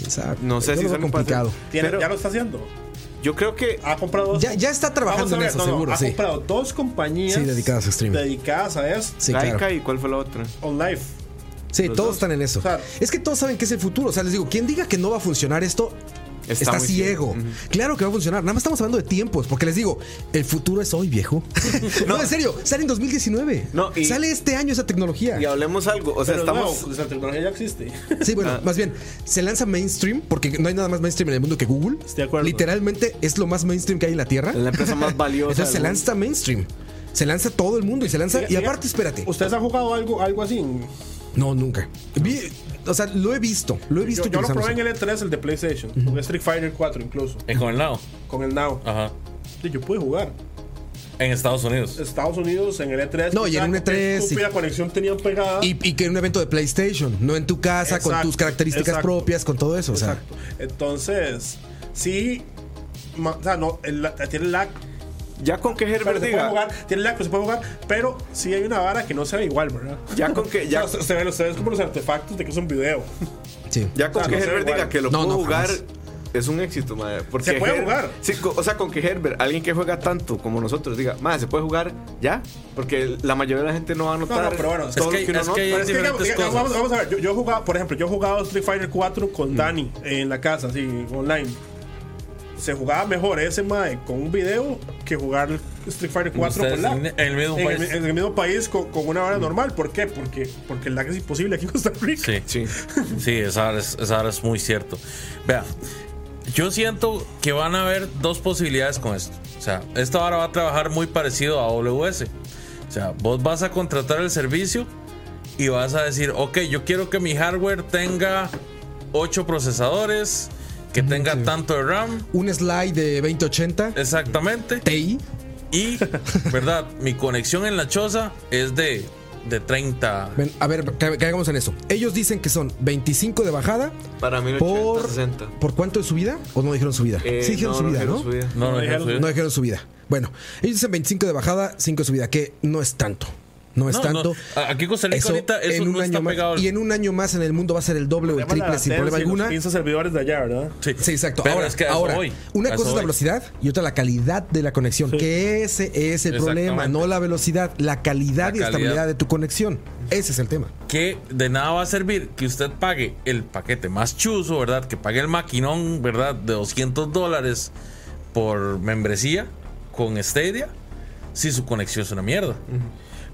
S1: Exacto.
S2: No sé
S1: Yo
S2: si
S1: lo veo
S2: sale
S1: complicado.
S2: para-
S3: Tiene-
S2: Pero-
S3: ya lo está haciendo.
S2: Yo creo que
S1: Ah,
S3: Ha comprado dos.
S1: Ya- ya está trabajando
S3: Vamos a
S1: en eso,
S3: no, no,
S1: seguro,
S3: Ha
S1: sí.
S3: comprado dos compañías.
S1: Sí, dedicadas a streaming.
S3: Dedicadas a esto.
S1: Sí,
S2: Laika
S1: claro.
S2: y cuál fue la otra.
S3: On Life.
S1: Sí,
S2: Los
S1: todos
S2: dos.
S1: están en eso.
S3: Claro.
S1: Es que todos saben que es el futuro. O sea, les digo, quien diga que no va a funcionar esto, está,
S2: Está muy
S1: ciego.
S2: ciego.
S1: Claro que va a funcionar. Nada más estamos hablando de tiempos, porque les digo, el futuro es hoy,
S2: <laughs>
S1: viejo. no, en serio, sale en 2019.
S2: No, y-
S1: sale este año esa tecnología.
S2: Y hablemos algo, o sea,
S3: Pero
S2: estamos...
S3: no, o sea, la tecnología ya existe.
S1: Sí, bueno,
S2: Ah.
S1: más bien, se lanza mainstream porque no hay nada más mainstream en el mundo que Google.
S3: Estoy de acuerdo.
S1: Literalmente es lo más mainstream que hay en la Tierra.
S2: Es la empresa
S1: <laughs>
S2: más valiosa
S1: Entonces se
S2: del mundo.
S1: lanza mainstream. Se lanza todo el mundo y se lanza. Y
S3: Oiga,
S1: aparte, espérate.
S3: ¿Ustedes han jugado algo, algo así? Yo-
S1: No, nunca. Vi- o sea, lo he visto. Lo he visto.
S3: Yo, lo
S1: utilizando
S3: probé en
S1: eso.
S3: el E3, el de PlayStation, con Street Fighter 4 incluso,
S4: En con el lado.
S3: con el Now.
S1: Ah.
S4: Ajá.
S3: Sí, Yo pude jugar.
S4: En Estados Unidos.
S3: Estados Unidos en el E3.
S1: No, y
S3: quizá
S1: en un
S3: con qué
S1: E3,
S3: Estúpida
S1: y-
S3: conexión tenían pegada.
S1: Y, y que en un evento de PlayStation, no en tu casa, con
S3: Exacto,
S1: tus características
S3: exacto.
S1: propias, con todo eso. O sea,
S3: Exacto. Entonces, sí. ma- o sea, no, el la- tiene lag.
S2: Ya con que
S3: Pero
S2: Herbert
S3: se puede
S2: diga...
S3: jugar, tiene lag, pero se puede jugar. Pero sí hay una vara que no se ve igual, ¿verdad?
S2: Ya con que... Ya,
S3: O sea, se ven ustedes como los artefactos de que es un video.
S1: sí.
S2: Ya con
S3: Ah,
S2: que
S3: no,
S2: Herbert
S3: igual.
S2: diga que lo
S1: No,
S2: puedo
S1: no,
S2: jugar
S1: jamás.
S2: es un éxito, madre. Porque
S3: Se puede jugar.
S2: Sí, co- o sea, con que Herbert, alguien que juega tanto como nosotros, diga, madre, se puede jugar ya. Porque la mayoría de la gente no va a notar.
S3: No, no, pero bueno, es
S2: todo
S4: que-
S2: lo uno
S4: es que
S2: nota.
S4: hay-
S3: Pero es que digamos,
S4: diferentes cosas.
S3: digamos, vamos, vamos a ver, yo, yo jugaba, por ejemplo, yo jugaba Street Fighter 4
S4: Mm.
S3: con Dani en la casa, así, online. Se jugaba mejor ese mae con un video que jugar Street Fighter 4
S4: Ustedes
S3: con lag.
S4: en el mismo
S3: en,
S4: país.
S3: en el mismo país con, con una vara normal. ¿Por qué? Porque, porque el lag es imposible aquí en Costa Rica.
S4: Sí.
S2: Sí.
S4: Sí, esa hora es, esa hora es muy cierto. Vea, yo siento que van a haber dos posibilidades con esto. O sea, esta hora va a trabajar muy parecido a AWS. O sea, vos vas a contratar el servicio y vas a decir, ok, yo quiero que mi hardware tenga 8 procesadores, que tenga tanto de RAM,
S1: Un slide de 2080,
S4: exactamente.
S1: TI.
S4: Y, ¿verdad? Mi conexión en la choza es de, de 30.
S1: Ven, a ver, ca- caigamos en eso. Ellos dicen que son 25 de bajada.
S2: Para mí,
S1: por,
S2: 60.
S1: ¿Por cuánto de subida? ¿O no dijeron subida?
S2: Eh,
S1: sí dijeron subida,
S2: quiero
S1: ¿no?
S2: subida.
S4: No, no,
S3: dijeron-
S4: no,
S1: No dijeron subida. Bueno, ellos dicen 25 de bajada, 5 de subida, que no es tanto. No es
S4: No,
S1: tanto.
S4: no. A- aquí en Costa Rica ahorita eso no está
S1: año más,
S4: pegado.
S1: y en un año más en el mundo va a ser el doble o el
S3: Llama la
S1: triple sin
S3: latencia
S1: problema
S3: y los
S1: alguna.
S3: 15 servidores de allá, ¿verdad?
S1: Sí, exacto.
S4: Pero
S1: ahora,
S4: es que a eso
S1: ahora,
S4: voy,
S1: una
S4: a
S1: cosa
S4: eso
S1: es la
S4: voy.
S1: velocidad y otra la calidad de la conexión. Que ese es el problema,
S4: Exactamente.
S1: no la velocidad, la calidad
S4: La
S1: y estabilidad
S4: calidad.
S1: de tu conexión. Ese es el tema.
S4: que de nada va a servir que usted pague el paquete más chuzo, ¿verdad? Que pague el maquinón, ¿verdad? De 200 dólares por membresía con Stadia si su conexión es una mierda.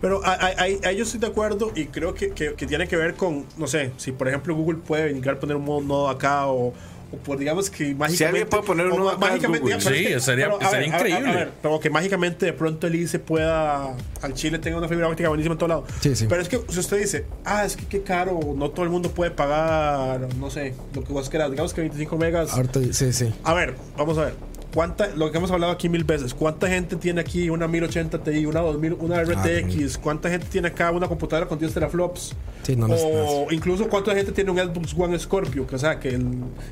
S3: Pero a- a- ahí- ahí yo estoy de acuerdo y creo que, que- que tiene que ver con, no sé, si por ejemplo Google puede venir a poner un modo nodo acá o, o por digamos que mágicamente...
S2: alguien puede poner un
S3: o
S2: nodo
S3: ma-
S2: acá, es Google.
S3: digamos, pero
S4: Sí,
S3: es que-
S4: sería-
S3: pero,
S4: sería
S3: a ver, a- a-
S4: increíble.
S3: a ver, pero que mágicamente de pronto el ICE pueda... Al Chile tenga una fibra óptica buenísima en todo lado.
S1: Sí, sí.
S3: Pero es que si usted dice, ah, es que qué caro, no todo el mundo puede pagar, no sé, lo que vos quieras, digamos que 25 megas...
S1: Ahorita, sí, sí.
S3: A ver, vamos a ver. ¿Cuánta, lo que hemos hablado aquí mil veces, ¿cuánta gente tiene aquí una 1080 Ti, una 2000,
S1: Ah,
S3: una RTX? ¿Cuánta gente tiene acá una computadora con 10 teraflops?
S1: Sí, no, no es-
S3: o incluso cuánta gente tiene un Xbox One Scorpio, que, o sea, que, el-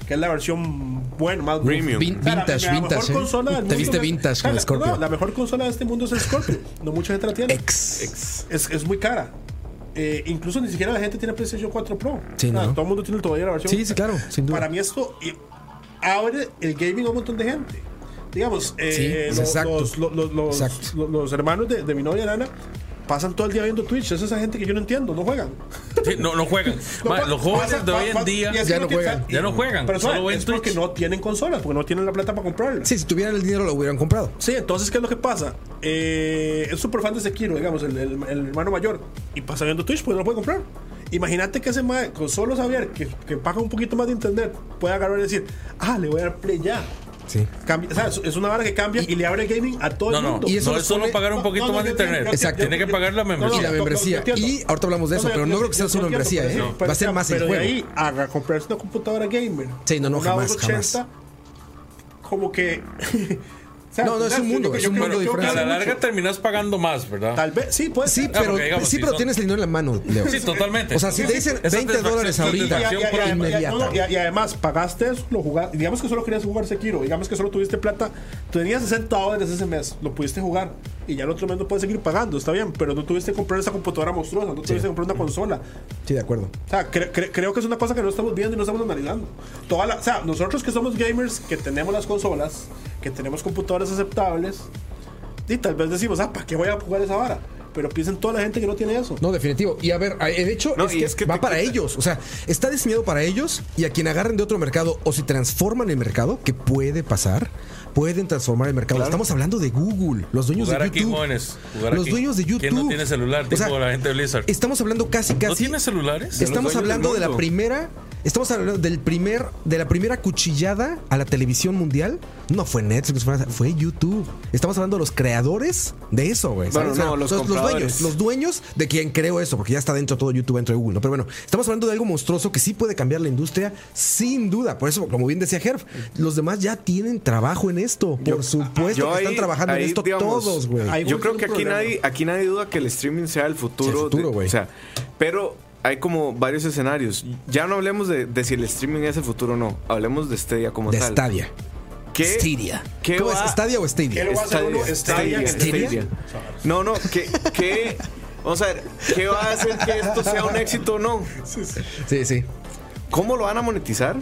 S3: que es la versión buena, más
S2: Premium.
S1: Vin-
S3: O sea, la-
S1: vintage,
S3: la mejor
S1: vintage. ¿eh?
S3: consola del
S1: Te
S3: mundo
S1: viste
S3: es-
S1: vintage
S3: o sea,
S1: con
S3: la-
S1: Scorpio.
S3: no, la mejor consola de este mundo es el Scorpio. No mucha gente la tiene.
S1: Ex.
S3: Es, es muy cara. Eh, incluso ni siquiera la gente tiene PlayStation 4 Pro.
S1: Sí,
S3: O sea,
S1: ¿no?
S3: Todo el mundo tiene todavía la versión.
S1: Sí, sí, claro, sin duda.
S3: Para mí esto eh, abre el gaming a un montón de gente. Digamos, eh,
S1: Sí,
S3: lo-
S1: exacto.
S3: los, lo- lo- los-
S1: Exacto.
S3: lo- los hermanos de, de mi novia Nana pasan todo el día viendo Twitch. Es esa gente que yo no entiendo,
S4: <laughs>
S3: no juegan.
S4: Sí, no, no juegan. Ma,
S3: No, pa-
S4: los jóvenes
S3: pasan-
S4: de
S3: pa-
S4: hoy en
S3: pa-
S4: día
S3: y es
S1: ya
S3: que
S1: no
S3: tienen-
S1: juegan.
S4: Ya no juegan,
S3: Pero
S4: solo
S3: ¿saben?
S4: ven
S3: es porque
S4: Twitch.
S3: no tienen consolas, porque no tienen la plata para comprarla.
S1: Sí, si tuvieran el dinero lo hubieran comprado.
S3: Sí, entonces, ¿qué es lo que pasa? Eh, es súper fan de Sekiro, digamos, el, el- el hermano mayor. Y pasa viendo Twitch, pues no lo puede comprar. Imagínate que ese mae, con solo saber que, que paga un poquito más de internet, puede agarrar y decir, ah, le voy a dar play ya.
S1: Sí.
S3: Cambia- o sea, es- es una vara que cambia y, le abre el gaming a todo
S4: No,
S3: el
S4: no,
S3: mundo.
S1: Y eso
S4: no
S1: los
S4: es solo
S1: pone-
S4: pagar un poquito
S3: No, no,
S4: más de
S3: yo- yo-
S4: internet.
S3: yo-
S1: Exacto.
S4: Tiene que pagar la
S1: Y
S4: membresía.
S1: la
S3: no, no,
S1: membresía.
S3: no, no, no,
S1: y ahorita hablamos de eso,
S3: yo-
S1: pero
S3: yo-
S1: no creo
S3: yo-
S1: que sea
S3: yo
S1: solo
S3: entiendo,
S1: membresía, ¿eh?
S3: pero- pero
S1: Va a ser
S3: ya,
S1: más el
S3: pero de
S1: juego.
S3: ahí a comprarse una computadora gamer.
S1: Sí, no, no,
S3: una
S1: jamás,
S3: 1080,
S1: jamás.
S3: Como que. <laughs> o sea,
S1: No, no, es un
S3: yo-
S1: mundo,
S3: yo-
S1: es
S3: yo
S1: un
S3: creo-
S1: mundo
S3: yo creo que
S4: a
S1: diferente.
S4: la
S3: hace
S4: larga
S3: mucho.
S4: terminas pagando más, ¿verdad?
S3: Tal vez, sí, puede
S1: Sí,
S3: ser.
S1: pero,
S4: Ah, porque digamos,
S1: sí,
S4: si
S1: pero
S4: son-
S1: tienes el dinero en la mano, Leo.
S4: Sí, totalmente.
S1: O sea, si te dicen 20 dólares ahorita,
S3: Y, y- y-
S1: Inmediata.
S3: no, no, y- y además, pagaste eso, lo jugaste. Digamos que solo querías jugar Sekiro. Digamos que solo tuviste plata. Tenías 60 dólares ese mes. Lo pudiste jugar. Y ya el otro mes no puedes seguir pagando. Está bien. Pero no tuviste que comprar esa computadora monstruosa. No tuviste que comprar una consola.
S1: Sí, de acuerdo.
S3: O sea, cre- cre- creo que es una cosa que no estamos viendo y no estamos analizando. Toda la- o sea, nosotros que somos gamers, que tenemos las consolas, que tenemos computadoras aceptables, y tal vez decimos, ah, ¿para qué voy a jugar esa vara? Pero piensen toda la gente que no tiene eso.
S1: No, definitivo. Y a ver, a- de hecho,
S2: No,
S1: es,
S2: y
S1: que
S2: es que
S1: va
S2: te
S1: para
S2: quita-
S1: ellos. O sea, está diseñado para ellos y a quien agarren de otro mercado o si transforman el mercado, que puede pasar, pueden transformar el mercado. Estamos hablando de Google, los dueños
S4: Jugar
S1: de
S4: aquí,
S1: YouTube.
S4: jóvenes. Jugar
S1: los
S4: aquí.
S1: dueños de YouTube.
S4: ¿Quién no tiene celular?
S1: O sea,
S4: Tipo la gente de Blizzard.
S1: Estamos hablando casi, casi.
S4: ¿No tiene celulares?
S1: Estamos
S5: dueños del
S1: hablando de la
S5: mundo.
S1: primera. Estamos hablando del primer, de la primera cuchillada a la televisión mundial. No fue Netflix, fue, fue YouTube. Estamos hablando de los creadores de eso, güey.
S2: Bueno,
S1: ¿sabes?
S2: no, los
S1: dueños,
S2: compradores.
S1: los dueños de quien creó eso, porque ya está dentro todo YouTube, dentro de Google. ¿no? Pero bueno, estamos hablando de algo monstruoso que sí puede cambiar la industria, sin duda. Por eso, como bien decía Herb, los demás ya tienen trabajo en esto. Por supuesto
S2: yo
S1: que están
S2: ahí-
S1: trabajando
S2: ahí,
S1: en esto
S2: digamos,
S1: todos, güey.
S3: ahí-
S2: Yo creo
S3: Google tiene
S2: que
S3: un
S2: aquí
S3: problema.
S2: nadie, aquí nadie duda que el streaming sea el futuro.
S1: Es el futuro,
S2: de-
S1: güey.
S2: o sea, pero hay como varios escenarios. Ya no hablemos de, de si el streaming es el futuro o no. Hablemos de Stadia como
S1: De
S2: tal.
S1: Stadia.
S2: ¿Qué,
S1: Stadia.
S2: qué
S1: ¿Cómo
S2: va-
S1: es? ¿Stadia o
S3: ¿Qué
S1: Stadia?
S3: le va a hacer uno?
S2: Stadia,
S3: Stadia,
S1: Stadia.
S2: Stadia. No, no, ¿qué, qué- vamos a ver, ¿qué va a hacer que esto sea un éxito o no?
S1: Sí, sí.
S2: ¿Cómo lo van a monetizar?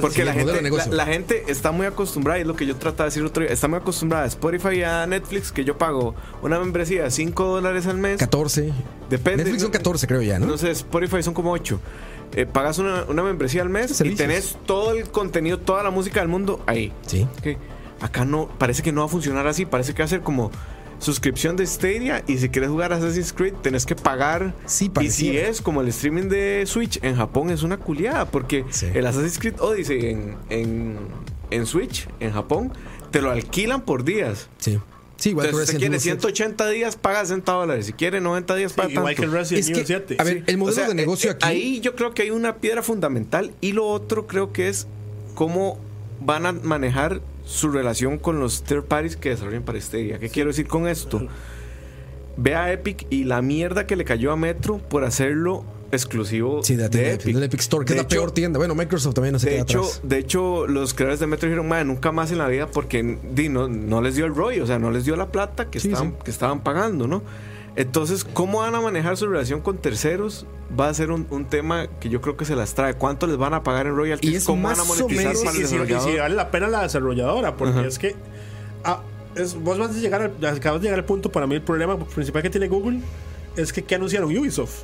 S2: Porque
S1: sí,
S2: la,
S1: el modelo de
S2: gente, la,
S1: negocio.
S2: la gente está muy acostumbrada, y es lo que yo trataba de decir otro día, está muy acostumbrada a Spotify y a Netflix, que yo pago una membresía de 5 dólares al mes.
S1: 14.
S2: Depende.
S1: Netflix son
S2: no-
S1: 14, creo ya, ¿no?
S2: No sé, Spotify son como 8. pagas una, una membresía al mes y
S1: Servicios.
S2: tenés todo el contenido, toda la música del mundo ahí.
S1: Sí.
S2: Ok. Acá no, parece que no va a funcionar así. Parece que va a ser como suscripción de Stadia y si quieres jugar Assassin's Creed tenés que pagar.
S1: Sí,
S2: y si
S1: pareciera.
S2: es como el streaming de Switch en Japón es una culiada porque
S1: Sí.
S2: el Assassin's Creed Odyssey en, en, en Switch, en Japón, te lo alquilan por días.
S1: Sí. Sí, igual
S2: Entonces, si
S1: que
S2: usted quiere
S1: Resident Evil
S2: 180 días, paga 60 dólares. Si quiere 90 días, paga
S3: Igual
S2: tanto.
S3: que el Resident
S1: Es que-
S3: Evil 7.
S1: a ver, el modelo
S2: O sea,
S1: de negocio
S2: eh,
S1: aquí.
S2: Ahí yo creo que hay una piedra fundamental y lo otro creo que es cómo van a manejar su relación con los third parties que desarrollan para Stadia. ¿Qué quiero decir con esto? Ve a Epic y la mierda que le cayó a Metro por hacerlo exclusivo
S1: Sí, de la
S2: de,
S1: tienda de
S2: Epic.
S1: Epic, del Epic Store, que
S2: De
S1: es la
S2: hecho,
S1: peor tienda. Bueno, Microsoft también no se
S2: de
S1: queda
S2: hecho,
S1: atrás.
S2: de hecho, los creadores de Metro dijeron, "Mae, nunca más en la vida porque di, no, no les dio el rollo, o sea, no les dio la plata que,
S1: Sí,
S2: estaban,
S1: sí.
S2: que estaban pagando, ¿no? Entonces, ¿cómo van a manejar su relación con terceros? Va a ser un, un tema que yo creo que se las trae. ¿Cuánto les van a pagar en royalties?
S1: Y es
S2: ¿Cómo van a
S1: más o
S2: monetizar
S1: menos-
S2: para el
S3: y, si, y si
S2: desarrollador?
S3: vale la pena la desarrolladora, porque
S2: Ajá.
S3: es que ah, es- vos vas a llegar al, acabas de llegar al punto para mí el problema principal que tiene Google es que ¿qué anunciaron Ubisoft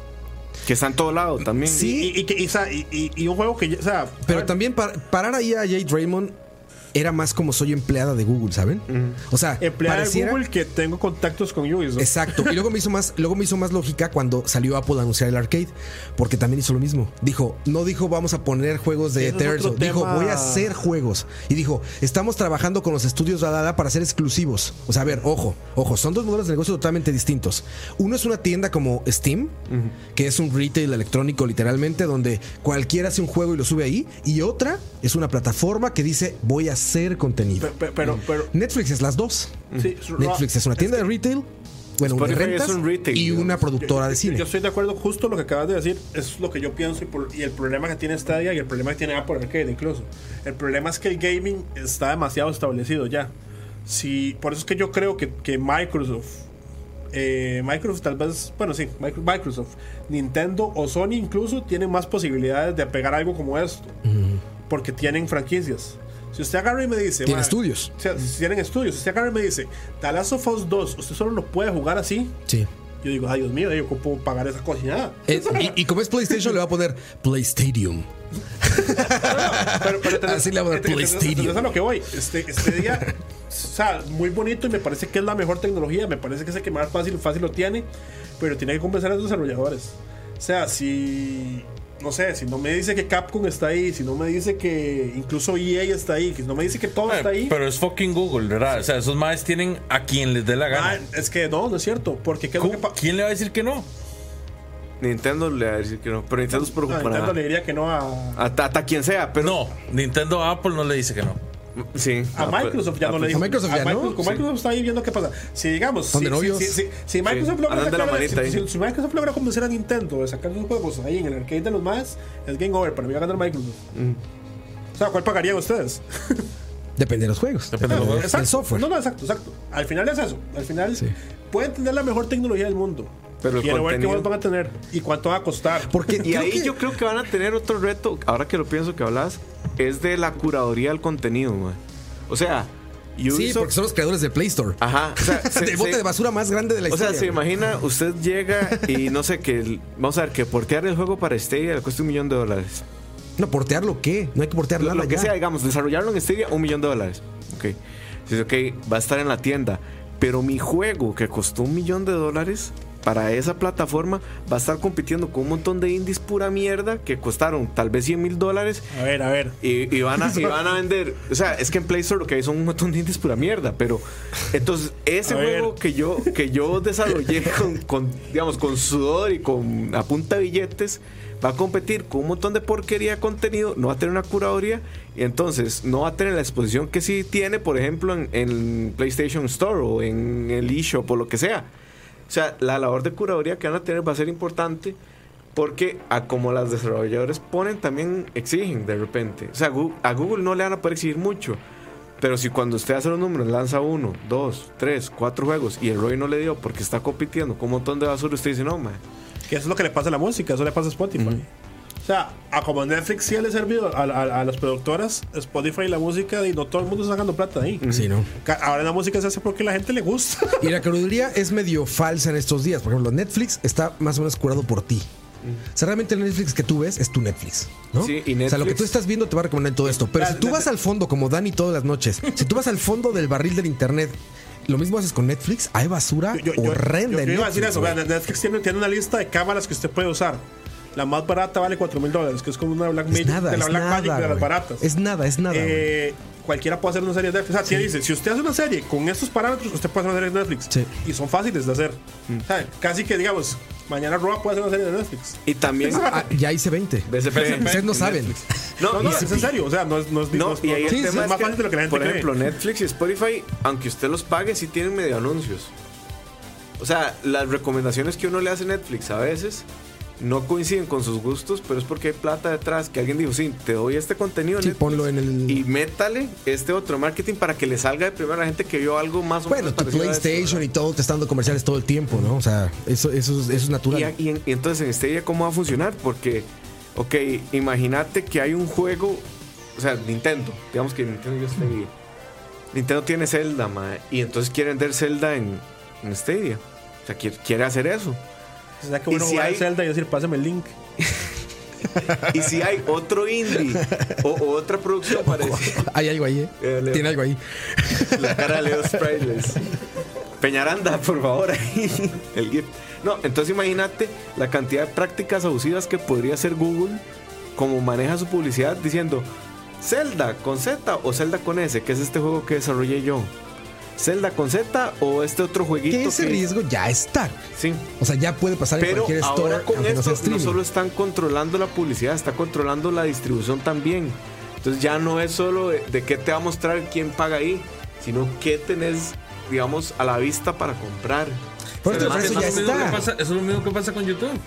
S2: Que está en todo lado también.
S1: Sí.
S3: y, y, que- y, sa- y- y- y un juego que ya- o sea
S1: Pero
S3: a ver,
S1: también pa- parar ahí a Jade Raymond era más como soy empleada de Google, ¿saben? O sea,
S3: empleada de
S1: pareciera-
S3: Google que tengo contactos con Ubisoft
S1: Exacto. Y luego me hizo más, luego me hizo más lógica cuando salió Apple a anunciar el arcade, porque también hizo lo mismo. Dijo, no dijo vamos a poner juegos de
S3: Ese es otro
S1: Terzo, dijo
S3: tema.
S1: voy a hacer juegos. Y dijo, estamos trabajando con los estudios Radada para ser exclusivos. O sea, a ver, ojo, ojo, son dos modelos de negocio totalmente distintos. Uno es una tienda como Steam, que es un retail electrónico literalmente, donde cualquiera hace un juego y lo sube ahí, y otra es una plataforma que dice voy a hacer contenido.
S3: Pe- pe- pero, pero,
S1: Netflix es las dos.
S3: sí, su-
S1: Netflix es una tienda de retail, bueno, una de
S2: Spotify es
S1: rentas
S2: un retail,
S1: y
S2: digamos.
S1: una productora de
S3: Yo
S1: cine.
S3: estoy de acuerdo justo lo que acabas de decir, es lo que yo pienso y, por- y el problema que tiene Stadia y el problema que tiene Apple Arcade incluso. El problema es que el gaming está demasiado establecido ya. Si, por eso es que yo creo que, que Microsoft, eh, Microsoft tal vez, bueno sí, Micro- Microsoft, Nintendo o Sony incluso tienen más posibilidades de pegar algo como esto, porque tienen franquicias. Si usted agarra y me dice...
S1: Tiene
S3: "Ma,
S1: estudios".
S3: o sea, si tienen estudios, si usted agarra y me dice, The Last of Us 2, usted solo lo puede jugar así.
S1: Sí.
S3: Yo digo, ay Dios mío, yo puedo pagar esa cosa y nada.
S1: Eh, y, y como es PlayStation, le va a poner PlayStation.
S3: Pero,
S4: <laughs>
S3: pero tenés-
S1: Así le hago de
S3: tenés- tenés-
S1: PlayStation.
S3: tenés a lo que voy. Este, este día, o sea, muy bonito y me parece que es la mejor tecnología. Me parece que es el que más fácil, fácil lo tiene. Pero tiene que compensar a los desarrolladores. O sea, si. No sé, si no me dice que Capcom está ahí, si no me dice que incluso EA está ahí, que no me dice que todo está ahí.
S4: Ah, Pero es fucking Google, ¿verdad? O sea, esos maes tienen a quien les dé la
S3: ah,
S4: gana.
S3: es que no, no es cierto. Porque ¿qué es lo que pasa?
S4: ¿Quién le va a decir que no?
S2: Nintendo le va a decir que no. Pero Nintendo es por
S3: Nintendo Ah, le diría que no a.
S2: hasta, hasta quien sea, pero.
S4: No, Nintendo Apple no le dice que no.
S2: Sí.
S3: A
S2: Apple-
S3: Microsoft ya no
S2: Apple-
S3: le dijo.
S1: A Microsoft ya no,
S3: Microsoft, con
S2: sí.
S3: Microsoft está ahí viendo qué pasa. Si digamos,
S1: Son
S3: si,
S1: de
S3: si-
S1: novios.
S3: si- si- si Microsoft
S2: Sí,
S3: logra
S2: andan de la
S3: sacar-
S2: manita
S3: si-
S2: ahí.
S3: si- si Microsoft logra convencer a Nintendo de sacar sus juegos ahí en el arcade de los más, es game over. Para mí va a ganar Microsoft. O sea, ¿cuál pagarían ustedes?
S1: Depende de los juegos.
S4: Depende de los juegos.
S1: del software.
S3: No, no, exacto, exacto. Al final es eso. Al final
S1: Sí.
S3: pueden tener la mejor tecnología del mundo.
S2: Pero el
S3: Quiero ver qué
S2: contenido-
S3: juegos van a tener y cuánto va a costar.
S1: Porque
S2: Y
S1: creo
S2: ahí
S1: que-
S2: yo creo que van a tener otro reto, ahora que lo pienso que hablas, es de la curaduría del contenido, man. O sea,
S1: Sí, porque son los creadores de Play Store.
S2: Ajá. O sea, se-
S1: del bote <laughs>
S2: se-
S1: de basura más grande de la
S2: O
S1: historia.
S2: sea, se
S1: güey.
S2: imagina, usted llega y no sé que el- Vamos a ver, que portear el juego para Stadia le cuesta un millón de dólares.
S1: No, portearlo qué? No hay que portear
S2: Lo,
S1: nada
S2: lo que
S1: ya.
S2: sea, digamos, desarrollarlo en Stadia, un millón de dólares. Ok. Dice, ok, va a estar en la tienda. Pero mi juego, que costó un millón de dólares para esa plataforma, va a estar compitiendo con un montón de indies pura mierda que costaron tal vez 100 mil dólares
S3: A ver, a ver.
S2: y, y van a, y van a vender. O sea, es que en Play Store lo que hay son un montón de indies pura mierda. Pero entonces, ese
S3: A
S2: juego
S3: ver.
S2: que yo, que yo desarrollé <laughs> con, con, digamos, con sudor y con a punta de billetes, va a competir con un montón de porquería de contenido, no va a tener una curaduría y entonces no va a tener la exposición que sí tiene, por ejemplo, en, en PlayStation Store o en el eShop o lo que sea. O sea, la labor de curaduría que van a tener va a ser importante porque a como las desarrolladores ponen también exigen de repente. O sea, Gu- a Google no le van a poder exigir mucho. Pero si cuando usted hace los números lanza uno, dos, tres, cuatro juegos y el Roy no le dio porque está compitiendo con un montón de basura, usted dice, no, man.
S3: Que eso es lo que le pasa a la música, eso le pasa a Spotify. O sea, a como Netflix sí le ha servido a, a- a las productoras, Spotify y la música, y no todo el mundo está sacando plata ahí.
S1: Sí, ¿no?
S3: Ca- Ahora la música se hace porque la gente le gusta.
S1: Y la curaduría es medio falsa en estos días. Por ejemplo, Netflix está más o menos curado por ti. O sea, realmente el Netflix que tú ves es tu Netflix, ¿no?
S2: Sí, y
S1: O sea, lo que
S2: Netflix-
S1: tú estás viendo te va a recomendar todo esto. Pero
S3: La-
S1: si tú
S3: la-
S1: vas al fondo, como Dani todas las noches, si tú vas al fondo del barril del internet, lo mismo haces con Netflix, hay basura Ah, horrenda
S3: yo-
S1: en
S3: yo iba a decir
S1: Netflix,
S3: eso.
S1: güey.
S3: vean, Netflix tiene, tiene una lista de cámaras que usted puede usar. La más barata vale 4 mil dólares, que es como una Black
S1: Es
S3: Magic
S1: nada,
S3: de la
S1: es
S3: Black Magic
S1: nada,
S3: de las
S1: güey.
S3: baratas.
S1: Es nada, es nada. güey.
S3: Eh, cualquiera puede hacer una serie de Netflix. O sea, si dice, si usted hace una serie con estos parámetros, usted puede hacer una serie de Netflix.
S1: Sí. Mm.
S3: Y son fáciles de hacer. O sea, casi que, digamos, mañana Roa puede hacer una serie de Netflix.
S2: Y también...
S1: Ah, ya hice 20.
S2: BCP.
S1: Ustedes no
S2: en
S1: saben.
S2: Netflix.
S3: No, no,
S2: y-
S3: es en serio. O sea, no es, no es,
S2: No,
S3: no es-
S2: y ahí el
S3: no-
S1: Sí,
S2: tema
S1: sí,
S2: es
S3: más
S2: que,
S3: fácil de lo que la gente
S2: Por
S3: cree.
S2: ejemplo, Netflix y Spotify, aunque usted los pague, sí tienen medio anuncios. O sea, las recomendaciones que uno le hace a Netflix a veces no coinciden con sus gustos, pero es porque hay plata detrás que alguien dijo, sí, te doy este contenido
S1: Sí,
S2: Netflix,
S1: ponlo en el-
S2: y métale este otro marketing para que le salga de primera a la gente que vio algo más o
S1: Bueno, tu
S2: menos parecido a esto,
S1: PlayStation y todo te están dando comerciales todo el tiempo, ¿no? O sea, eso, eso, es- eso es natural.
S2: Y, y en- y entonces en Stadia, ¿cómo va a funcionar? Porque, ok, imagínate que hay un juego, o sea, Nintendo, digamos que Nintendo ya está ahí. Nintendo tiene Zelda, ma, y entonces quiere vender Zelda en, en Stadia. O sea, quiere, quiere hacer eso.
S3: O sea, que
S2: y
S3: uno
S2: si
S3: va
S2: hay-
S3: a Zelda y decir, pásame el link.
S2: Y si hay otro indie o, o otra producción parecida,
S1: <laughs> Hay algo ahí,
S2: Eh,
S1: ¿eh?
S2: Leo.
S1: Tiene algo ahí.
S2: la cara de Leo Sprayless. Peñaranda, por favor, ahí, el GIF. No, entonces imagínate la cantidad de prácticas abusivas que podría hacer Google como maneja su publicidad diciendo Zelda con Z o Zelda con S, que es este juego que desarrollé yo. Zelda con Z o este otro jueguito.
S1: Que ese
S2: que-
S1: riesgo ya está.
S2: Sí.
S1: O sea, ya puede pasar en
S2: Pero
S1: cualquier store.
S2: ahora con
S1: aunque no
S2: esto
S1: sea
S2: no,
S1: streaming.
S2: solo están controlando la publicidad, está controlando la distribución también. Entonces ya no es solo de, de qué te va a mostrar quién paga ahí, sino qué tenés, digamos, a la vista para comprar.
S1: Por eso,
S4: Pero
S1: por
S4: es que
S1: eso este ya
S4: eso es lo mismo
S1: está.
S4: que pasa- eso es lo mismo que pasa con YouTube.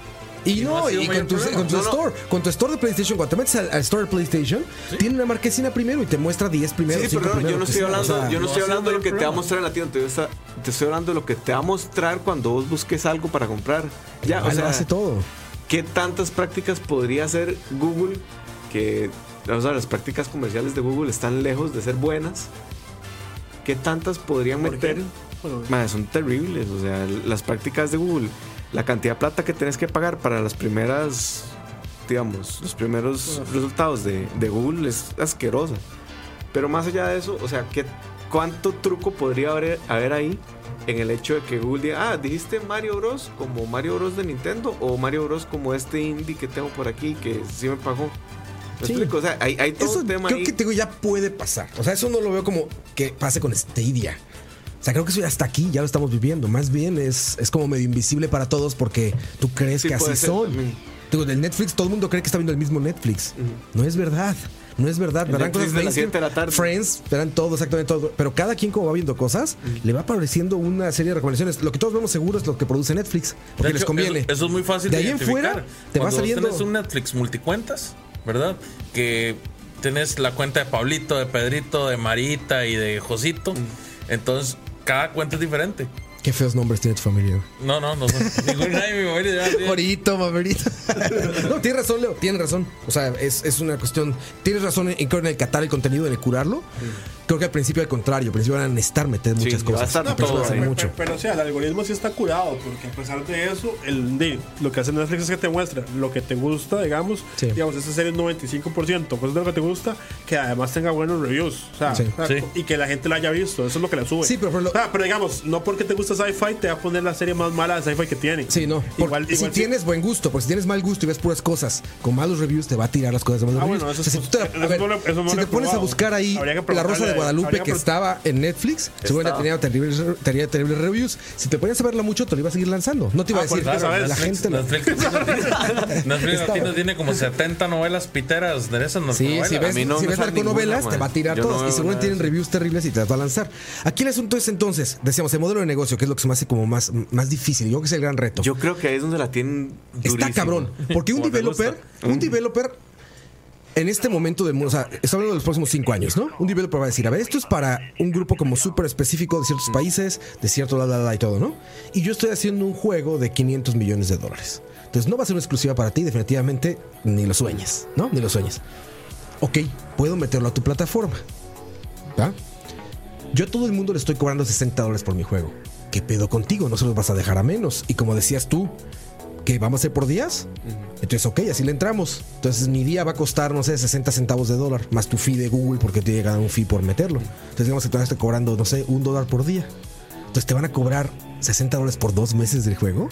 S1: Y
S4: y no ha
S1: no,
S4: sido
S1: y
S4: mayor
S1: con tu,
S4: problema.
S1: con tu
S2: No, no.
S1: store, con tu store de PlayStation, cuando te metes al, al store de PlayStation, tiene una marquesina primero y te muestra 10 primero.
S2: Sí, sí,
S1: cinco
S2: pero no,
S1: primero,
S2: yo no
S1: lo que
S2: estoy
S1: sea,
S2: hablando,
S1: o sea,
S2: yo no
S4: no
S2: estoy
S4: ha sido
S2: hablando de lo que
S4: mayor
S2: te va a
S4: problema.
S2: mostrar en la tienda, te, está- te estoy hablando de lo que te va a mostrar cuando vos busques algo para comprar. Ya,
S1: ahí
S2: o
S1: lo
S2: sea,
S1: hace todo.
S2: ¿qué tantas prácticas podría hacer Google que o sea, las prácticas comerciales de Google están lejos de ser buenas? ¿Qué tantas podrían
S3: ¿Por qué?
S2: meter?
S3: Bueno,
S2: Madre, son terribles, o sea, las prácticas de Google, la cantidad de plata que tenés que pagar para las primeras, digamos, los primeros resultados de, de Google es asquerosa. Pero más allá de eso, o sea, ¿qué, ¿cuánto truco podría haber, haber ahí en el hecho de que Google diga, ah, dijiste Mario Bros como Mario Bros de Nintendo o Mario Bros como este indie que tengo por aquí que sí me pagó? ¿Me
S1: Sí.
S2: explico? O sea, hay, hay todo
S1: Eso
S2: un tema
S1: creo
S2: ahí.
S1: que te digo, ya puede pasar. O sea, eso no lo veo como que pase con Stadia. O sea, creo que eso ya está aquí, ya lo estamos viviendo. Más bien es, es como medio invisible para todos porque tú crees
S2: Sí,
S1: que así
S2: puede ser
S1: son.
S2: también.
S1: Digo, del Netflix todo el mundo cree que está viendo el mismo Netflix. No es verdad. No es verdad. Verán
S2: Netflix
S1: cosas
S2: de las
S1: mainstream,
S2: siete de la tarde.
S1: Friends, verán todo, exactamente todo. Pero cada quien como va viendo cosas, le va apareciendo una serie de recomendaciones. Lo que todos vemos seguro es lo que produce Netflix, porque
S4: De
S1: les
S4: hecho,
S1: conviene.
S4: Eso, eso es muy fácil
S1: De
S4: de,
S1: ahí en
S4: identificar.
S1: fuera, te va
S4: Cuando vos
S1: saliendo-
S4: tenés un Netflix multicuentas, ¿verdad? Que tenés la cuenta de
S1: Mm.
S4: Pablito, de Pedrito, de Marita y de Josito. Entonces, cada cuenta es diferente.
S1: Qué feos nombres tiene tu familia. güey.
S4: No, no, <laughs> no. no. Ningún nadie me muere. ya, sí.
S1: Jorito, mamerito. <laughs> no, tienes razón, Leo, tienes razón. O sea, es, es una cuestión. Tienes razón en, creo en el catar el contenido, en el curarlo. Creo que al principio al contrario, al principio van a necesitar meter muchas
S2: va a
S1: cosas.
S2: estar
S1: Y por eso
S2: todo
S1: va a ser
S2: ahí.
S1: mucho.
S3: Pero, pero, o sea, el algoritmo sí está curado, porque a pesar de eso, el, de- lo que hace Netflix es que te muestra lo que te gusta, digamos,
S1: Sí.
S3: digamos, esa serie es 95%, cosas de pues lo que te gusta, que además tenga buenos reviews, o sea,
S1: Sí.
S3: o sea,
S4: Sí.
S3: y que la gente la haya visto, eso es lo que la sube.
S1: Sí, pero por lo-
S3: O sea, pero digamos, no porque te gusta sci-fi, te va a poner la serie más mala de sci-fi que tiene.
S1: Sí, no. Por-
S3: Igual,
S1: si
S3: igual sí.
S1: tienes buen gusto, porque si tienes mal gusto y ves puras cosas con malos reviews, te va a tirar las cosas de malos
S3: Ah,
S1: reviews.
S3: bueno, eso
S1: O sea, si
S3: es-
S1: tú te, la-
S3: eso
S1: a ver,
S3: no lo- eso no
S1: si te
S3: lo he
S1: pones a
S3: probar.
S1: buscar ahí
S3: Habría que
S1: La Rosa de
S3: preguntarle-
S1: Guadalupe
S3: habría
S1: que
S3: que pre-
S1: estaba en Netflix, seguramente tenía terribles, tenía terribles reviews. Si te ponías a verla mucho, te lo iba a seguir lanzando. No te iba
S3: Ah,
S1: a decir,
S3: pues, claro,
S1: la
S3: Netflix-
S1: gente lo-
S4: Netflix
S1: <laughs>
S4: Netflix
S1: Estaba-
S4: Latino tiene como 70 novelas piteras de esas
S1: Sí,
S4: novelas.
S1: si ves,
S2: mí no
S1: si
S2: me
S1: ves
S2: sale
S1: narconovelas,
S2: ninguna,
S1: te va a
S2: man.
S1: tirar
S2: Yo no
S1: todas.
S2: veo
S1: y seguro
S2: nada
S1: tienen
S2: de eso.
S1: reviews terribles y te las va a lanzar. Aquí el asunto es entonces, decíamos, el modelo de negocio, que es lo que se me hace como más, más difícil. Yo creo que es el gran reto.
S2: Yo creo que ahí es donde la tienen durísimo.
S1: Está cabrón. Porque un
S4: Como te
S1: developer, un developer en este momento del mundo, o sea, estoy hablando de los próximos cinco años, ¿no? Un developer va a decir, a ver, esto es para un grupo como súper específico de ciertos países, de cierto la, la, la y todo, ¿no? Y yo estoy haciendo un juego de 500 millones de dólares. Entonces no va a ser una exclusiva para ti, definitivamente, ni lo sueñes, ¿no? Ni lo sueñes. Ok, puedo meterlo a tu plataforma. ¿Va? Yo a todo el mundo le estoy cobrando 60 dólares por mi juego. ¿Qué pedo contigo? No se los vas a dejar a menos. Y como decías tú, que vamos a hacer por días. Entonces, ok, así le entramos. Entonces, mi día va a costar, no sé, 60 centavos de dólar, más tu fee de Google porque te llega un fee por meterlo. Entonces, digamos que te vas a estar cobrando, no sé, un dólar por día. Entonces, te van a cobrar 60 dólares por dos meses del juego.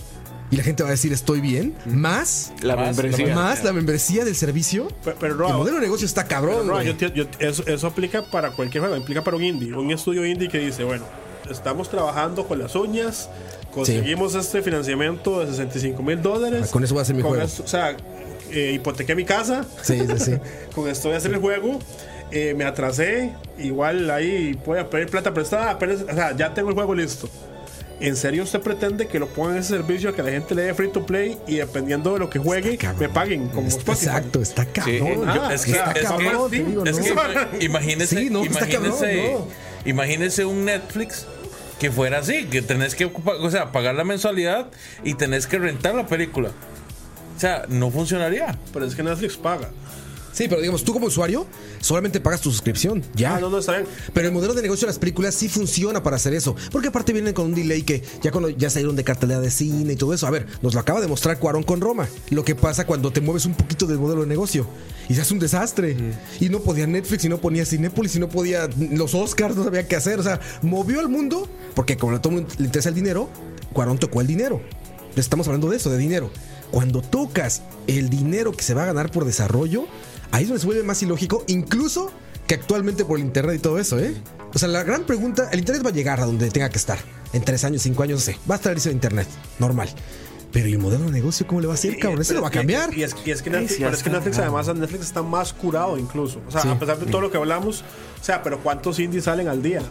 S1: Y la gente va a decir, estoy bien, más,
S2: La membresía.
S1: más la membresía del servicio.
S3: Pero, pero,
S1: el
S3: Roa,
S1: modelo de negocio está cabrón,
S3: Pero, Roa,
S1: güey.
S3: yo enti- yo- eso, eso aplica para cualquier juego, implica para un indie, un estudio indie que dice, bueno, estamos trabajando con las uñas, conseguimos este financiamiento de 65 mil dólares.
S1: Ah, Con eso voy a hacer mi
S3: con
S1: juego.
S3: esto- o sea, eh, hipotequé mi casa,
S1: Sí, sí, sí.
S3: <laughs> con esto voy a hacer el juego. eh, me atrasé, igual ahí voy a pedir plata prestada, pero, o sea, ya tengo el juego listo. ¿En serio usted pretende que lo pongan en ese servicio, a que la gente le dé free to play y dependiendo de lo que juegue,
S1: Cabrón.
S3: me paguen? Como
S1: Está-
S3: Spotify? Ah,
S1: Exacto, está
S2: eh,
S1: cabrón.
S3: nada,
S4: es que-
S1: está
S4: es que-
S1: cabrón, te
S3: sí,
S1: digo,
S4: Es
S1: ¿no?
S4: que ima- imagínese,
S1: Sí, no, está cabrón,
S4: imagínese,
S1: no.
S4: imagínese un Netflix que fuera así, que tenés que pa- o sea, pagar la mensualidad y tenés que rentar la película. O sea, no funcionaría.
S3: Pero es que Netflix paga.
S1: Sí, pero digamos, tú como usuario solamente pagas tu suscripción. Ya.
S3: Ah, no, no, está bien.
S1: Pero el modelo de negocio de las películas sí funciona para hacer eso. Porque aparte vienen con un delay que ya cuando ya salieron de cartelera de cine y todo eso. A ver, nos lo acaba de mostrar Cuarón con Roma. Lo que pasa cuando te mueves un poquito del modelo de negocio. Y se hace un desastre. Y no podía Netflix, y no ponía Cinépolis, y no podía los Oscars, no sabía qué hacer. O sea, movió al mundo porque como a todo el mundo le interesa el dinero, Cuarón tocó el dinero. Estamos hablando de eso, de dinero. Cuando tocas el dinero que se va a ganar por desarrollo, ahí es donde se vuelve más ilógico, incluso que actualmente por el internet y todo eso, ¿eh? O sea, la gran pregunta, el internet va a llegar a donde tenga que estar. En tres años, cinco años, no sé. Va a estar eso de internet, normal. Pero ¿y el modelo de negocio cómo le va a hacer, cabrón? Eso lo va a cambiar.
S3: Y, y es, y es que Netflix, pero es que Netflix además a Netflix está más curado incluso. O sea,
S1: Sí.
S3: a pesar de todo lo que hablamos, o sea, pero ¿cuántos indies salen al día?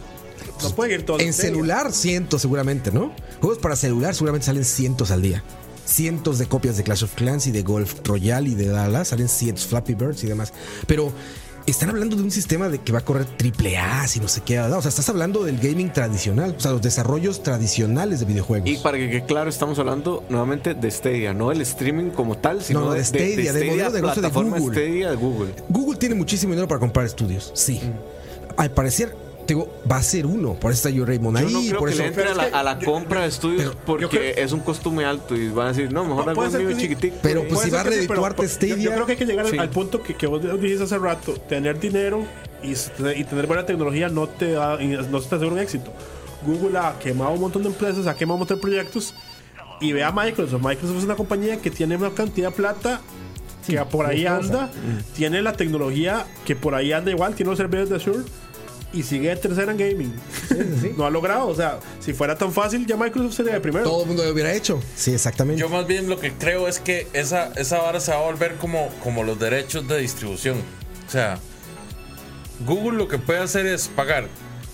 S3: No pueden ir todos.
S1: En
S3: al día.
S1: celular, cientos seguramente, ¿no? Juegos para celular seguramente salen cientos al día. Cientos de copias de Clash of Clans y de Golf Royale y de Dallas, salen cientos, Flappy Birds y demás. Pero están hablando de un sistema de que va a correr triple A, si no sé qué, ¿verdad? O sea, estás hablando del gaming tradicional, o sea, los desarrollos tradicionales de videojuegos.
S2: Y para que quede claro, estamos hablando nuevamente de Stadia, no del streaming como tal, sino
S1: No, no, de
S2: de,
S1: Stadia, del modelo de negocio de
S2: plataforma
S1: Google.
S2: Stadia de Google.
S1: Google tiene muchísimo dinero para comprar estudios, sí.
S3: Mm.
S1: Al parecer, te digo, va a ser uno. Por eso está yo Raymond
S2: Yo
S1: ahí,
S2: no creo
S1: por
S2: que
S1: eso.
S2: le entre a la, a la compra de estudios
S1: pero-
S2: porque
S3: creo-
S2: es un costo muy alto y van a decir, no, mejor
S3: Pu-
S2: algo
S3: puede ser
S2: mío
S3: que sí.
S2: chiquitico.
S1: Pero
S2: y-
S1: pues si
S3: Puede
S1: va a
S3: ser que sí, pero-
S1: redituarte
S3: pero yo-
S1: Stadia.
S3: Yo, creo que hay que llegar al-
S2: Sí.
S3: al punto que, que vos dijiste hace rato, tener dinero y, s- y tener buena tecnología no te da, y no te asegura un éxito. Google ha quemado un montón de empresas, ha quemado un montón de proyectos y ve a Microsoft. Microsoft es una compañía que tiene una cantidad de plata que por ahí anda,
S2: Mm.
S3: tiene la tecnología que por ahí anda igual, tiene los servidores de Azure y sigue de tercera en gaming. No ha logrado, o sea, si fuera tan fácil ya Microsoft sería de primero.
S1: Todo el mundo lo hubiera hecho. Sí, exactamente.
S4: Yo más bien lo que creo es que esa, esa vara se va a volver como, como los derechos de distribución. O sea, Google lo que puede hacer es pagar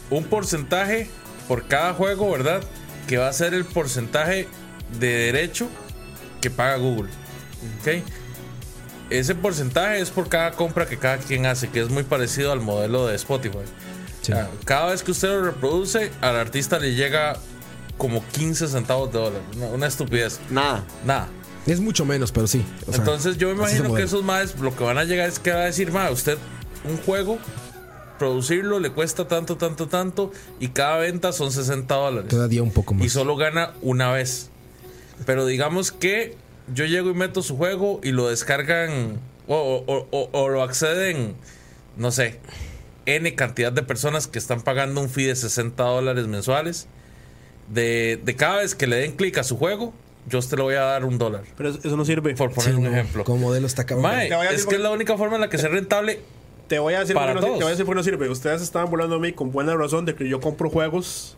S4: un porcentaje por cada juego, ¿verdad? Que va a ser el porcentaje de derecho que paga Google. ¿Ok? Ese porcentaje es por cada compra que cada quien hace, que es muy parecido al modelo de Spotify. O sea, cada vez que usted lo reproduce, al artista le llega como 15 centavos de dólar. Una, una estupidez.
S2: Nada.
S4: Nada.
S1: Es mucho menos, pero sí. o sea,
S4: Entonces yo me
S1: así se
S4: imagino que
S1: mueve.
S4: esos maes lo que van a llegar es que va a decir, ma, usted un juego, producirlo le cuesta tanto, tanto, tanto y cada venta son 60
S2: Pues,
S4: dólares.
S1: Cada día un poco más.
S4: Y solo gana una vez. Pero digamos que yo llego y meto su juego y lo descargan o, o- o- o lo acceden, no sé, N cantidad de personas que están pagando un fee de 60 dólares mensuales. De, de cada vez que le den clic a su juego, yo te lo voy a dar un dólar.
S3: Pero eso, eso no sirve.
S4: Por
S1: Sí,
S4: poner un
S1: no,
S4: ejemplo.
S1: Como modelo está cabrón.
S4: Mae,
S3: Te voy a
S4: es
S3: decir
S4: que
S3: por-
S4: es la única forma en la que sea rentable.
S3: Te voy a decir
S4: Para
S3: por qué no, sir-
S4: todos.
S3: te voy a decir por qué no sirve. Ustedes estaban burlando a mí con buena razón de que yo compro juegos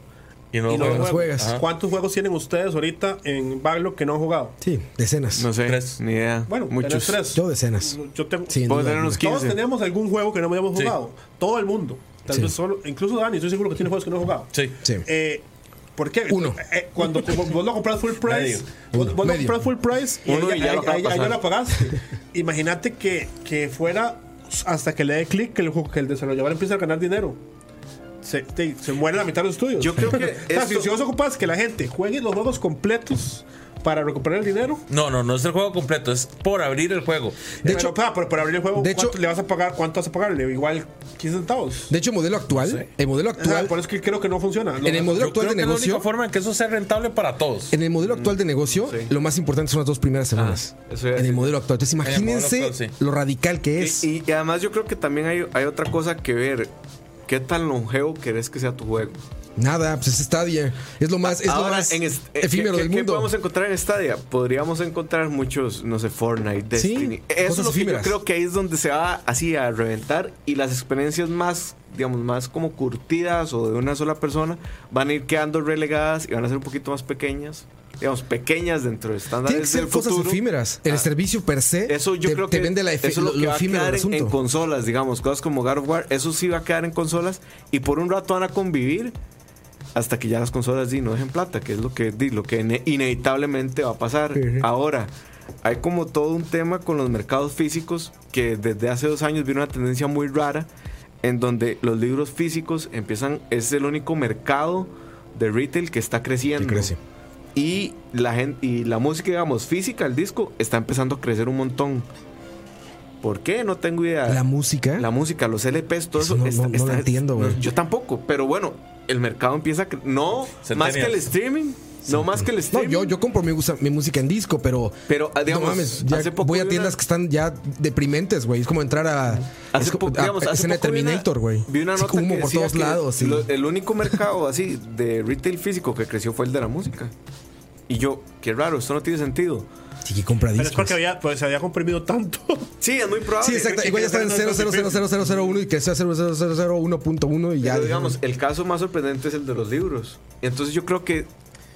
S4: Y no
S3: y
S4: lo
S3: no
S4: juegas.
S1: los juegas.
S4: Ajá.
S3: ¿Cuántos juegos tienen ustedes ahorita en Backlog que no han jugado?
S1: Sí, decenas.
S2: No sé.
S4: Tres.
S2: Ni idea.
S3: Bueno,
S2: muchos.
S3: tenés tres.
S1: Yo decenas.
S3: Yo tengo.
S1: Sí,
S2: Puedo
S1: duda
S2: tener unos
S3: Todos
S2: 15.
S3: tenemos algún juego que no habíamos
S4: Sí.
S3: jugado. Todo el mundo. Tal
S1: Sí.
S3: vez solo, incluso Dani, estoy seguro que tiene juegos que no ha jugado.
S4: Sí.
S1: Sí.
S3: Eh, ¿Por qué?
S1: Uno.
S3: Eh, cuando como vos lo compras full price,
S1: Medio.
S3: vos, vos lo
S1: Medio.
S3: compras full price y
S2: Uno
S3: ahí,
S2: y ya lo
S3: ahí-
S2: acaba
S3: ahí-
S2: de
S3: ahí ya
S2: pasar.
S3: lo
S2: <laughs>
S3: pagaste. Imagínate que, que fuera hasta que le dé clic que el, ju- que el desarrollador empiece a ganar dinero. Se, te- se muere la mitad de los estudios.
S2: Yo creo que
S3: <laughs> O sea, si-
S2: esto-
S3: si vos ocupas que la gente juegue los juegos completos para recuperar el dinero, eh,
S4: No, no, no es el juego completo, es por abrir el juego.
S1: De
S3: de
S1: hecho-
S3: hecho, ah, para, abrir el juego,
S1: de hecho-
S3: ¿cuánto le vas a pagar? ¿Cuánto vas a pagarle? Igual 15 centavos.
S1: De hecho, modelo actual, el modelo
S3: O sea,
S1: actual,
S3: por eso es que creo que no funciona.
S1: en el modelo
S4: Yo creo
S1: actual de
S4: que es la única
S1: negocio,
S4: forma en que eso sea rentable para todos.
S1: en el modelo actual de negocio,
S2: Mm, sí. Ah,
S1: lo más importante son las dos primeras semanas.
S2: eso
S1: en
S2: iba a
S1: el
S2: decir.
S1: modelo actual. Entonces,
S4: el modelo
S1: imagínense
S4: actual,
S1: lo radical que es.
S2: Y, y además yo creo que también hay, hay otra cosa que ver. ¿Qué tan longevo querés que sea tu juego?
S1: Nada, pues es Stadia. Es lo más, es lo
S2: Ahora,
S1: más
S2: en est- eh,
S1: efímero
S2: ¿qué-
S1: del
S2: qué- ¿Qué
S1: mundo.
S2: podemos encontrar en Stadia? Podríamos encontrar muchos, no sé, Fortnite,
S1: Sí,
S2: Destiny. Eso
S1: cosas
S2: es lo que yo
S1: efímeras.
S2: creo que ahí es donde se va así a reventar y las experiencias más, digamos, más como curtidas o de una sola persona van a ir quedando relegadas y van a ser un poquito más pequeñas. Digamos, pequeñas dentro del estándar
S1: Tienen que
S2: del
S1: ser cosas
S2: futuro.
S1: efímeras. El
S2: Ah,
S1: servicio per se
S2: Eso yo
S1: te,
S2: creo
S1: te
S2: que
S1: vende la efe-
S2: eso es lo,
S1: lo,
S2: que va a
S1: efímero del
S2: quedar en,
S1: asunto.
S2: en consolas, digamos, cosas como God of War, eso sí va a quedar en consolas y por un rato van a convivir hasta que ya las consolas di, no dejen plata, que es lo que di, lo que ine- inevitablemente va a pasar.
S1: Ujú.
S2: Ahora, hay como todo un tema con los mercados físicos que desde hace dos años viene una tendencia muy rara en donde los libros físicos empiezan, es el único mercado de retail que está creciendo.
S1: Que crece.
S2: Y la gente, y la música, digamos, física, el disco, está empezando a crecer un montón. ¿Por qué? No tengo idea.
S1: la música.
S2: La música, los LPs, todo
S1: Eso
S2: eso.
S1: no- no- no lo entiendo, güey.
S2: Yo tampoco, pero bueno, el mercado empieza a cre- No,
S4: Centennials.
S2: más que el streaming. No más que el
S1: no,
S2: streaming.
S1: yo, yo compro mi, gusa- mi música en disco, pero.
S2: Pero, ah, digamos,
S1: no mames, ya
S2: hace poco
S1: voy
S2: vi
S1: a
S2: una-
S1: tiendas que están ya deprimentes, güey. Es como entrar a. es
S2: Hace
S1: como-
S2: poco,
S1: a-
S2: digamos,
S1: a
S2: hace
S1: escena de
S2: poco vi una-
S1: Terminator, güey.
S2: Vi una
S1: Sí,
S2: nota
S1: humo
S2: que
S1: por
S2: decía
S1: todos
S2: que
S1: lados. sí.
S2: lo- el único mercado así de retail físico que creció fue el de la música. Y yo, qué raro, esto no tiene sentido.
S1: Sí, que compra
S3: Pero es
S1: discos.
S3: porque había, pues, se había comprimido tanto. <laughs>
S2: Sí, es muy probable.
S1: Sí, exacto. Igual ya está en 0000001 y que sea 00001.1 y ya.
S2: Pero, digamos, el caso más sorprendente es el de los libros. Entonces yo creo que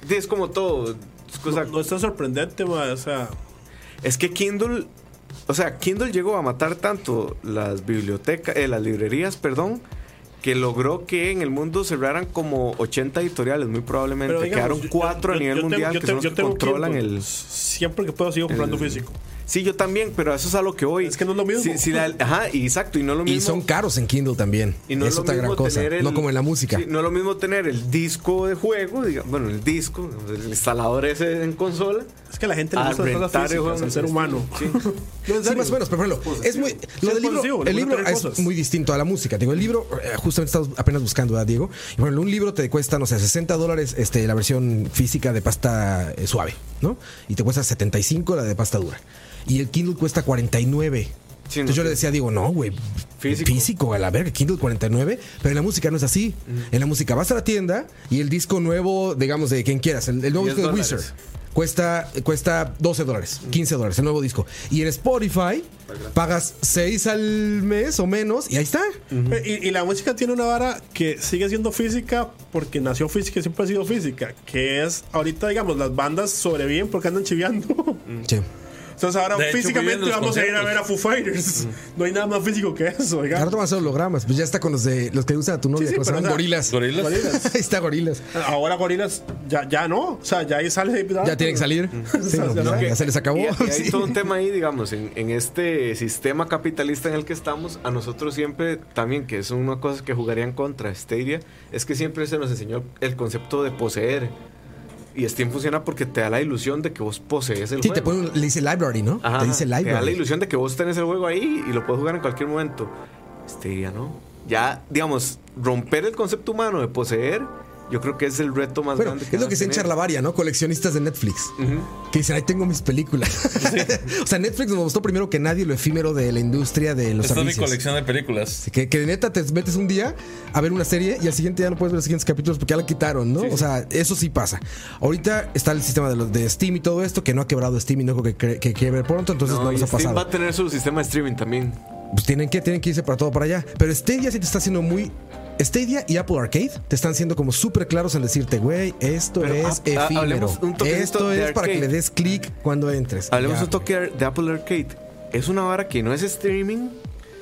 S2: es como todo. Es, cosa-
S3: no, no es tan sorprendente, ma, o sea,
S2: es que Kindle, o sea, Kindle llegó a matar tanto las bibliotecas, eh, las librerías, perdón, que logró que en el mundo cerraran como 80 editoriales, muy probablemente.
S3: digamos,
S2: Quedaron
S3: yo-
S2: cuatro
S3: yo-
S2: a nivel
S3: yo tengo-
S2: mundial
S3: yo
S2: que
S3: tengo-
S2: son los
S3: yo
S2: que
S3: tengo
S2: controlan
S3: Kindle.
S2: el.
S3: Siempre que puedo sigo comprando físico.
S2: Sí, yo también, pero a eso es a lo que voy.
S3: Es que no es lo mismo.
S2: Sí, sí, la- ajá, y exacto, y no es lo mismo.
S1: Y son caros en Kindle también.
S2: Y no es
S1: es
S2: lo
S1: otra gran
S2: mismo
S1: cosa.
S2: tener el-
S1: no como en la música.
S2: sí, no es lo mismo tener el disco de juego, diga- bueno, el disco, el instalador ese en consola.
S3: Es que a la gente le
S2: a
S3: gusta las cosas
S2: rentar Ah, el
S3: físicas,
S2: juego.
S3: al ser humano.
S2: Sí.
S3: No, en
S1: Sí,
S3: serio. Pues,
S1: más o menos, pero por ejemplo, es muy. Lo
S3: es
S1: del libro,
S3: positivo, le
S1: el
S3: gusta
S1: libro
S3: tener
S1: es
S3: cosas.
S1: muy distinto a la música. Digo, el libro, eh, justamente estamos apenas buscando, ¿verdad, Diego? Y bueno, un libro te cuesta, no sé, 60 dólares este, la versión física de pasta eh, suave, ¿no? Y te cuesta 75 la de pasta dura. Y el Kindle cuesta 49.
S2: Sí,
S1: Entonces yo
S2: no,
S1: le
S2: sí.
S1: decía, digo, no, güey, físico.
S2: Físico.
S1: a la verga, Kindle 49, pero en la música no es así. En la música vas a la tienda y el disco nuevo, digamos, de quien quieras, el, el nuevo
S2: 10
S1: disco de
S2: dólares.
S1: Wizard, cuesta, cuesta 12 dólares, 15 dólares, el nuevo disco. Y en Spotify pagas 6 al mes o menos y ahí está.
S3: Y, y la música tiene una vara que sigue siendo física porque nació física y siempre ha sido física. Que es, ahorita, digamos, las bandas sobreviven porque andan chiviando.
S1: Sí.
S3: Entonces ahora
S4: De hecho,
S3: físicamente
S4: viven los
S3: vamos a ir a
S4: conciertos.
S3: ver a Foo Fighters. <laughs> No hay nada más físico que eso,
S1: Ahora
S3: digamos.
S1: toman solo hologramas, pues ya está con los de los que usan a tu novia,
S3: sí,
S1: que se
S3: pero,
S1: llaman
S3: o
S1: gorilas.
S3: sea,
S4: ¿Gorilas?
S1: <laughs> ahí está gorilas.
S3: Ahora gorilas ya, ya no. O sea, ya ahí sale.
S1: Ya tienen que salir. Sí, no,
S3: Lo
S1: ya,
S2: que-
S1: <laughs> ya se les acabó.
S2: Y, y hay
S1: Sí.
S2: todo un tema ahí, digamos, en, en este sistema capitalista en el que estamos, a nosotros siempre también, que es una cosa que jugarían contra Stadia, es que siempre se nos enseñó el concepto de poseer. Y Steam funciona porque te da la ilusión de que vos posees el
S1: Sí,
S2: juego.
S1: te pone, le dice library, ¿no?
S2: Ajá,
S1: te dice
S2: da la
S1: library.
S2: ilusión de que vos tenés el juego ahí y lo puedes jugar en cualquier momento. Este ya no. Ya, digamos, romper el concepto humano de poseer, yo creo que es el reto más
S1: Bueno,
S2: grande.
S1: es lo
S2: van
S1: que
S2: a
S1: se en
S2: tener.
S1: Charlavaria, ¿no? Coleccionistas de Netflix. Que dicen, ahí tengo mis películas. <laughs> o sea, Netflix nos mostró primero que nadie lo efímero de la industria de los
S4: Esta es mi
S1: servicios.
S4: colección de películas.
S1: Así Que, que de neta te metes un día a ver una serie y al siguiente ya no puedes ver los siguientes capítulos porque ya la quitaron, ¿no? O sea, eso sí pasa. Ahorita está el sistema de los de Steam y todo esto, que no ha quebrado Steam y no creo que, cre- que quiebre pronto, entonces no,
S2: No, y
S1: nos ha
S2: Steam
S1: pasado.
S2: va a tener su sistema de streaming también.
S1: Pues tienen que, tienen que irse para todo para allá. Pero Stadia sí te está haciendo muy. Stadia y Apple Arcade te están siendo como súper claros en decirte, güey, esto
S2: Pero
S1: es
S2: ha- ha-
S1: efímero.
S2: hablemos un toquecito
S1: Esto
S2: de
S1: es para que
S2: arcade.
S1: le des clic cuando entres.
S2: Hablemos
S1: Ya.
S2: un toque de Apple Arcade. Es una vara que no es streaming,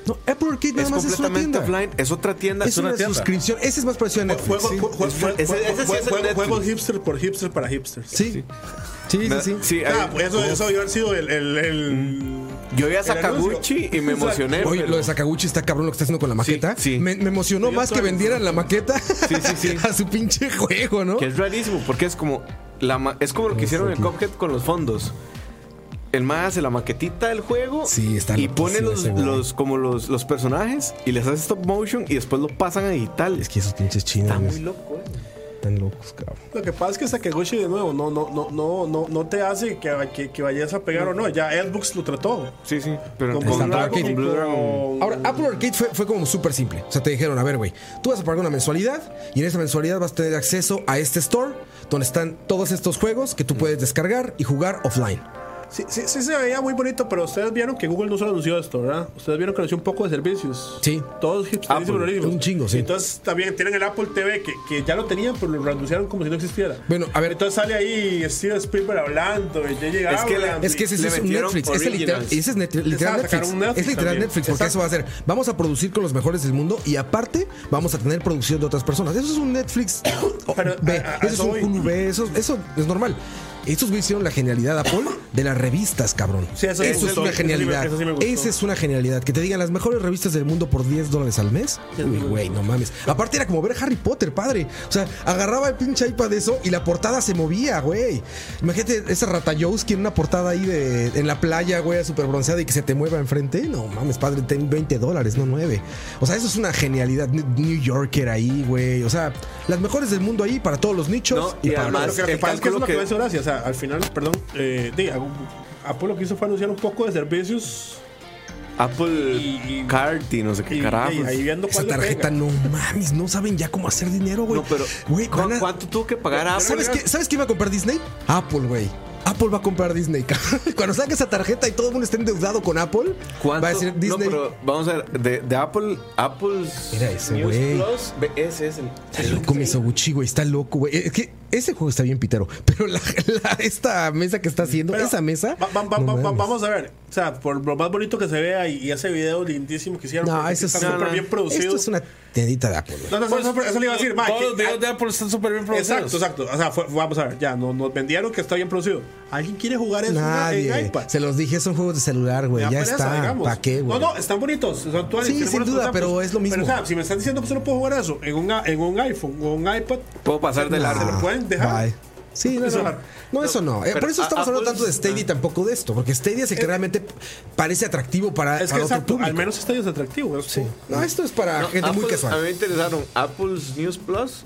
S1: No, Apple Arcade nada
S2: es
S1: más es una
S2: completamente
S1: tienda.
S2: offline, es otra tienda.
S1: Es
S4: una
S1: una,
S4: tienda.
S1: suscripción. Ese es más parecido a Netflix.
S3: Juegos
S1: sí.
S3: jue- jue- jue-
S2: Ese- ese sí es el
S3: jue- jue-
S2: Netflix.
S3: juegos hipster por hipster para hipsters.
S1: Sí. Sí, sí, sí.
S2: Sí,
S3: Ah,
S2: hay-
S3: pues eso, eso debió haber sido el. el, el-
S2: Yo vi a
S3: el anuncio.
S2: Sakaguchi y me
S3: Exacto.
S2: emocioné.
S1: Oye,
S2: pero-
S1: lo de Sakaguchi está cabrón lo que está haciendo con la maqueta.
S2: sí.
S1: Me, me emocionó
S3: Yo
S1: más que
S3: todavía-
S1: vendieran la maqueta <laughs>
S2: sí, sí.
S1: a su pinche juego, ¿no?
S2: Que es rarísimo, porque es como la ma- es como lo que hicieron en el Cuphead con los fondos. El más hace la maquetita del juego
S1: Sí, está
S2: y pone
S1: loquísimo
S2: los,
S1: ese güey.
S2: los- como los, los personajes y les hace stop motion y después lo pasan a digital.
S1: Es que esos pinches chinos
S2: está
S1: güey,
S2: muy loco, eh.
S1: están locos, cabrón.
S3: Lo que pasa es que Sakaguchi, de nuevo, no, no, no, no, no, no te hace que, que, que vayas a pegar o no. Ya Xbox lo trató.
S2: Sí, sí, pero
S3: Con
S2: con,
S3: Blue
S1: Dragon,
S2: Blue Dragon,
S3: con
S2: Blue Dragon.
S3: Dragon.
S1: Ahora, Apple Arcade fue, fue como súper simple. O sea, te dijeron, a ver, güey, tú vas a pagar una mensualidad y en esa mensualidad vas a tener acceso a este store donde están todos estos juegos que tú puedes descargar y jugar offline.
S3: Sí, sí, sí se veía muy bonito, pero ustedes vieron que Google no solo anunció esto, ¿verdad? Ustedes vieron que anunció un poco de servicios.
S1: Sí.
S3: Todos hipsterísimos.
S2: Apple,
S3: rarísimos.
S1: un chingo, sí.
S3: Entonces también tienen el Apple TV, que, que ya lo tenían, pero lo renunciaron como si no existiera.
S1: Bueno, a ver,
S3: Entonces sale ahí Steven Spielberg hablando, y J.J.
S2: Es que la-
S3: Abrams,
S1: Es que ese
S2: Le
S1: es un
S2: metieron
S1: Netflix, ese literal,
S2: originals.
S1: ese es net- literal
S3: Exacto,
S1: Netflix.
S3: sacaron un Netflix
S1: Es literal
S3: también.
S1: Netflix, porque
S3: Exacto.
S1: eso va a ser. Vamos a producir con los mejores del mundo y aparte vamos a tener producción de otras personas. Eso es un Netflix. o-
S3: <coughs> Pero,
S1: B,
S3: a- a- a
S1: eso es
S3: eso
S1: un
S3: voy.
S1: Hulu B, eso, eso es normal. Estos güey hicieron la genialidad Apple de las revistas, cabrón.
S3: Sí,
S1: eso
S3: eso me
S1: es
S3: gustó,
S1: una
S3: eso sí me-
S1: genialidad.
S3: eso sí me gustó.
S1: Esa es una genialidad. Que te digan las mejores revistas del mundo por 10 dólares al mes. Uy, güey, no mames. Aparte era como ver Harry Potter, padre. O sea, agarraba el pinche iPad de eso y la portada se movía, güey. Imagínate esa Ratayowski en una portada ahí de, en la playa, güey, super bronceada y que se te mueva enfrente. No mames, padre, ten 20 dólares, no 9. O sea, eso es una genialidad. New Yorker ahí, güey. O sea, las mejores del mundo ahí para todos los nichos
S2: No,
S1: y,
S2: y
S1: para
S2: además-
S3: Pero que lo que
S2: el
S3: pasa es que eso es lo que
S2: cálculo
S3: ves ahora, sí, o sea, al final, perdón, eh, di, a- Apple lo que hizo fue anunciar un poco de servicios
S2: Apple
S3: Y- y-
S2: Card y no sé
S3: y,
S2: qué
S3: y
S2: carajos.
S3: ahí viendo
S1: Esa
S3: cuál le
S1: tarjeta,
S3: pega.
S1: no mames, no saben ya cómo hacer dinero, güey.
S2: No, pero
S1: Güey,
S2: ¿cu-
S1: van a-
S2: ¿cuánto tuvo que pagar Apple?
S1: ¿Sabes qué, ¿Sabes qué iba a comprar Disney? Apple, güey. Apple va a comprar Disney. cabrón. <laughs> Cuando saque esa tarjeta y todo el mundo esté endeudado con Apple,
S2: ¿Cuánto?
S1: va a decir Disney.
S2: No, pero vamos a ver, de, de Apple, Apple's
S1: Mira ese,
S2: News
S1: güey.
S2: Plus, ve- ese es el.
S1: Está loco mi Soguchi, güey. Está loco, güey. Es que ese juego está bien pitero. <laughs> Pero la, la- esta mesa que está haciendo,
S3: Pero
S1: esa mesa.
S3: va- va- va-
S1: no
S3: va-
S1: mames.
S3: vamos a ver. O sea, por lo más bonito que se vea y, y ese video lindísimo que hicieron,
S1: No,
S3: porque
S1: eso
S3: está
S1: es-
S3: súper
S2: no, no.
S3: bien producido.
S1: Esto es una tiendita de Apple, güey.
S3: No, no, eso, eso- eso le iba a decir, ma,
S4: Todos
S3: que-
S4: los videos de Apple están súper bien producidos.
S3: Exacto, exacto. O sea, fue- vamos a ver, ya nos, nos vendieron que está bien producido. ¿Alguien quiere jugar eso en
S1: Nadie.
S3: iPad?
S1: Se los dije, son juegos de celular, güey.
S3: Me
S1: Ya,
S3: da pereza,
S1: está.
S3: digamos.
S1: ¿Para qué, güey?
S3: No, no, están bonitos. Son actuales,
S1: Sí,
S3: tienen
S1: sin
S3: buenos
S1: duda,
S3: conceptos.
S1: pero es lo mismo.
S3: Pero, o sea, si me están diciendo que solo puedo jugar eso en un, en un iPhone o un iPad,
S2: Puedo pasar de
S1: Ah,
S3: ¿se
S2: largo.
S3: lo pueden dejar?
S1: bye. Sí, no, no,
S3: Eso-
S1: No, eso no. Eh,
S2: pero
S1: por eso
S2: a-
S1: estamos hablando
S2: Apple-
S1: tanto de Stadia y tampoco de esto, porque Stadia es el que realmente p- parece atractivo para,
S3: es que
S1: para otro
S3: exacto,
S1: público.
S3: al menos este es atractivo. eso.
S1: No, esto es para
S2: No,
S1: gente muy
S2: Apple- A mí
S1: casual.
S2: me interesaron Apple's News Plus,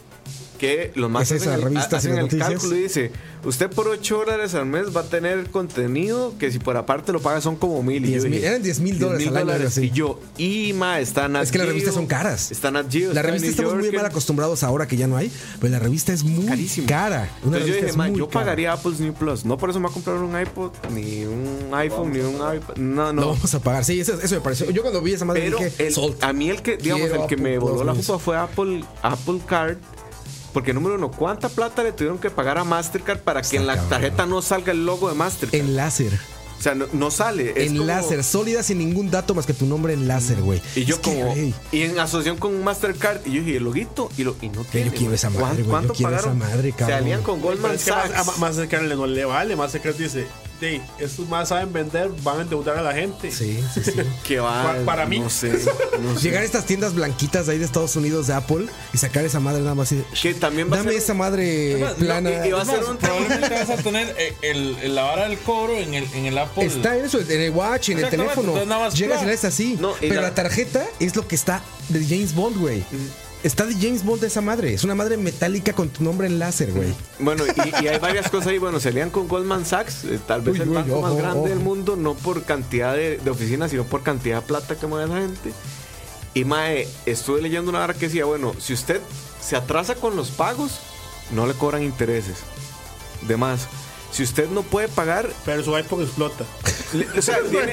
S2: que los más
S1: Es esa
S2: hacen el-
S1: revista,
S2: hacen
S1: sin las
S2: el
S1: noticias.
S2: cálculo y dice, usted por 8 dólares al mes va a tener contenido que si por aparte lo paga son como mil. Y
S1: Diez
S2: yo
S1: mil-
S2: dije,
S1: eran diez mil
S2: "Diez
S1: dólares al año", algo así.
S2: Y yo, y ma, está Nat
S1: Es que las
S2: Geo,
S1: revistas son caras.
S2: Está Nat Geo,
S1: La
S2: está
S1: revista
S2: New
S1: estamos muy
S2: Yorker.
S1: mal acostumbrados ahora que ya no hay, pero la revista es muy
S2: Carísimo.
S1: cara. Una
S2: Entonces yo
S1: revista
S2: dije,
S1: es
S2: ma,
S1: muy
S2: yo
S1: cara".
S2: pagaría Apple's New Plus. No por eso me va a comprar un iPod, ni un iPhone, ni un iPad. No,
S1: Lo
S2: no.
S1: vamos a pagar. Sí, eso, eso me pareció. Yo cuando vi esa madre
S2: Pero
S1: dije,
S2: el-
S1: "Sold".
S2: a mí el que, digamos,
S1: Quiero
S2: el que me
S1: Apple
S2: voló la
S1: Plus.
S2: jupa fue Apple, Apple Card. Porque número uno, ¿cuánta plata le tuvieron que pagar a Mastercard para que
S1: Está
S2: en la
S1: cabrón.
S2: tarjeta no salga el logo de Mastercard?
S1: En láser.
S2: o sea, no, no sale. es
S1: en
S2: como-
S1: láser. Sólida sin ningún dato más que tu nombre en láser, güey.
S2: Y yo
S1: Es que,
S2: como...
S1: güey,
S2: y en asociación con Mastercard. Y yo dije, el loguito. Y, lo, y no
S1: Que
S2: tiene.
S1: yo quiero
S2: güey.
S1: esa madre,
S2: ¿Cuán-
S1: güey. Yo quiero esa madre,
S2: Se
S1: cabrón.
S2: alían con
S3: Pero
S2: Goldman
S3: es que más,
S2: Sachs.
S3: a- más cercano le, no le vale, más cercano dice, de, estos más saben vender, van a endeudar a la gente.
S1: Sí, sí, sí.
S2: Que va.
S3: Pa- para mí.
S2: No sé. no sé.
S1: Pues Llegar a estas tiendas blanquitas de ahí de Estados Unidos de Apple y sacar esa madre nada más así. de,
S2: Que también va a
S1: Dame
S2: ser-
S1: esa madre
S4: Además, no,
S1: plana.
S2: y- y va a ser
S4: Además,
S2: un
S4: probablemente vas a tener eh, el, el- la vara del cobro en el, en el Apple.
S1: Está en eso, en el watch, en el
S4: Exactamente,
S1: teléfono.
S4: entonces nada más,
S1: Llegas
S4: claro.
S1: y la haces así.
S2: No, y
S1: pero
S2: la-
S1: la... tarjeta es lo que está de James Bond, güey.
S2: Mm.
S1: Está de James Bond esa madre. Es una madre metálica con tu nombre en láser, güey.
S2: Bueno, y, y hay varias cosas ahí. Bueno, se alían con Goldman Sachs, eh, tal vez
S1: Uy,
S2: el
S1: uy,
S2: banco más
S1: ojo,
S2: grande del
S1: ojo.
S2: mundo, no por cantidad de, de oficinas, sino por cantidad de plata que mueve la gente. Y Mae, estuve leyendo una hora que decía, bueno, si usted se atrasa con los pagos, no le cobran intereses. De más. Si usted no puede pagar,
S3: Pero su iPhone explota.
S2: le- o
S1: <laughs>
S2: sea, tiene,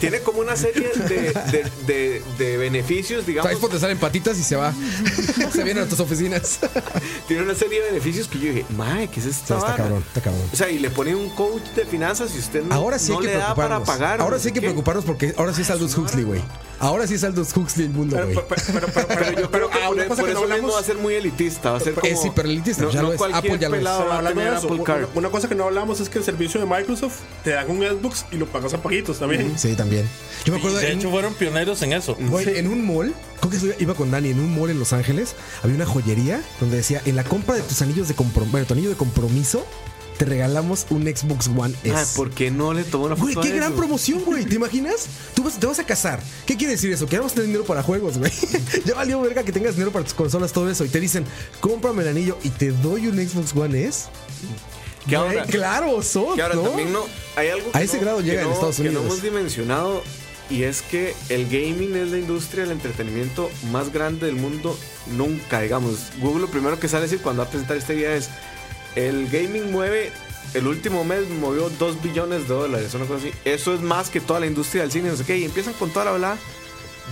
S2: tiene como una serie de, de- de- de beneficios,
S1: Tu
S2: digamos.
S1: iPhone te salen patitas y se
S2: <laughs>
S1: va. se vienen a tus oficinas.
S2: Tiene una serie de beneficios que yo dije, Mae, ¿qué es
S1: está
S2: esta? vara?"
S1: cabrón, está cabrón.
S2: O sea, y le ponen un coach de finanzas y usted no,
S1: Ahora sí
S2: no
S1: hay que
S2: le da para
S1: preocuparnos.
S2: pagar.
S1: ahora
S2: no
S1: sí hay
S2: sé
S1: que
S2: qué.
S1: preocuparnos porque ahora sí es Aldous Huxley, güey. Ahora sí es Aldous Huxley el mundo,
S3: Pero,
S1: güey.
S3: pero, pero, pero,
S2: Pero <laughs> yo creo que
S3: ah,
S2: por,
S3: una cosa
S2: por
S3: que
S2: eso
S3: no
S2: Lendo
S3: hablamos-
S2: va a ser muy elitista. Va a ser como,
S1: Es hiperelitista,
S2: no,
S1: ya
S2: no
S1: lo es,
S2: cualquier
S1: Apple ya lo es.
S2: pelado
S3: Pero
S2: va a
S3: hablando
S2: tener
S3: de eso,
S2: Apple
S3: u-
S2: Card.
S3: Una, una cosa que no hablamos es que el servicio de Microsoft te dan un Xbox y lo pagas a poquitos también.
S1: Sí, también. Yo me acuerdo
S4: de
S1: en-
S4: hecho, fueron pioneros en eso.
S1: Güey, en un mall, creo que eso iba con Dani, en un mall en Los Ángeles, había una joyería donde decía, en la compra de tus anillos de compromiso, tu anillo de compromiso, te regalamos un Xbox One S.
S2: Ay, Ah, ¿por qué no le tomó una
S1: Güey,
S2: foto
S1: qué
S2: a
S1: gran
S2: eso?
S1: promoción,
S2: <laughs>
S1: güey. ¿Te imaginas? Tú vas- te vas a casar. ¿Qué quiere decir eso? Que ya vamos a tener dinero para juegos, güey. <laughs> ya valió verga que tengas dinero para tus consolas, todo eso. Y te dicen, cómprame el anillo y te doy un Xbox One S. Güey,
S2: Que ahora,
S1: claro, sos,
S2: que ahora
S1: ¿no?
S2: también no. Hay algo
S1: A
S2: que
S1: ese
S2: no-
S1: grado
S2: que
S1: llega en
S2: no-
S1: Estados
S2: Que
S1: Unidos.
S2: no hemos dimensionado. Y es que el gaming es la industria del entretenimiento más grande del mundo nunca, digamos. Google lo primero que sale a decir cuando va a presentar este día es, el gaming mueve, el último mes movió 2 billones de dólares, una cosa así. Eso es más que toda la industria del cine, no sé qué. Y empiezan con toda la hablada.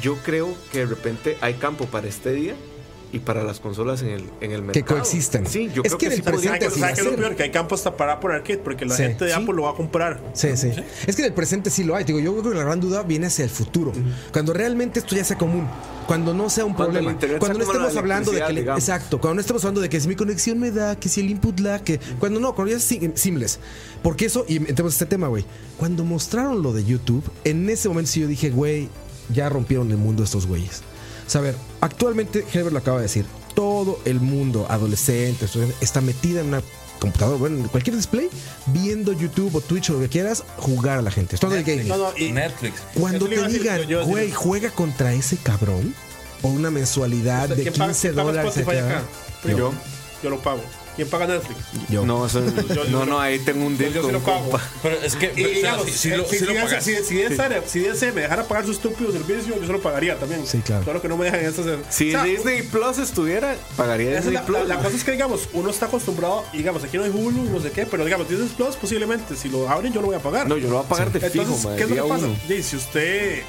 S2: Yo creo que de repente hay campo para este día y para las consolas en el, en el mercado.
S1: coexistan.
S2: Sí, yo
S1: Es
S2: creo
S1: que
S2: que,
S1: en el
S2: sí
S3: Pero
S2: podría-
S1: presente
S3: ¿Sabes
S1: sin
S3: ¿sabe qué es lo
S1: hacer.
S3: peor? Que hay campo hasta parado por arcade porque la
S1: Sí.
S3: gente de
S1: Sí.
S3: Apple lo va a comprar.
S1: Sí, sí. Es que en el presente sí lo hay. Te Digo, yo creo que la gran duda viene hacia el futuro. Cuando realmente esto ya sea común. Cuando no sea un
S2: Cuando el
S1: problema.
S2: internet
S1: Cuando no
S2: sea como la
S1: estemos hablando de que. le-
S2: electricidad, digamos.
S1: exacto. Cuando no estemos hablando de que si mi conexión me da, que si el input lag, que. Cuando no, cuando ya es sim- simples. Porque eso, y entremos a este tema, güey. Cuando mostraron lo de YouTube, en ese momento sí yo dije, güey, ya rompieron el mundo estos güeyes. O sea, a ver, actualmente Herbert lo acaba de decir. Todo el mundo, adolescente, estudiante, está metida en una computadora, bueno, en cualquier display, viendo YouTube o Twitch o lo que quieras, jugar a la gente. Esto es el gaming.
S3: No, no, y-
S4: Netflix.
S1: Cuando
S3: Eso le iba
S1: te
S3: a decir,
S1: digan,
S3: yo- yo-
S1: güey, juega contra ese cabrón por una mensualidad de
S3: ¿Quién paga-
S1: 15
S3: quién paga
S1: dólares.
S3: Spotify
S1: etcétera.
S3: acá?
S1: Yo.
S3: Yo. Yo lo pago. ¿Quién paga Netflix?
S1: Yo.
S2: No, eso- no, no, ahí tengo un deal
S3: Pues Yo
S2: con
S3: sí lo
S2: un
S3: pago.
S2: compa.
S4: Pero es que,
S3: Y
S4: o sea,
S3: digamos, eh,
S4: si, si lo,
S3: si
S4: si lo
S3: DS
S4: pagas.
S3: si- si DS si DS me dejara pagar su estúpido servicio, yo se lo pagaría también.
S1: Sí, claro.
S3: Todo lo que no me dejan en estas.
S2: Si
S3: o sea,
S2: Disney Plus estuviera, pagaría
S3: esa es
S2: Disney
S3: la,
S2: Plus.
S3: la- la cosa es que, digamos, uno está acostumbrado, y, digamos, aquí no hay Hulu, no sé qué, pero digamos, Disney Plus posiblemente, si lo abren, yo lo voy a pagar.
S2: No, yo lo voy a pagar de fijo,
S3: Entonces,
S2: madre,
S3: ¿qué es
S2: día
S3: lo que pasa?
S2: uno.
S3: Di, si usted.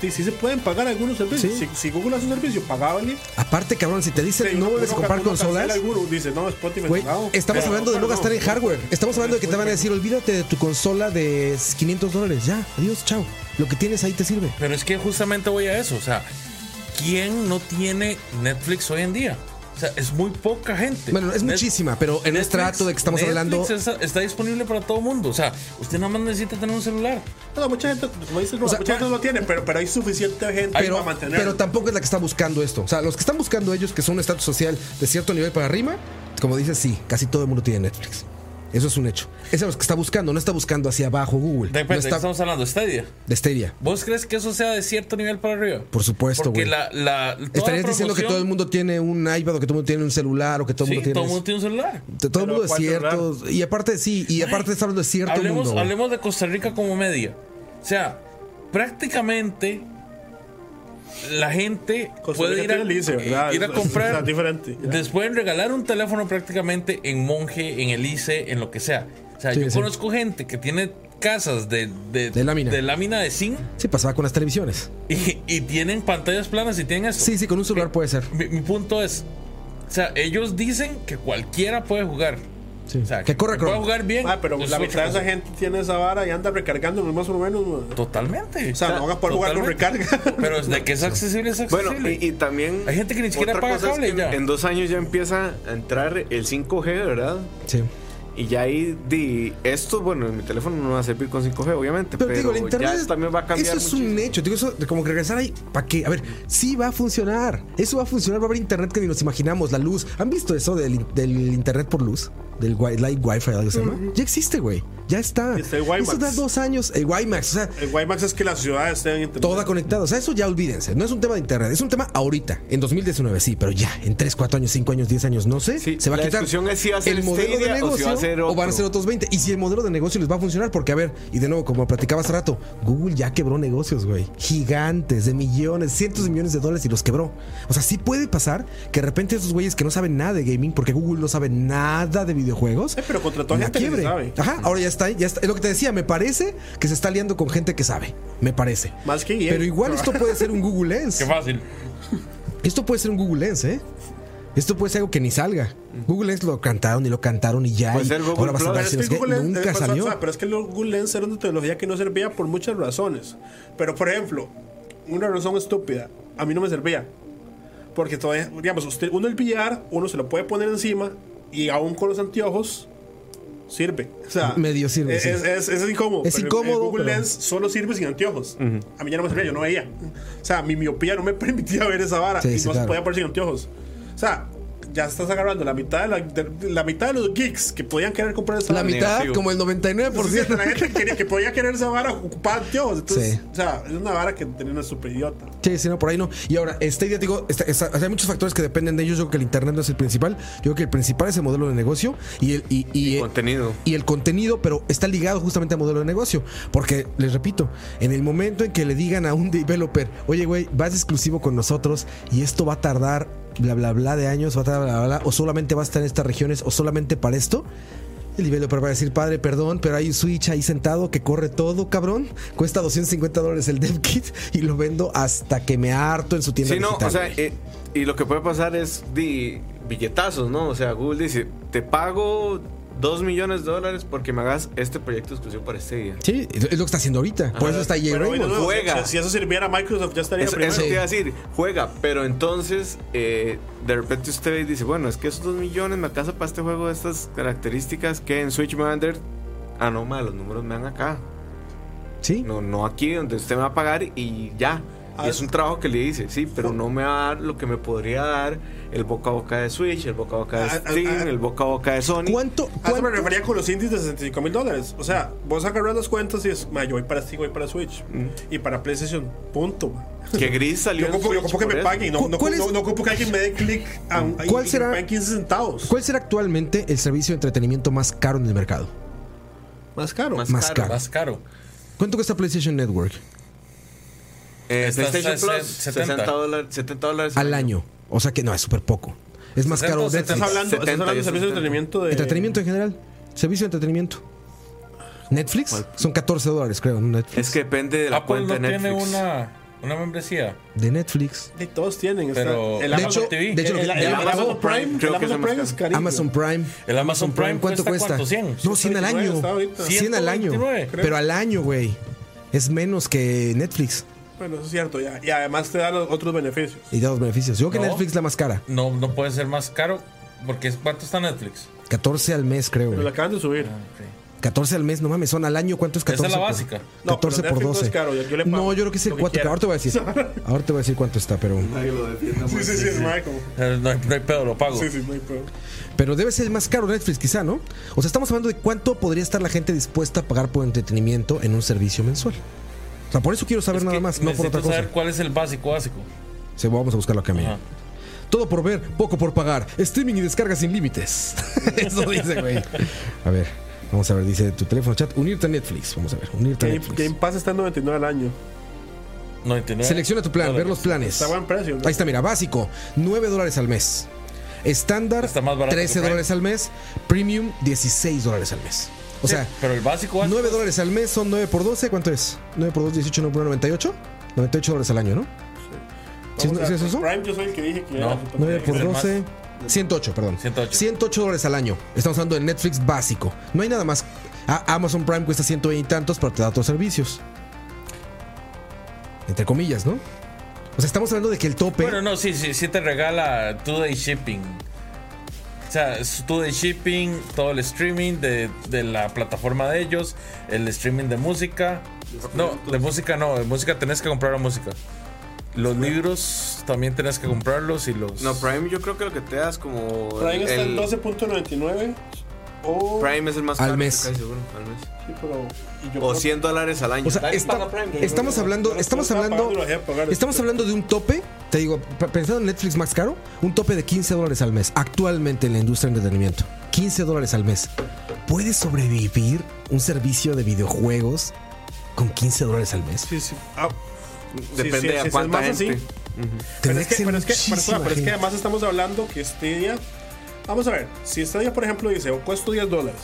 S3: Si, si se pueden pagar algunos servicios,
S1: Sí.
S3: si, si Google hace un servicio pagable,
S1: Aparte, cabrón, si te dicen
S3: si
S1: no
S3: uno-
S1: vuelves a
S3: uno-
S1: comprar
S3: uno cancela
S1: consolas.
S3: Alguno, dice, no,
S4: pues,
S3: Spotify
S1: Güey,
S3: no,
S1: estamos
S3: pero
S1: hablando de no gastar en hardware. Estamos hablando de que te van a decir, olvídate de tu consola de 500 dólares. Ya, adiós, chao. Lo que tienes ahí te sirve.
S4: Pero es que justamente voy a eso. O sea, ¿quién no tiene Netflix hoy en día? O sea, es muy poca gente.
S1: Bueno, es
S4: Net-
S1: muchísima, pero en este trato de que estamos
S4: Netflix
S1: hablando.
S4: Está, está disponible para todo el mundo. O sea, usted nada más necesita tener un celular.
S3: No, mucha gente, como dice, Roa,
S1: sea,
S3: mucha gente no lo tiene, pero, pero hay suficiente gente
S1: Pero,
S3: para mantener.
S1: pero tampoco es la que está buscando esto. O sea, los que están buscando ellos, que son un estatus social de cierto nivel para arriba, como dices, sí, casi todo el mundo tiene Netflix. Eso es un hecho. Esa es los que está buscando, no está buscando hacia abajo Google.
S4: Depende,
S1: no está
S4: estamos hablando de Stadia.
S1: de Stadia.
S4: ¿Vos crees que eso sea de cierto nivel para arriba?
S1: Por supuesto,
S4: Porque
S1: güey.
S4: la, la, toda
S1: Estarías
S4: la
S1: diciendo que
S4: promoción-
S1: todo el mundo tiene un iPad o que todo el mundo tiene un celular o que todo el
S4: Sí,
S1: mundo
S4: todo
S1: tiene.
S4: el mundo tiene un celular.
S1: De Todo el
S3: Pero
S1: mundo es
S3: ¿cuál
S1: cierto. Y aparte, sí, y aparte está hablando de cierto
S4: hablemos,
S1: mundo. güey.
S4: hablemos de Costa Rica como media. O sea, prácticamente la gente
S3: Costa
S4: puede
S3: Rica
S4: ir a,
S3: tiene lice, ¿verdad?
S4: ir a
S3: Es- es-
S4: comprar.
S3: <laughs> es diferente.
S4: Les pueden regalar un teléfono prácticamente en Monje, en el ICE, en lo que sea. O sea,
S1: Sí,
S4: yo
S1: sí.
S4: conozco gente que tiene casas de, de,
S1: De lámina.
S4: de lámina de zinc
S1: Sí, pasaba con las televisiones.
S4: y, y tienen pantallas planas y tienen eso.
S1: Sí, sí, con un celular puede ser.
S4: Mi, mi punto es, o sea, ellos dicen que cualquiera puede jugar.
S1: Sí.
S4: O sea,
S1: que corra
S4: pueda
S1: Chrome.
S4: jugar bien.
S3: Ah, pero
S4: es
S3: la
S4: otra
S3: mitad de
S4: cosa.
S3: esa gente tiene esa vara y anda recargando en el más o menos. man.
S4: Totalmente.
S3: O sea, no van a poder jugar con
S4: Totalmente.
S3: recarga.
S4: <laughs> Pero de que es accesible, es accesible.
S2: Bueno, y, y también.
S4: Hay gente que ni siquiera
S2: otra
S4: paga
S2: cosa es
S4: cable
S2: que
S4: ya.
S2: En dos años ya empieza a entrar el 5G, ¿verdad?
S1: Sí.
S2: Y ya ahí, di, esto, bueno, en mi teléfono no va a servir con 5G, obviamente. Pero,
S1: Pero, te digo, el
S2: ya
S1: internet.
S2: también va a cambiar.
S1: Eso es un
S2: muchísimo.
S1: hecho. Te Digo, eso, de como que regresar ahí, ¿para qué? A ver, sí va a funcionar. Eso va a funcionar. Va a haber internet que ni nos imaginamos. La luz. ¿Han visto eso del, del internet por luz? Del wi- light wifi, algo se llama. Ya existe, güey. Ya está.
S3: Está el
S1: Eso
S3: WiMAX.
S1: da dos años. El WiMAX. O sea,
S3: El WiMAX es que las ciudades estén en internet.
S1: toda conectada. O sea, eso ya olvídense. No es un tema de internet. Es un tema ahorita, en 2019, sí, pero ya, en 3, 4 años, 5 años, 10 años, no sé.
S2: Sí,
S1: se va a
S2: la
S1: quitar.
S2: discusión es si va a ser
S1: el modelo de
S2: Stadia o
S1: negocio
S2: si va a ser
S1: o van a
S2: otro.
S1: ser otros 20. Y si el modelo de negocio les va a funcionar, porque a ver, y de nuevo, como platicaba hace rato, Google ya quebró negocios, güey. Gigantes, de millones, cientos de millones de dólares y los quebró. O sea, sí puede pasar que de repente esos güeyes que no saben nada de gaming, porque Google no sabe nada de videojuegos,
S3: Eh, pero contrató a
S1: la
S3: gente que sí
S1: quiebre.
S3: sabe.
S1: Ajá, ahora ya está, ahí, ya está. Es lo que te decía, me parece que se está liando con gente que sabe. Me parece.
S3: Más que EA.
S1: Pero igual esto puede ser un Google Lens.
S4: Qué fácil.
S1: Esto puede ser un Google Lens, ¿eh? Esto puede ser algo que ni salga. Google Lens lo cantaron y lo cantaron y ya.
S2: Puede
S1: y
S2: ser Google
S1: ahora vas a
S2: Plus.
S1: ver
S3: Pero
S1: si
S3: es,
S1: los
S3: que
S1: que
S3: el Google Lens,
S1: nunca
S3: eh,
S1: salió.
S3: pero es que el Google Lens era una tecnología que no servía por muchas razones. Pero, por ejemplo, una razón estúpida, a mí no me servía. Porque todavía, digamos, usted, uno el billar, uno se lo puede poner encima y aún con los anteojos sirve. O sea,
S1: Medio sirve,
S3: Es,
S1: sí.
S3: es- es- es incómodo.
S1: Es
S3: pero el-
S1: incómodo,
S3: El Google
S1: pero-
S3: Lens solo sirve sin anteojos. A mí ya no me servía, yo no veía. O sea, mi miopía no me <laughs> permitía ver esa vara
S1: Sí,
S3: y
S1: sí,
S3: no
S1: claro.
S3: se podía poner sin anteojos. O sea, ya estás agarrando la mitad de, la, de- la mitad de los geeks que podían querer comprar esa
S1: La
S3: vara.
S1: mitad,
S2: negativo.
S1: como el 99%.
S3: Entonces, sí, la gente que, quería- que podía querer esa vara ocupaba anteojos. Entonces,
S1: Sí.
S3: o sea, es una vara que tenía una super idiota.
S1: Sí, sí, no, por ahí no. Y ahora, este idea, digo, está- está- o sea, hay muchos factores que dependen de ellos. Yo creo que el internet no es el principal. Yo creo que el principal es el modelo de negocio y el, y, eh, y-
S2: Contenido.
S1: y el contenido, pero está ligado justamente al modelo de negocio. Porque, les repito, en el momento en que le digan a un developer, oye, güey, vas exclusivo con nosotros y esto va a tardar bla, bla, bla de años, va a tardar bla, bla, bla, o solamente va a estar en estas regiones, o solamente para esto. El developer va a decir, padre, perdón, pero hay un Switch ahí sentado que corre todo, cabrón. Cuesta 250 dólares el dev kit y lo vendo hasta que me harto en su tienda
S2: Sí, no,
S1: digital.
S2: o sea, eh, y lo que puede pasar es di, billetazos, ¿no? O sea, Google dice, te pago 2 millones de dólares porque me hagas este proyecto exclusivo para este día.
S1: Sí, es lo que está haciendo ahorita. Por eso está EA
S3: Pero,
S1: Raymond.
S3: bueno, no,
S2: juega.
S3: Si, si eso sirviera a Microsoft, ya estaría
S2: Eso,
S3: primero.
S2: eso te iba a decir, juega, pero entonces eh, de repente usted dice, bueno, es que esos 2 millones me alcanza para este juego de estas características que en Switch me van a vender. Ah, no, ma, los números me dan acá.
S1: Sí.
S2: No, no aquí donde usted me va a pagar y ya.
S3: Ah, Oh.
S2: Y es un trabajo que le dice, sí, pero no me va a dar lo que me podría dar el boca a boca de Switch, el boca a boca de
S3: Ah, ah,
S2: Steam,
S3: ah.
S2: el boca a boca de Sony. Ah,
S1: ¿Cuánto?
S3: A eso me
S1: cuánto-
S3: refería con los indies de 65 mil dólares. O sea, vos agarras las cuentas y es, ma, yo voy para Steam, voy para Switch
S1: Mm.
S3: y para PlayStation, punto. ma.
S2: Que gris salió.
S3: Yo
S2: en
S3: ocupo, yo
S2: Switch
S3: ocupo que
S2: por
S3: me
S2: eso.
S3: paguen, no,
S1: ¿Cu-
S3: no,
S1: cuál
S3: no-
S1: es-
S3: no ocupo que alguien me dé click a, a-
S1: ¿Cuál
S3: y- y
S1: será-
S3: me paguen 15 centavos.
S1: ¿Cuál será actualmente el servicio de entretenimiento más caro en el mercado?
S3: Más caro.
S2: Más
S1: Más
S2: caro.
S1: caro.
S4: Más caro.
S1: ¿Cuánto cuesta PlayStation Network
S2: Eh,
S4: Está
S2: PlayStation
S4: se-
S2: Plus,
S4: 70.
S2: 60 dólares, 70 dólares
S1: al año? O sea que no, es súper poco. Es más caro
S4: 60,
S1: Netflix.
S3: Estás hablando, estás
S2: 70,
S3: hablando de servicios de
S2: 70.
S3: entretenimiento de.
S1: Entretenimiento en general. Servicio de entretenimiento. Netflix son 14 dólares, creo. Netflix.
S2: Es que depende de la
S4: Apple
S2: cuenta
S4: no
S2: de Netflix.
S4: tiene una, una membresía.
S1: De Netflix.
S3: De todos tienen. está-
S4: Pero-
S3: el
S4: De
S3: Amazon
S1: hecho-
S3: TV.
S1: de hecho, lo
S4: eh,
S3: el,
S1: que-
S3: el
S1: el
S3: Amazon,
S2: Amazon Prime,
S3: Prime.
S2: creo
S3: El
S2: que es el
S3: Amazon
S2: más
S3: Prime es
S2: caro.
S3: carísimo.
S1: Amazon Prime.
S4: El Amazon Prime,
S1: ¿Cuánto cuesta?
S4: ¿100?
S1: No, 100 al año.
S3: está ahorita.
S1: 100 al año.
S4: 129, creo.
S1: Pero al año, güey. Es menos que Netflix.
S3: Bueno, eso es cierto. Ya. Y además te da los otros beneficios.
S1: Y da los beneficios. Yo creo que
S4: No.
S1: Netflix la más cara.
S4: No, no puede ser más caro. Porque es- ¿cuánto está Netflix?
S1: 14 al mes, creo.
S3: Pero lo
S1: güey.
S3: acaban de subir.
S1: 14 al mes, no mames. Son al año, ¿cuánto es 14?
S4: Esa es la
S1: por-
S4: básica.
S3: No,
S1: 14
S3: pero
S1: por
S3: Netflix no es
S1: 12.
S3: caro, yo- yo le
S1: no,
S3: pago
S1: yo creo que es el
S3: lo que
S1: 4.
S3: quiera. <laughs>
S1: Ahora te voy a decir. Ahora te voy a decir cuánto está, pero.
S6: Nadie lo defienda.
S3: Sí, sí, sí, es Michael.
S4: Eh, No, hay- no hay pedo, lo pago.
S3: Sí, sí, no hay problema.
S1: Pero debe ser el más caro Netflix, quizá, ¿no? O sea, estamos hablando de cuánto podría estar la gente dispuesta a pagar por entretenimiento en un servicio mensual. O sea, por eso quiero saber
S4: Es
S1: nada
S4: que
S1: más, no por
S4: necesito
S1: otra cosa.
S4: saber cuál es el básico básico.
S1: Se vamos a buscarlo acá, mira.
S4: Ajá.
S1: Todo por ver, poco por pagar. Streaming y descarga sin límites. <laughs> eso dice, güey. A ver, vamos a ver, dice tu teléfono chat, unirte a Netflix. Vamos a ver, unirte a
S3: Game,
S1: Netflix.
S3: Game Pass está en 99 al año.
S4: 99.
S1: Selecciona tu plan, ver
S4: dólares.
S1: los planes.
S3: ¿Eh? Está a buen precio. ¿no?
S1: Ahí está, mira, básico, 9 dólares al mes. Estándar,
S4: Está más barato
S1: 13
S4: que Prime.
S1: dólares al mes. Premium, 16 dólares al mes. O sea,
S4: Pero el básico básico.
S1: 9 dólares al mes son 9 por 12, ¿cuánto es? 9 por 12, 18, 9 por 98. 98 dólares al año, ¿no? ¿Sí,
S3: Vamos
S1: es-
S3: a-
S1: es eso?
S3: Prime, yo soy el que dije que
S4: No.
S3: era super-
S1: 9 por
S4: ser más.
S1: 12. 108, perdón.
S4: 108.
S1: 108 dólares al año. Estamos hablando de Netflix básico. No hay nada más. A- Amazon Prime cuesta 120 y tantos, pero te da otros servicios. Entre comillas, ¿no? O sea, estamos hablando de que el tope.
S4: Bueno, no, sí, sí, sí te regala two day shipping. sea, es todo el shipping, todo el streaming de, de la plataforma de ellos, el streaming de música. No, de música no, de música tenés que comprar la música. Los libros también tenés que comprarlos y los.
S2: No, Prime yo creo que lo que te das como...
S3: Prime
S2: el-
S3: está en
S2: el-
S3: 12.99. O.
S2: Prime es el más
S1: Al
S2: caro,
S1: mes.
S2: casi seguro, al mes.
S3: Sí, pero- y yo
S2: O
S3: creo-
S2: 100 dólares al año.
S1: O sea, esta-
S3: eh,
S1: estamos hablando, estamos hablando, estamos hablando de un tope, te digo, p- pensando en Netflix más caro, un tope de 15 dólares al mes, actualmente en la industria de entretenimiento. 15 dólares al mes. ¿Puede sobrevivir un servicio de videojuegos con 15 dólares al mes?
S3: Sí, sí. Ah,
S2: Depende
S3: sí, sí,
S2: a
S3: sí,
S2: cuánta
S3: es más
S2: gente.
S3: así.
S1: <laughs>
S3: Pero
S1: Tendría
S3: es, que,
S1: ser
S3: pero, es que, pero,
S1: muchísima
S3: pero es que
S1: gente.
S3: además estamos hablando que este día. Vamos a ver, si este día, por ejemplo, dice, o cuesta 10 dólares.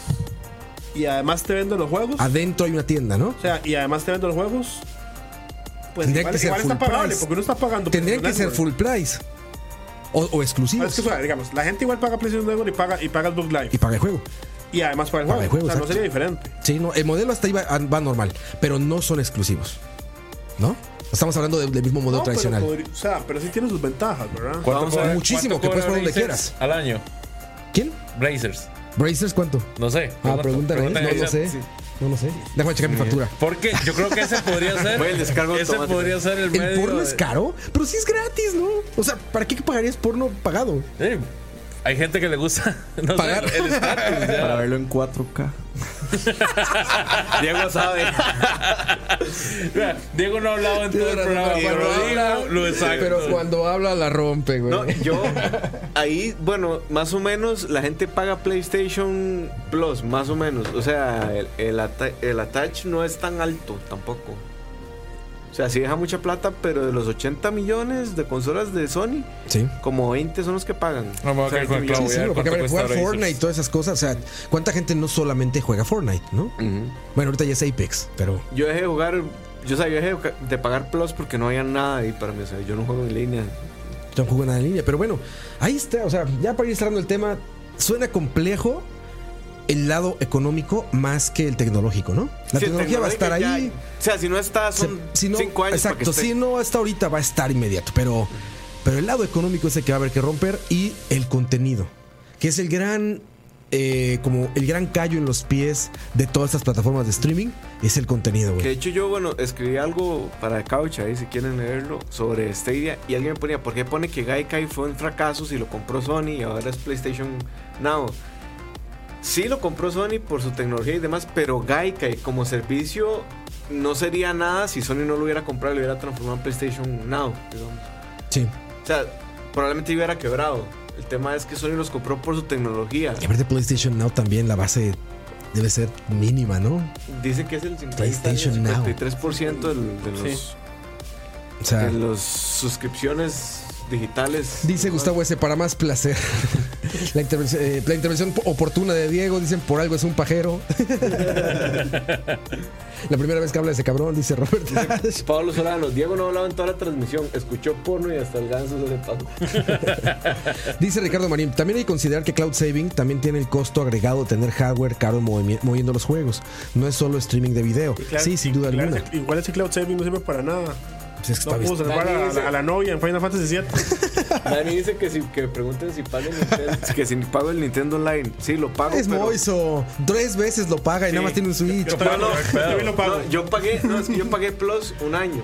S3: Y además te venden los juegos.
S1: Adentro hay una tienda, ¿no?
S3: O sea, y además te venden los juegos. Pues
S1: Tendría
S3: igual,
S1: que ser
S3: igual
S1: full
S3: está pagable,
S1: price.
S3: porque uno está pagando.
S1: Tendría que
S3: PlayStation
S1: ser
S3: Network.
S1: full price o, o
S3: Ah,
S1: exclusivos
S3: eh. Es que, o sea, digamos, la gente igual paga PlayStation Network y paga, y paga el Book Live.
S1: y paga el juego.
S3: Y, además paga el
S1: Paga
S3: juego.
S1: el juego,
S3: o sea, no
S1: exacto.
S3: sería diferente.
S1: Sí, no, el modelo hasta ahí va, va normal, pero no son exclusivos, ¿no? Estamos hablando de- del mismo modelo
S3: No, pero
S1: tradicional.
S3: podría- o sea, pero sí tiene sus ventajas, ¿verdad?
S4: ¿Cuánto
S2: Vamos a ver,
S1: Muchísimo, que puedes
S4: cuánto cobra
S1: jugar donde
S4: Brazers
S1: quieras.
S4: Al año.
S1: ¿Quién?
S4: Brazers.
S1: ¿Brazers cuánto?
S4: No sé.
S1: Ah,
S4: Pregunta-
S1: pregúntale,
S4: pregúntale a
S1: no lo
S4: Isaac.
S1: sé. No lo sé. Déjame checar mi factura.
S4: Porque yo creo que ese podría
S2: <laughs>
S4: ser.
S2: Voy al descargo
S4: ese
S2: automático.
S4: podría ser el medio.
S1: ¿El porno es
S4: de-
S1: caro? Pero sí es gratis, ¿no? O sea, ¿para qué pagarías porno pagado?
S4: Sí, hay gente que le gusta <laughs> no sé,
S1: Pagar.
S4: el
S1: <laughs>
S4: estatus, ya.
S5: Para verlo en 4K.
S2: <laughs> Diego sabe.
S4: Mira, <laughs> Diego no ha hablado en todo el programa.
S1: Pero
S4: Pero
S1: cuando habla-
S4: Diego lo exacto.
S1: Pero cuando habla la rompe, güey.
S2: No, yo ahí, bueno, más o menos la gente paga PlayStation Plus, más o menos. O sea, el, el, ata- el attach no es tan alto tampoco. O sea, sí deja mucha plata, pero de los 80 millones de consolas de Sony,
S1: Sí.
S2: como 20 son los que pagan.
S4: No, me voy a
S2: O sea,
S4: quedar con el
S2: 20
S4: clavo,
S2: millones.
S1: Sí, sí,
S4: voy a ver
S1: porque a ver,
S4: cuánto
S1: jugar
S4: cuesta
S1: Fortnite y
S4: Brazers.
S1: todas esas cosas, o sea, ¿cuánta gente no solamente juega Fortnite, no?
S2: Ujú.
S1: Bueno, ahorita ya es Apex, pero
S2: Yo dejé de jugar, yo sabía dejé de ca- de pagar Plus porque no había nada ahí para mí. O sea, yo no juego en línea.
S1: yo no juego nada en línea. Pero bueno, ahí está, o sea, ya para ir cerrando el tema, suena complejo el lado económico más que el tecnológico, ¿no? La
S2: Sí, el
S1: tecnología va a estar
S2: tecnológico
S1: ahí.
S2: ya- o sea, si no está,
S1: Se-
S2: son
S1: si no,
S2: 5 años. para que
S1: exacto,
S2: esté.
S1: si no hasta ahorita va a estar inmediato, pero, pero el lado económico es el que va a haber que romper y el contenido, que es el gran eh, como el gran callo en los pies de todas estas plataformas de streaming es el contenido,
S2: Que de
S1: güey.
S2: hecho yo, bueno, escribí algo para Couch ahí, si quieren leerlo, sobre Stadia. Y alguien me ponía, ¿por qué pone que Gaikai fue un fracaso si lo compró Sony y ahora es PlayStation Now? Sí lo compró Sony por su tecnología y demás, pero Gaikai como servicio no sería nada si Sony no lo hubiera comprado y lo hubiera transformado en PlayStation Now, digamos.
S1: Sí.
S2: O sea, probablemente hubiera quebrado. El tema es que Sony los compró por su tecnología.
S1: Y aparte PlayStation Now también la base debe ser mínima, ¿no?
S2: Dicen que es el 50,
S1: PlayStation Now.
S2: 53% del- de los...
S3: Sí.
S1: O sea,
S2: de las suscripciones digitales.
S1: dice Gustavo S. para más placer. la, intervención, eh, la intervención oportuna de Diego, dicen por algo es un pajero. la primera vez que habla ese cabrón, dice Robert Dash.
S2: Pablo Solano, Diego no hablaba en toda la transmisión, escuchó porno y hasta el ganso se le <laughs> pasó.
S1: Dice Ricardo Marín, también hay que considerar que cloud saving también tiene el costo agregado de tener hardware caro movi- moviendo los juegos. No es solo streaming de video.
S3: Y claro-
S1: sí, sin duda
S3: y claro,
S1: alguna.
S3: ese- Igual ese cloud saving no sirve para nada.
S1: Pues es que
S3: No
S1: está
S3: puedo
S1: bien.
S3: salvar a,
S2: Dani
S3: a la novia en Final Fantasy VII.
S2: Dani dice que si que pregunten si pago el Nintendo. <laughs> que si pago el Nintendo Online. Sí, lo pago.
S1: es
S2: pero-
S1: Moiso. Tres veces lo paga y nada más tiene un Switch.
S3: Yo también
S2: No,
S3: lo- yo también lo pago.
S2: no, yo pagué, no, es que yo pagué Plus un año.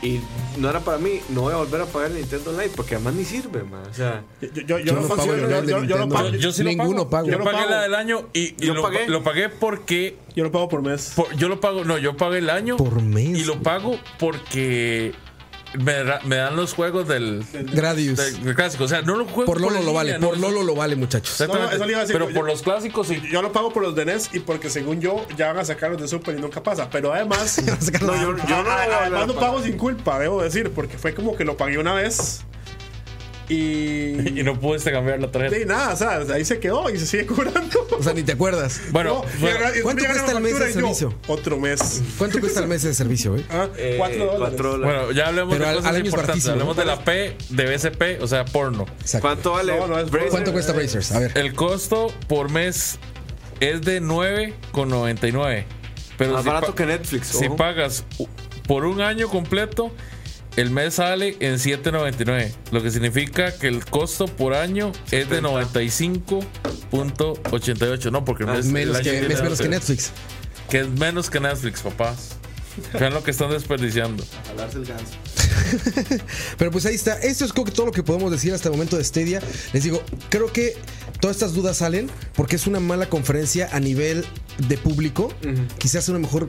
S2: Y no era para mí, no voy a volver a pagar el Nintendo Online porque además ni sirve, man. O sea,
S3: Yo- Yo yo-
S1: Yo
S3: yo
S1: no
S3: no
S1: pago el
S3: funciono,
S1: online de
S3: yo- yo no
S1: Nintendo.
S3: pago-
S4: Yo sí lo
S1: Ninguno pago.
S4: Yo,
S3: Yo lo
S4: pagué
S3: pago.
S4: la del año y, y
S2: Yo
S4: lo,
S2: pagué.
S4: lo pagué porque.
S3: yo lo pago por mes.
S4: por- yo lo pago, no, yo pagué el año.
S1: Por mes.
S4: Y lo pago porque me, ra- me dan los juegos del,
S1: Gradius.
S4: del- del clásico. O sea, no lo juego
S1: Por Lolo
S4: en
S1: lo vale.
S4: línea, no
S1: Por Lolo lo vale, muchachos.
S4: Exactamente.
S3: No, no, eso le iba a decir,
S4: pero
S3: yo-
S4: por los clásicos sí.
S3: Yo lo pago por los de NES y porque según yo ya van a sacar los de Super y nunca pasa.
S1: <laughs>
S3: Pero además,
S2: no, yo, yo no.
S3: a-
S2: voy a volver a
S3: además no
S2: pagar.
S3: pago sin culpa, debo decir, porque fue como que lo pagué una vez y.
S4: <laughs> Y no pudiste cambiar la tarjeta.
S3: y nada, o sea, ahí se quedó y se sigue cobrando.
S1: O sea, ni te acuerdas.
S4: Bueno,
S3: No, y
S4: bueno,
S3: ahora- y
S1: ¿cuánto
S3: me llegan
S1: cuesta
S3: la
S1: el mes de
S3: factura y yo,
S1: servicio?
S3: Otro mes.
S1: ¿Cuánto cuesta el mes de servicio, eh?
S3: Ah,
S2: Eh,
S3: cuatro dólares.
S2: cuatro dólares.
S4: bueno, ya hablemos
S1: Pero
S4: de
S1: al-
S4: cosas
S1: al año es
S4: importantes.
S1: baratísimo,
S4: Hablemos
S1: ¿no?
S4: de la P de BCP, o sea, porno.
S1: Exacto.
S2: ¿Cuánto vale?
S3: No, no, es-
S2: Brazzer?
S1: ¿Cuánto cuesta Brazers? A ver.
S4: El costo por mes es de 9,99. Pero
S2: Más
S4: si
S2: barato
S4: pa-
S2: que Netflix.
S4: si
S2: ojo.
S4: pagas u- por un año completo El mes sale en 7.99, lo que significa que el costo por año es de 95.88. No, porque el mes, el
S1: Menos
S4: año
S1: que,
S4: tiene
S1: es menos que
S4: 12.
S1: Netflix.
S4: Que es menos que Netflix, papás. Vean lo que están desperdiciando.
S6: Jalarse el ganso.
S1: Pero pues ahí está. Esto es creo que todo lo que podemos decir hasta el momento de Stadia. Les digo, creo que todas estas dudas salen porque es una mala conferencia a nivel de público. Quizás una mejor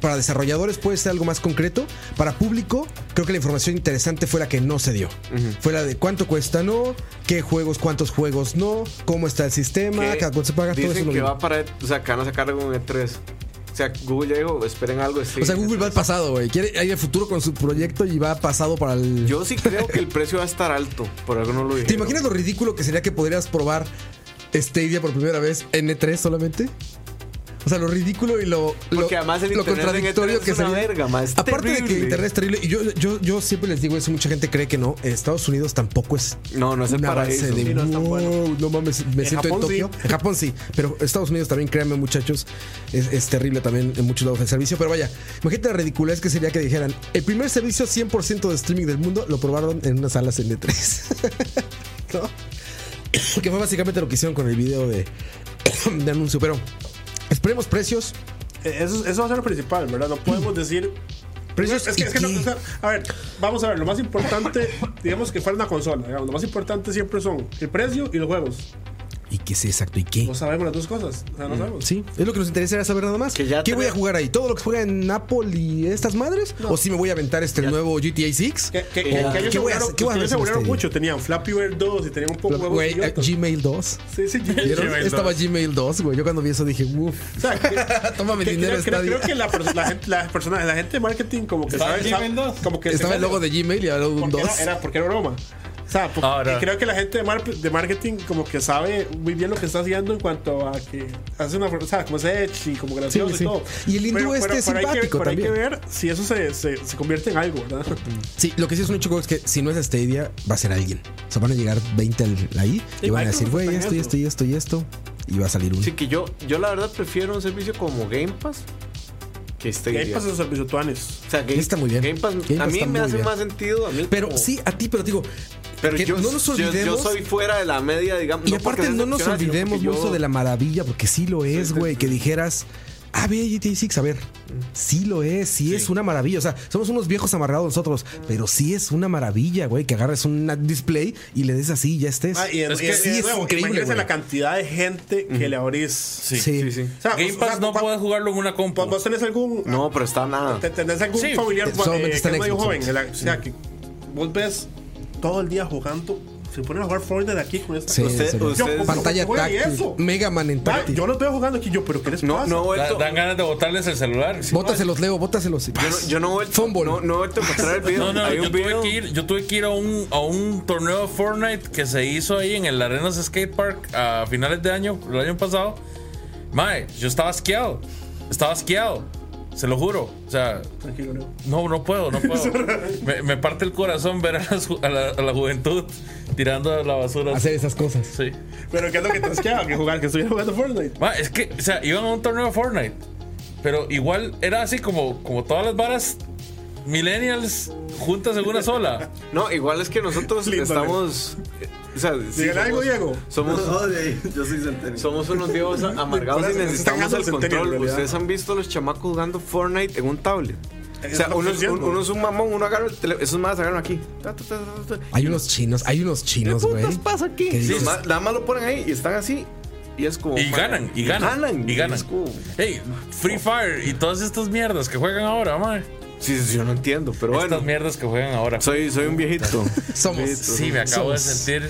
S1: para desarrolladores puede ser algo más concreto. Para público, creo que la información interesante fue la que no se dio. Fue la de cuánto cuesta no, qué juegos, cuántos juegos no, cómo está el sistema,
S2: que
S1: cada cuánto se paga, todo
S2: dicen
S1: eso. lo
S2: que
S1: vi.
S2: va para. E, O sea, que van a sacar algo en E3. O sea, Google ya dijo, esperen algo así.
S1: O sea, Google va al pasado, güey. Quiere ir al futuro con su proyecto y va pasado para el.
S2: Yo sí creo que el precio va a estar alto. Por algo no lo dije.
S1: ¿Te imaginas lo ridículo que sería que podrías probar Stadia por primera vez en E3 solamente? O sea, lo ridículo y lo, lo,
S2: Porque además el
S1: lo
S2: internet en
S1: contradictorio
S2: E3
S1: que
S2: es una
S1: sería.
S2: verga, ma, es
S1: Aparte de que el
S2: terrible.
S1: internet es terrible, y yo, yo, yo siempre les digo eso, mucha gente cree que no, Estados Unidos tampoco es
S2: No, no es el
S1: un avance
S2: paraíso.
S1: de
S2: Sí, no es tan bueno.
S1: "Wow, no mames, me
S2: En
S1: siento en
S2: Japón
S1: Tokio.
S2: sí.
S1: En Japón sí, pero Estados Unidos también, créanme muchachos, es, es terrible también en muchos lados el servicio. Pero vaya, imagínate la ridiculez que sería que dijeran, el primer servicio 100% de streaming del mundo lo probaron en unas salas en E3. <laughs> ¿No? Que fue básicamente lo que hicieron con el video de, <coughs> de anuncio, pero esperemos precios.
S3: Eh, Eso, eso va a ser lo principal, ¿verdad? No podemos decir.
S1: Precios
S3: es que, es que
S1: y
S3: no,
S1: qué.
S3: o sea, a ver, vamos a ver, lo
S1: <laughs>
S3: más importante, digamos que fuera una consola, digamos, lo más importante siempre son el precio y los juegos.
S1: ¿Y qué sí, exacto? ¿Y qué?
S3: No sabemos las dos cosas, o sea, no sabemos.
S1: Mm, Sí, es lo que nos interesa era saber nada más.
S2: Que ya
S1: ¿Qué
S2: te-
S1: voy a jugar ahí? ¿Todo lo que juega en Apple y estas madres? ¿O si me voy a aventar este el nuevo GTA 6?
S3: Que, que, que,
S1: ¿O
S3: que ellos
S1: Eh, qué voy a
S3: aseguraron-
S1: hacer? ¿Qué voy a
S3: que
S1: hacer en
S3: ellos aseguraron
S1: este
S3: mucho, tenían Flappy Bird 2 y tenían un poco de
S1: día?
S3: juegos
S1: Güey, eh,
S3: idiotas.
S1: Gmail 2.
S3: Sí, sí,
S1: ¿Vieron?
S4: Gmail
S1: Estaba
S4: 2.
S1: Gmail 2, güey. Yo cuando vi eso dije, uff.
S3: O sea, que-
S1: <laughs>
S3: <laughs>
S1: Tómame
S3: que-
S1: dinero,
S3: creo, creo-
S1: Stadia.
S3: creo que la, pers- la gente, la persona- la gente de marketing como que
S8: ¿Estaba
S3: sabe-
S8: en
S3: sabe-
S8: Gmail 2?
S3: como que
S1: Estaba el logo de Gmail y ahora un
S3: porque
S1: 2.
S3: era, era- porque era broma. O sea, porque-
S4: Ahora.
S3: y creo que la gente de, mar- de marketing como que sabe muy bien lo que está haciendo en cuanto a que hace una, o sea, como es edge y como gracioso
S1: Sí, sí.
S3: y todo.
S1: Y el hindú este es
S3: hay que-
S1: simpático
S3: pero hay que
S1: también.
S3: ver si eso se, se, se convierte en algo,
S1: <laughs>
S3: ¿verdad?
S1: Sí, lo que sí es un hecho güey, es que si no es Stadia, va a ser alguien. O sea, van a llegar 20 al- ahí y
S3: Y
S1: van a
S3: Microsoft
S1: decir, güey,
S3: está en
S1: esto y
S3: eso.
S1: esto y esto y esto. Y va a salir uno.
S2: Así que yo, yo la verdad prefiero un servicio como Game Pass que este
S3: Que ahí pasan esos servicios tuanes.
S2: O sea, Game,
S1: Está muy bien.
S2: Game Pass
S1: Game
S2: a
S1: Pass
S2: mí
S1: está
S2: me
S1: muy
S2: hace
S1: bien.
S2: más sentido. A mí
S1: Pero
S2: como-
S1: sí, a ti, pero digo,
S2: pero
S1: que
S2: yo,
S1: no nos
S2: yo-
S1: olvidemos.
S2: Yo, soy fuera de la media, digamos.
S1: Y
S2: no porque
S1: aparte
S2: sea
S1: no nos
S2: excepcional, sino
S1: olvidemos
S2: porque yo-
S1: mucho de la maravilla, porque sí lo es, güey, que dijeras, ah, ve GTA 6, a ver, sí lo es, sí, es una maravilla, o sea, somos unos viejos amarrados nosotros, pero sí es una maravilla, güey, que agarres un display y le des así y ya estés.
S3: Ah, y
S4: Es que sí
S1: es
S3: nuevo,
S1: increíble,
S3: imagínense
S1: güey.
S3: la cantidad de gente que le abrís.
S4: Sí.
S2: Sí, sí.
S3: O sea,
S4: Game
S3: o- o
S4: Pass
S3: sea,
S4: no
S3: ¿cuál-
S4: puedes jugarlo en una compu.
S3: ¿Vos tenés algún,
S2: No, pero está nada.
S3: te- ¿tenés algún
S4: Sí.
S3: familiar
S1: Eh,
S3: eh,
S1: solamente
S3: que
S1: está en
S3: es medio
S1: Xbox,
S3: joven?
S1: solamente.
S3: O sea, que vos ves todo el día jugando, se ponen a jugar Fortnite aquí con esta
S1: Sí,
S3: cosa.
S2: usted-
S1: sí, güey.
S2: usted-
S1: pantalla
S3: Güey,
S1: táctil,
S3: eso.
S1: Mega Man en
S3: Ah,
S1: táctil.
S3: Yo los veo jugando aquí, yo, pero ¿qué les
S2: No,
S3: pasa?
S2: no, he
S4: Da-
S2: vuelto-
S4: dan ganas de botarles el celular.
S1: Bótaselos, Leo, bótaselos.
S2: yo no, yo no he vuelto-
S1: Fumble.
S2: no- no he vuelto a encontrar el video.
S4: <laughs> No, no,
S2: Hay
S4: yo
S2: un
S4: tuve,
S2: video.
S4: que ir, yo tuve que ir a un, a un torneo de Fortnite que se hizo ahí en el Arenas Skate Park a finales de año, el año pasado. Mae, yo estaba asqueado. Estaba asqueado. Se lo juro. O sea,
S3: Tranquilo, no.
S4: no, no puedo, no
S2: <laughs>
S4: puedo. Me, me parte el corazón ver a, las ju- a la, a la juventud tirando a la basura.
S1: Hacer esas cosas.
S4: Sí.
S3: Pero ¿qué es lo que tenés que hacer? Que jugar, que estoy jugando Fortnite.
S4: Ma, es que, o sea, iban a un torneo de Fortnite. Pero igual era así como, como todas las varas millennials juntas en una sola.
S2: No, igual es que nosotros
S3: Lindo,
S2: estamos. eh, O sea, sí,
S3: Dígale algo,
S2: somos-
S3: Diego.
S2: Somos,
S6: No, de ahí, yo soy centenio.
S2: Somos unos viejos amargados
S3: Por
S2: y
S3: eso, están
S2: necesitamos
S3: jugando
S2: el
S3: el Centennial,
S2: control.
S3: en realidad.
S2: Ustedes han visto a los chamacos jugando Fortnite en un tablet. O
S3: Es
S2: sea,
S3: lo
S2: uno,
S3: que
S2: es-
S3: estoy
S2: un-
S3: diciendo.
S2: uno es un mamón, uno agarra el teléfono. Esos más agarran aquí. Ta, ta, ta, ta, ta.
S1: Hay unos chinos, hay unos chinos,
S2: ¿Qué
S1: güey.
S2: putas pasa aquí?
S1: ¿Qué
S2: Sí,
S1: dices?
S2: ma- nada más lo ponen ahí y están así. Y es como.
S4: Y
S2: ma,
S4: ganan, y ganan. Y ganan.
S2: es como-
S4: Hey, Free Fire y todas estas mierdas que juegan ahora, man.
S2: Sí, sí, yo no entiendo, pero bueno.
S4: Estas mierdas que juegan ahora.
S2: Soy, soy un
S4: <laughs>
S2: viejito.
S1: Somos.
S4: Sí, me acabo de
S1: Somos.
S4: sentir.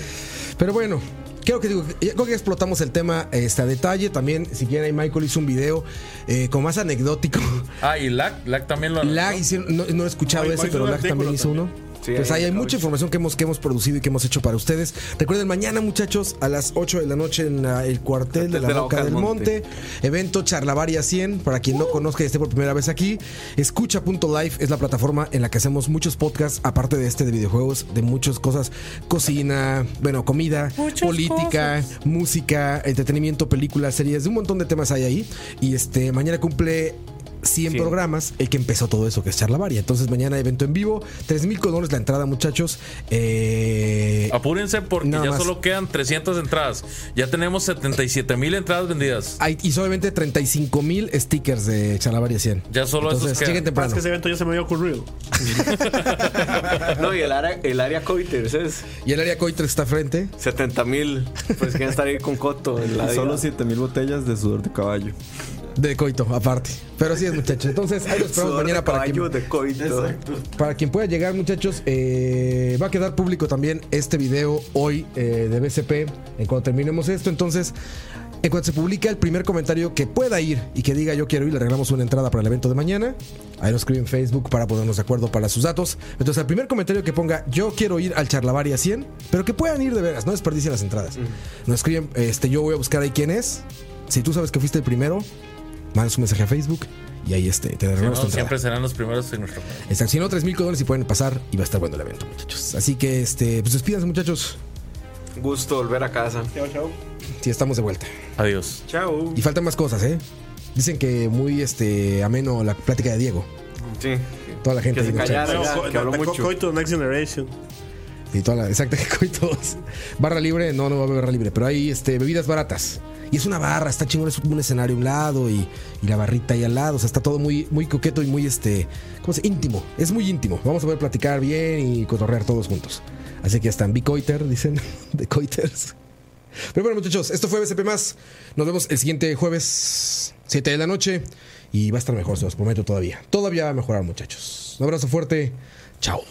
S1: Pero bueno, creo que, digo, ya- creo que explotamos el tema este, a detalle. También, si quieren, ahí Michael hizo un video eh, como más anecdótico.
S4: Ah, y Lack, Lack también lo.
S1: Lag, hicieron- no, no he escuchado
S3: No,
S1: ese,
S3: hizo
S1: pero
S3: un
S1: Lag también
S3: artículo
S1: hizo uno.
S2: Sí,
S1: pues
S2: ahí
S1: ahí hay
S2: acabo.
S1: mucha información que hemos, que hemos producido y que hemos hecho para ustedes. Recuerden, mañana, muchachos, a las 8 de la noche en la- el cuartel de la, Boca del Monte. Uh. Evento Charlavaria 100. Para quien no conozca y esté por primera vez aquí, escucha.life es la plataforma en la que hacemos muchos podcasts, aparte de este de videojuegos, de muchas cosas: cocina, bueno, comida, política, música, entretenimiento, películas, series, de un montón de temas hay ahí. Y este mañana cumple 100
S2: Sí.
S1: programas, el que empezó todo eso, que es Charlavaria. Entonces, mañana evento en vivo, 3.000 colones la entrada, muchachos. Eh,
S4: Apúrense porque
S1: Nada
S4: ya
S1: más.
S4: solo quedan 300 entradas. Ya tenemos 77 mil entradas vendidas.
S1: hay- y solamente 35 mil stickers de Charlavaria 100.
S4: Ya solo esos
S1: Entonces,
S4: quedan.
S1: lleguen temprano.
S3: Ah, Es que ese evento ya se me había ocurrido.
S2: No, y el área, el área Coiters es
S1: Y el área Coitra está frente.
S2: 70 mil. Pues quieren estar ahí con Coto. en la
S5: Y <laughs> solo
S2: vida.
S5: 7000 botellas de sudor de caballo.
S1: De coito, aparte. Pero así es, muchachos. Entonces, ahí los esperamos
S2: Sudor
S1: mañana
S2: de
S1: para
S2: caballo
S1: quien,
S2: de coito.
S1: para quien pueda llegar, muchachos. eh, va a quedar público también este video hoy eh, de BCP. En cuando terminemos esto, entonces, en cuanto se publica el primer comentario que pueda ir y que diga yo quiero ir, le regalamos una entrada para el evento de mañana. Ahí nos escribe en Facebook para ponernos de acuerdo para sus datos. Entonces, al primer comentario que ponga yo quiero ir al Charlavaria 100, pero que puedan ir de veras, no desperdicien las entradas. Nos escriben, este, yo voy a buscar ahí quién es. Si tú sabes que fuiste el primero, mandas un mensaje a Facebook y ahí este, te
S4: Si no,
S1: regalamos tu entrada.
S4: siempre serán los primeros en nuestro.
S1: Exacto, si no, 3 mil colones y pueden pasar y va a estar bueno el evento, muchachos. Así que, este, pues despídanse, muchachos.
S2: Gusto volver a casa.
S3: Chao, chao.
S1: Si estamos de vuelta.
S4: Adiós.
S2: Chao.
S1: Y faltan más cosas, ¿eh? Dicen que muy este ameno la plática de Diego.
S2: Sí.
S1: Toda la gente
S2: Que se
S1: ahí, muchachos.
S2: callara,
S3: Bueno,
S2: ya,
S3: co-
S2: que habló
S3: co-
S2: mucho.
S3: Coito Next Generation.
S1: Y toda la, exacto, <laughs> y todos. Barra libre, no, no va a haber barra libre, pero hay este, bebidas baratas. Y es una barra, está chingón, es un escenario a un lado y, y la barrita ahí al lado. O sea, está todo muy, muy coqueto y muy este. ¿Cómo se dice? íntimo? Es muy íntimo. Vamos a poder platicar bien y cotorrear todos juntos. Así que ya están Bicoiter, dicen, <laughs> de Coiters. Pero bueno, muchachos, esto fue BCP Más. Nos vemos el siguiente jueves, 7 de la noche. Y va a estar mejor, se los prometo todavía. Todavía va a mejorar, muchachos. Un abrazo fuerte. Chao.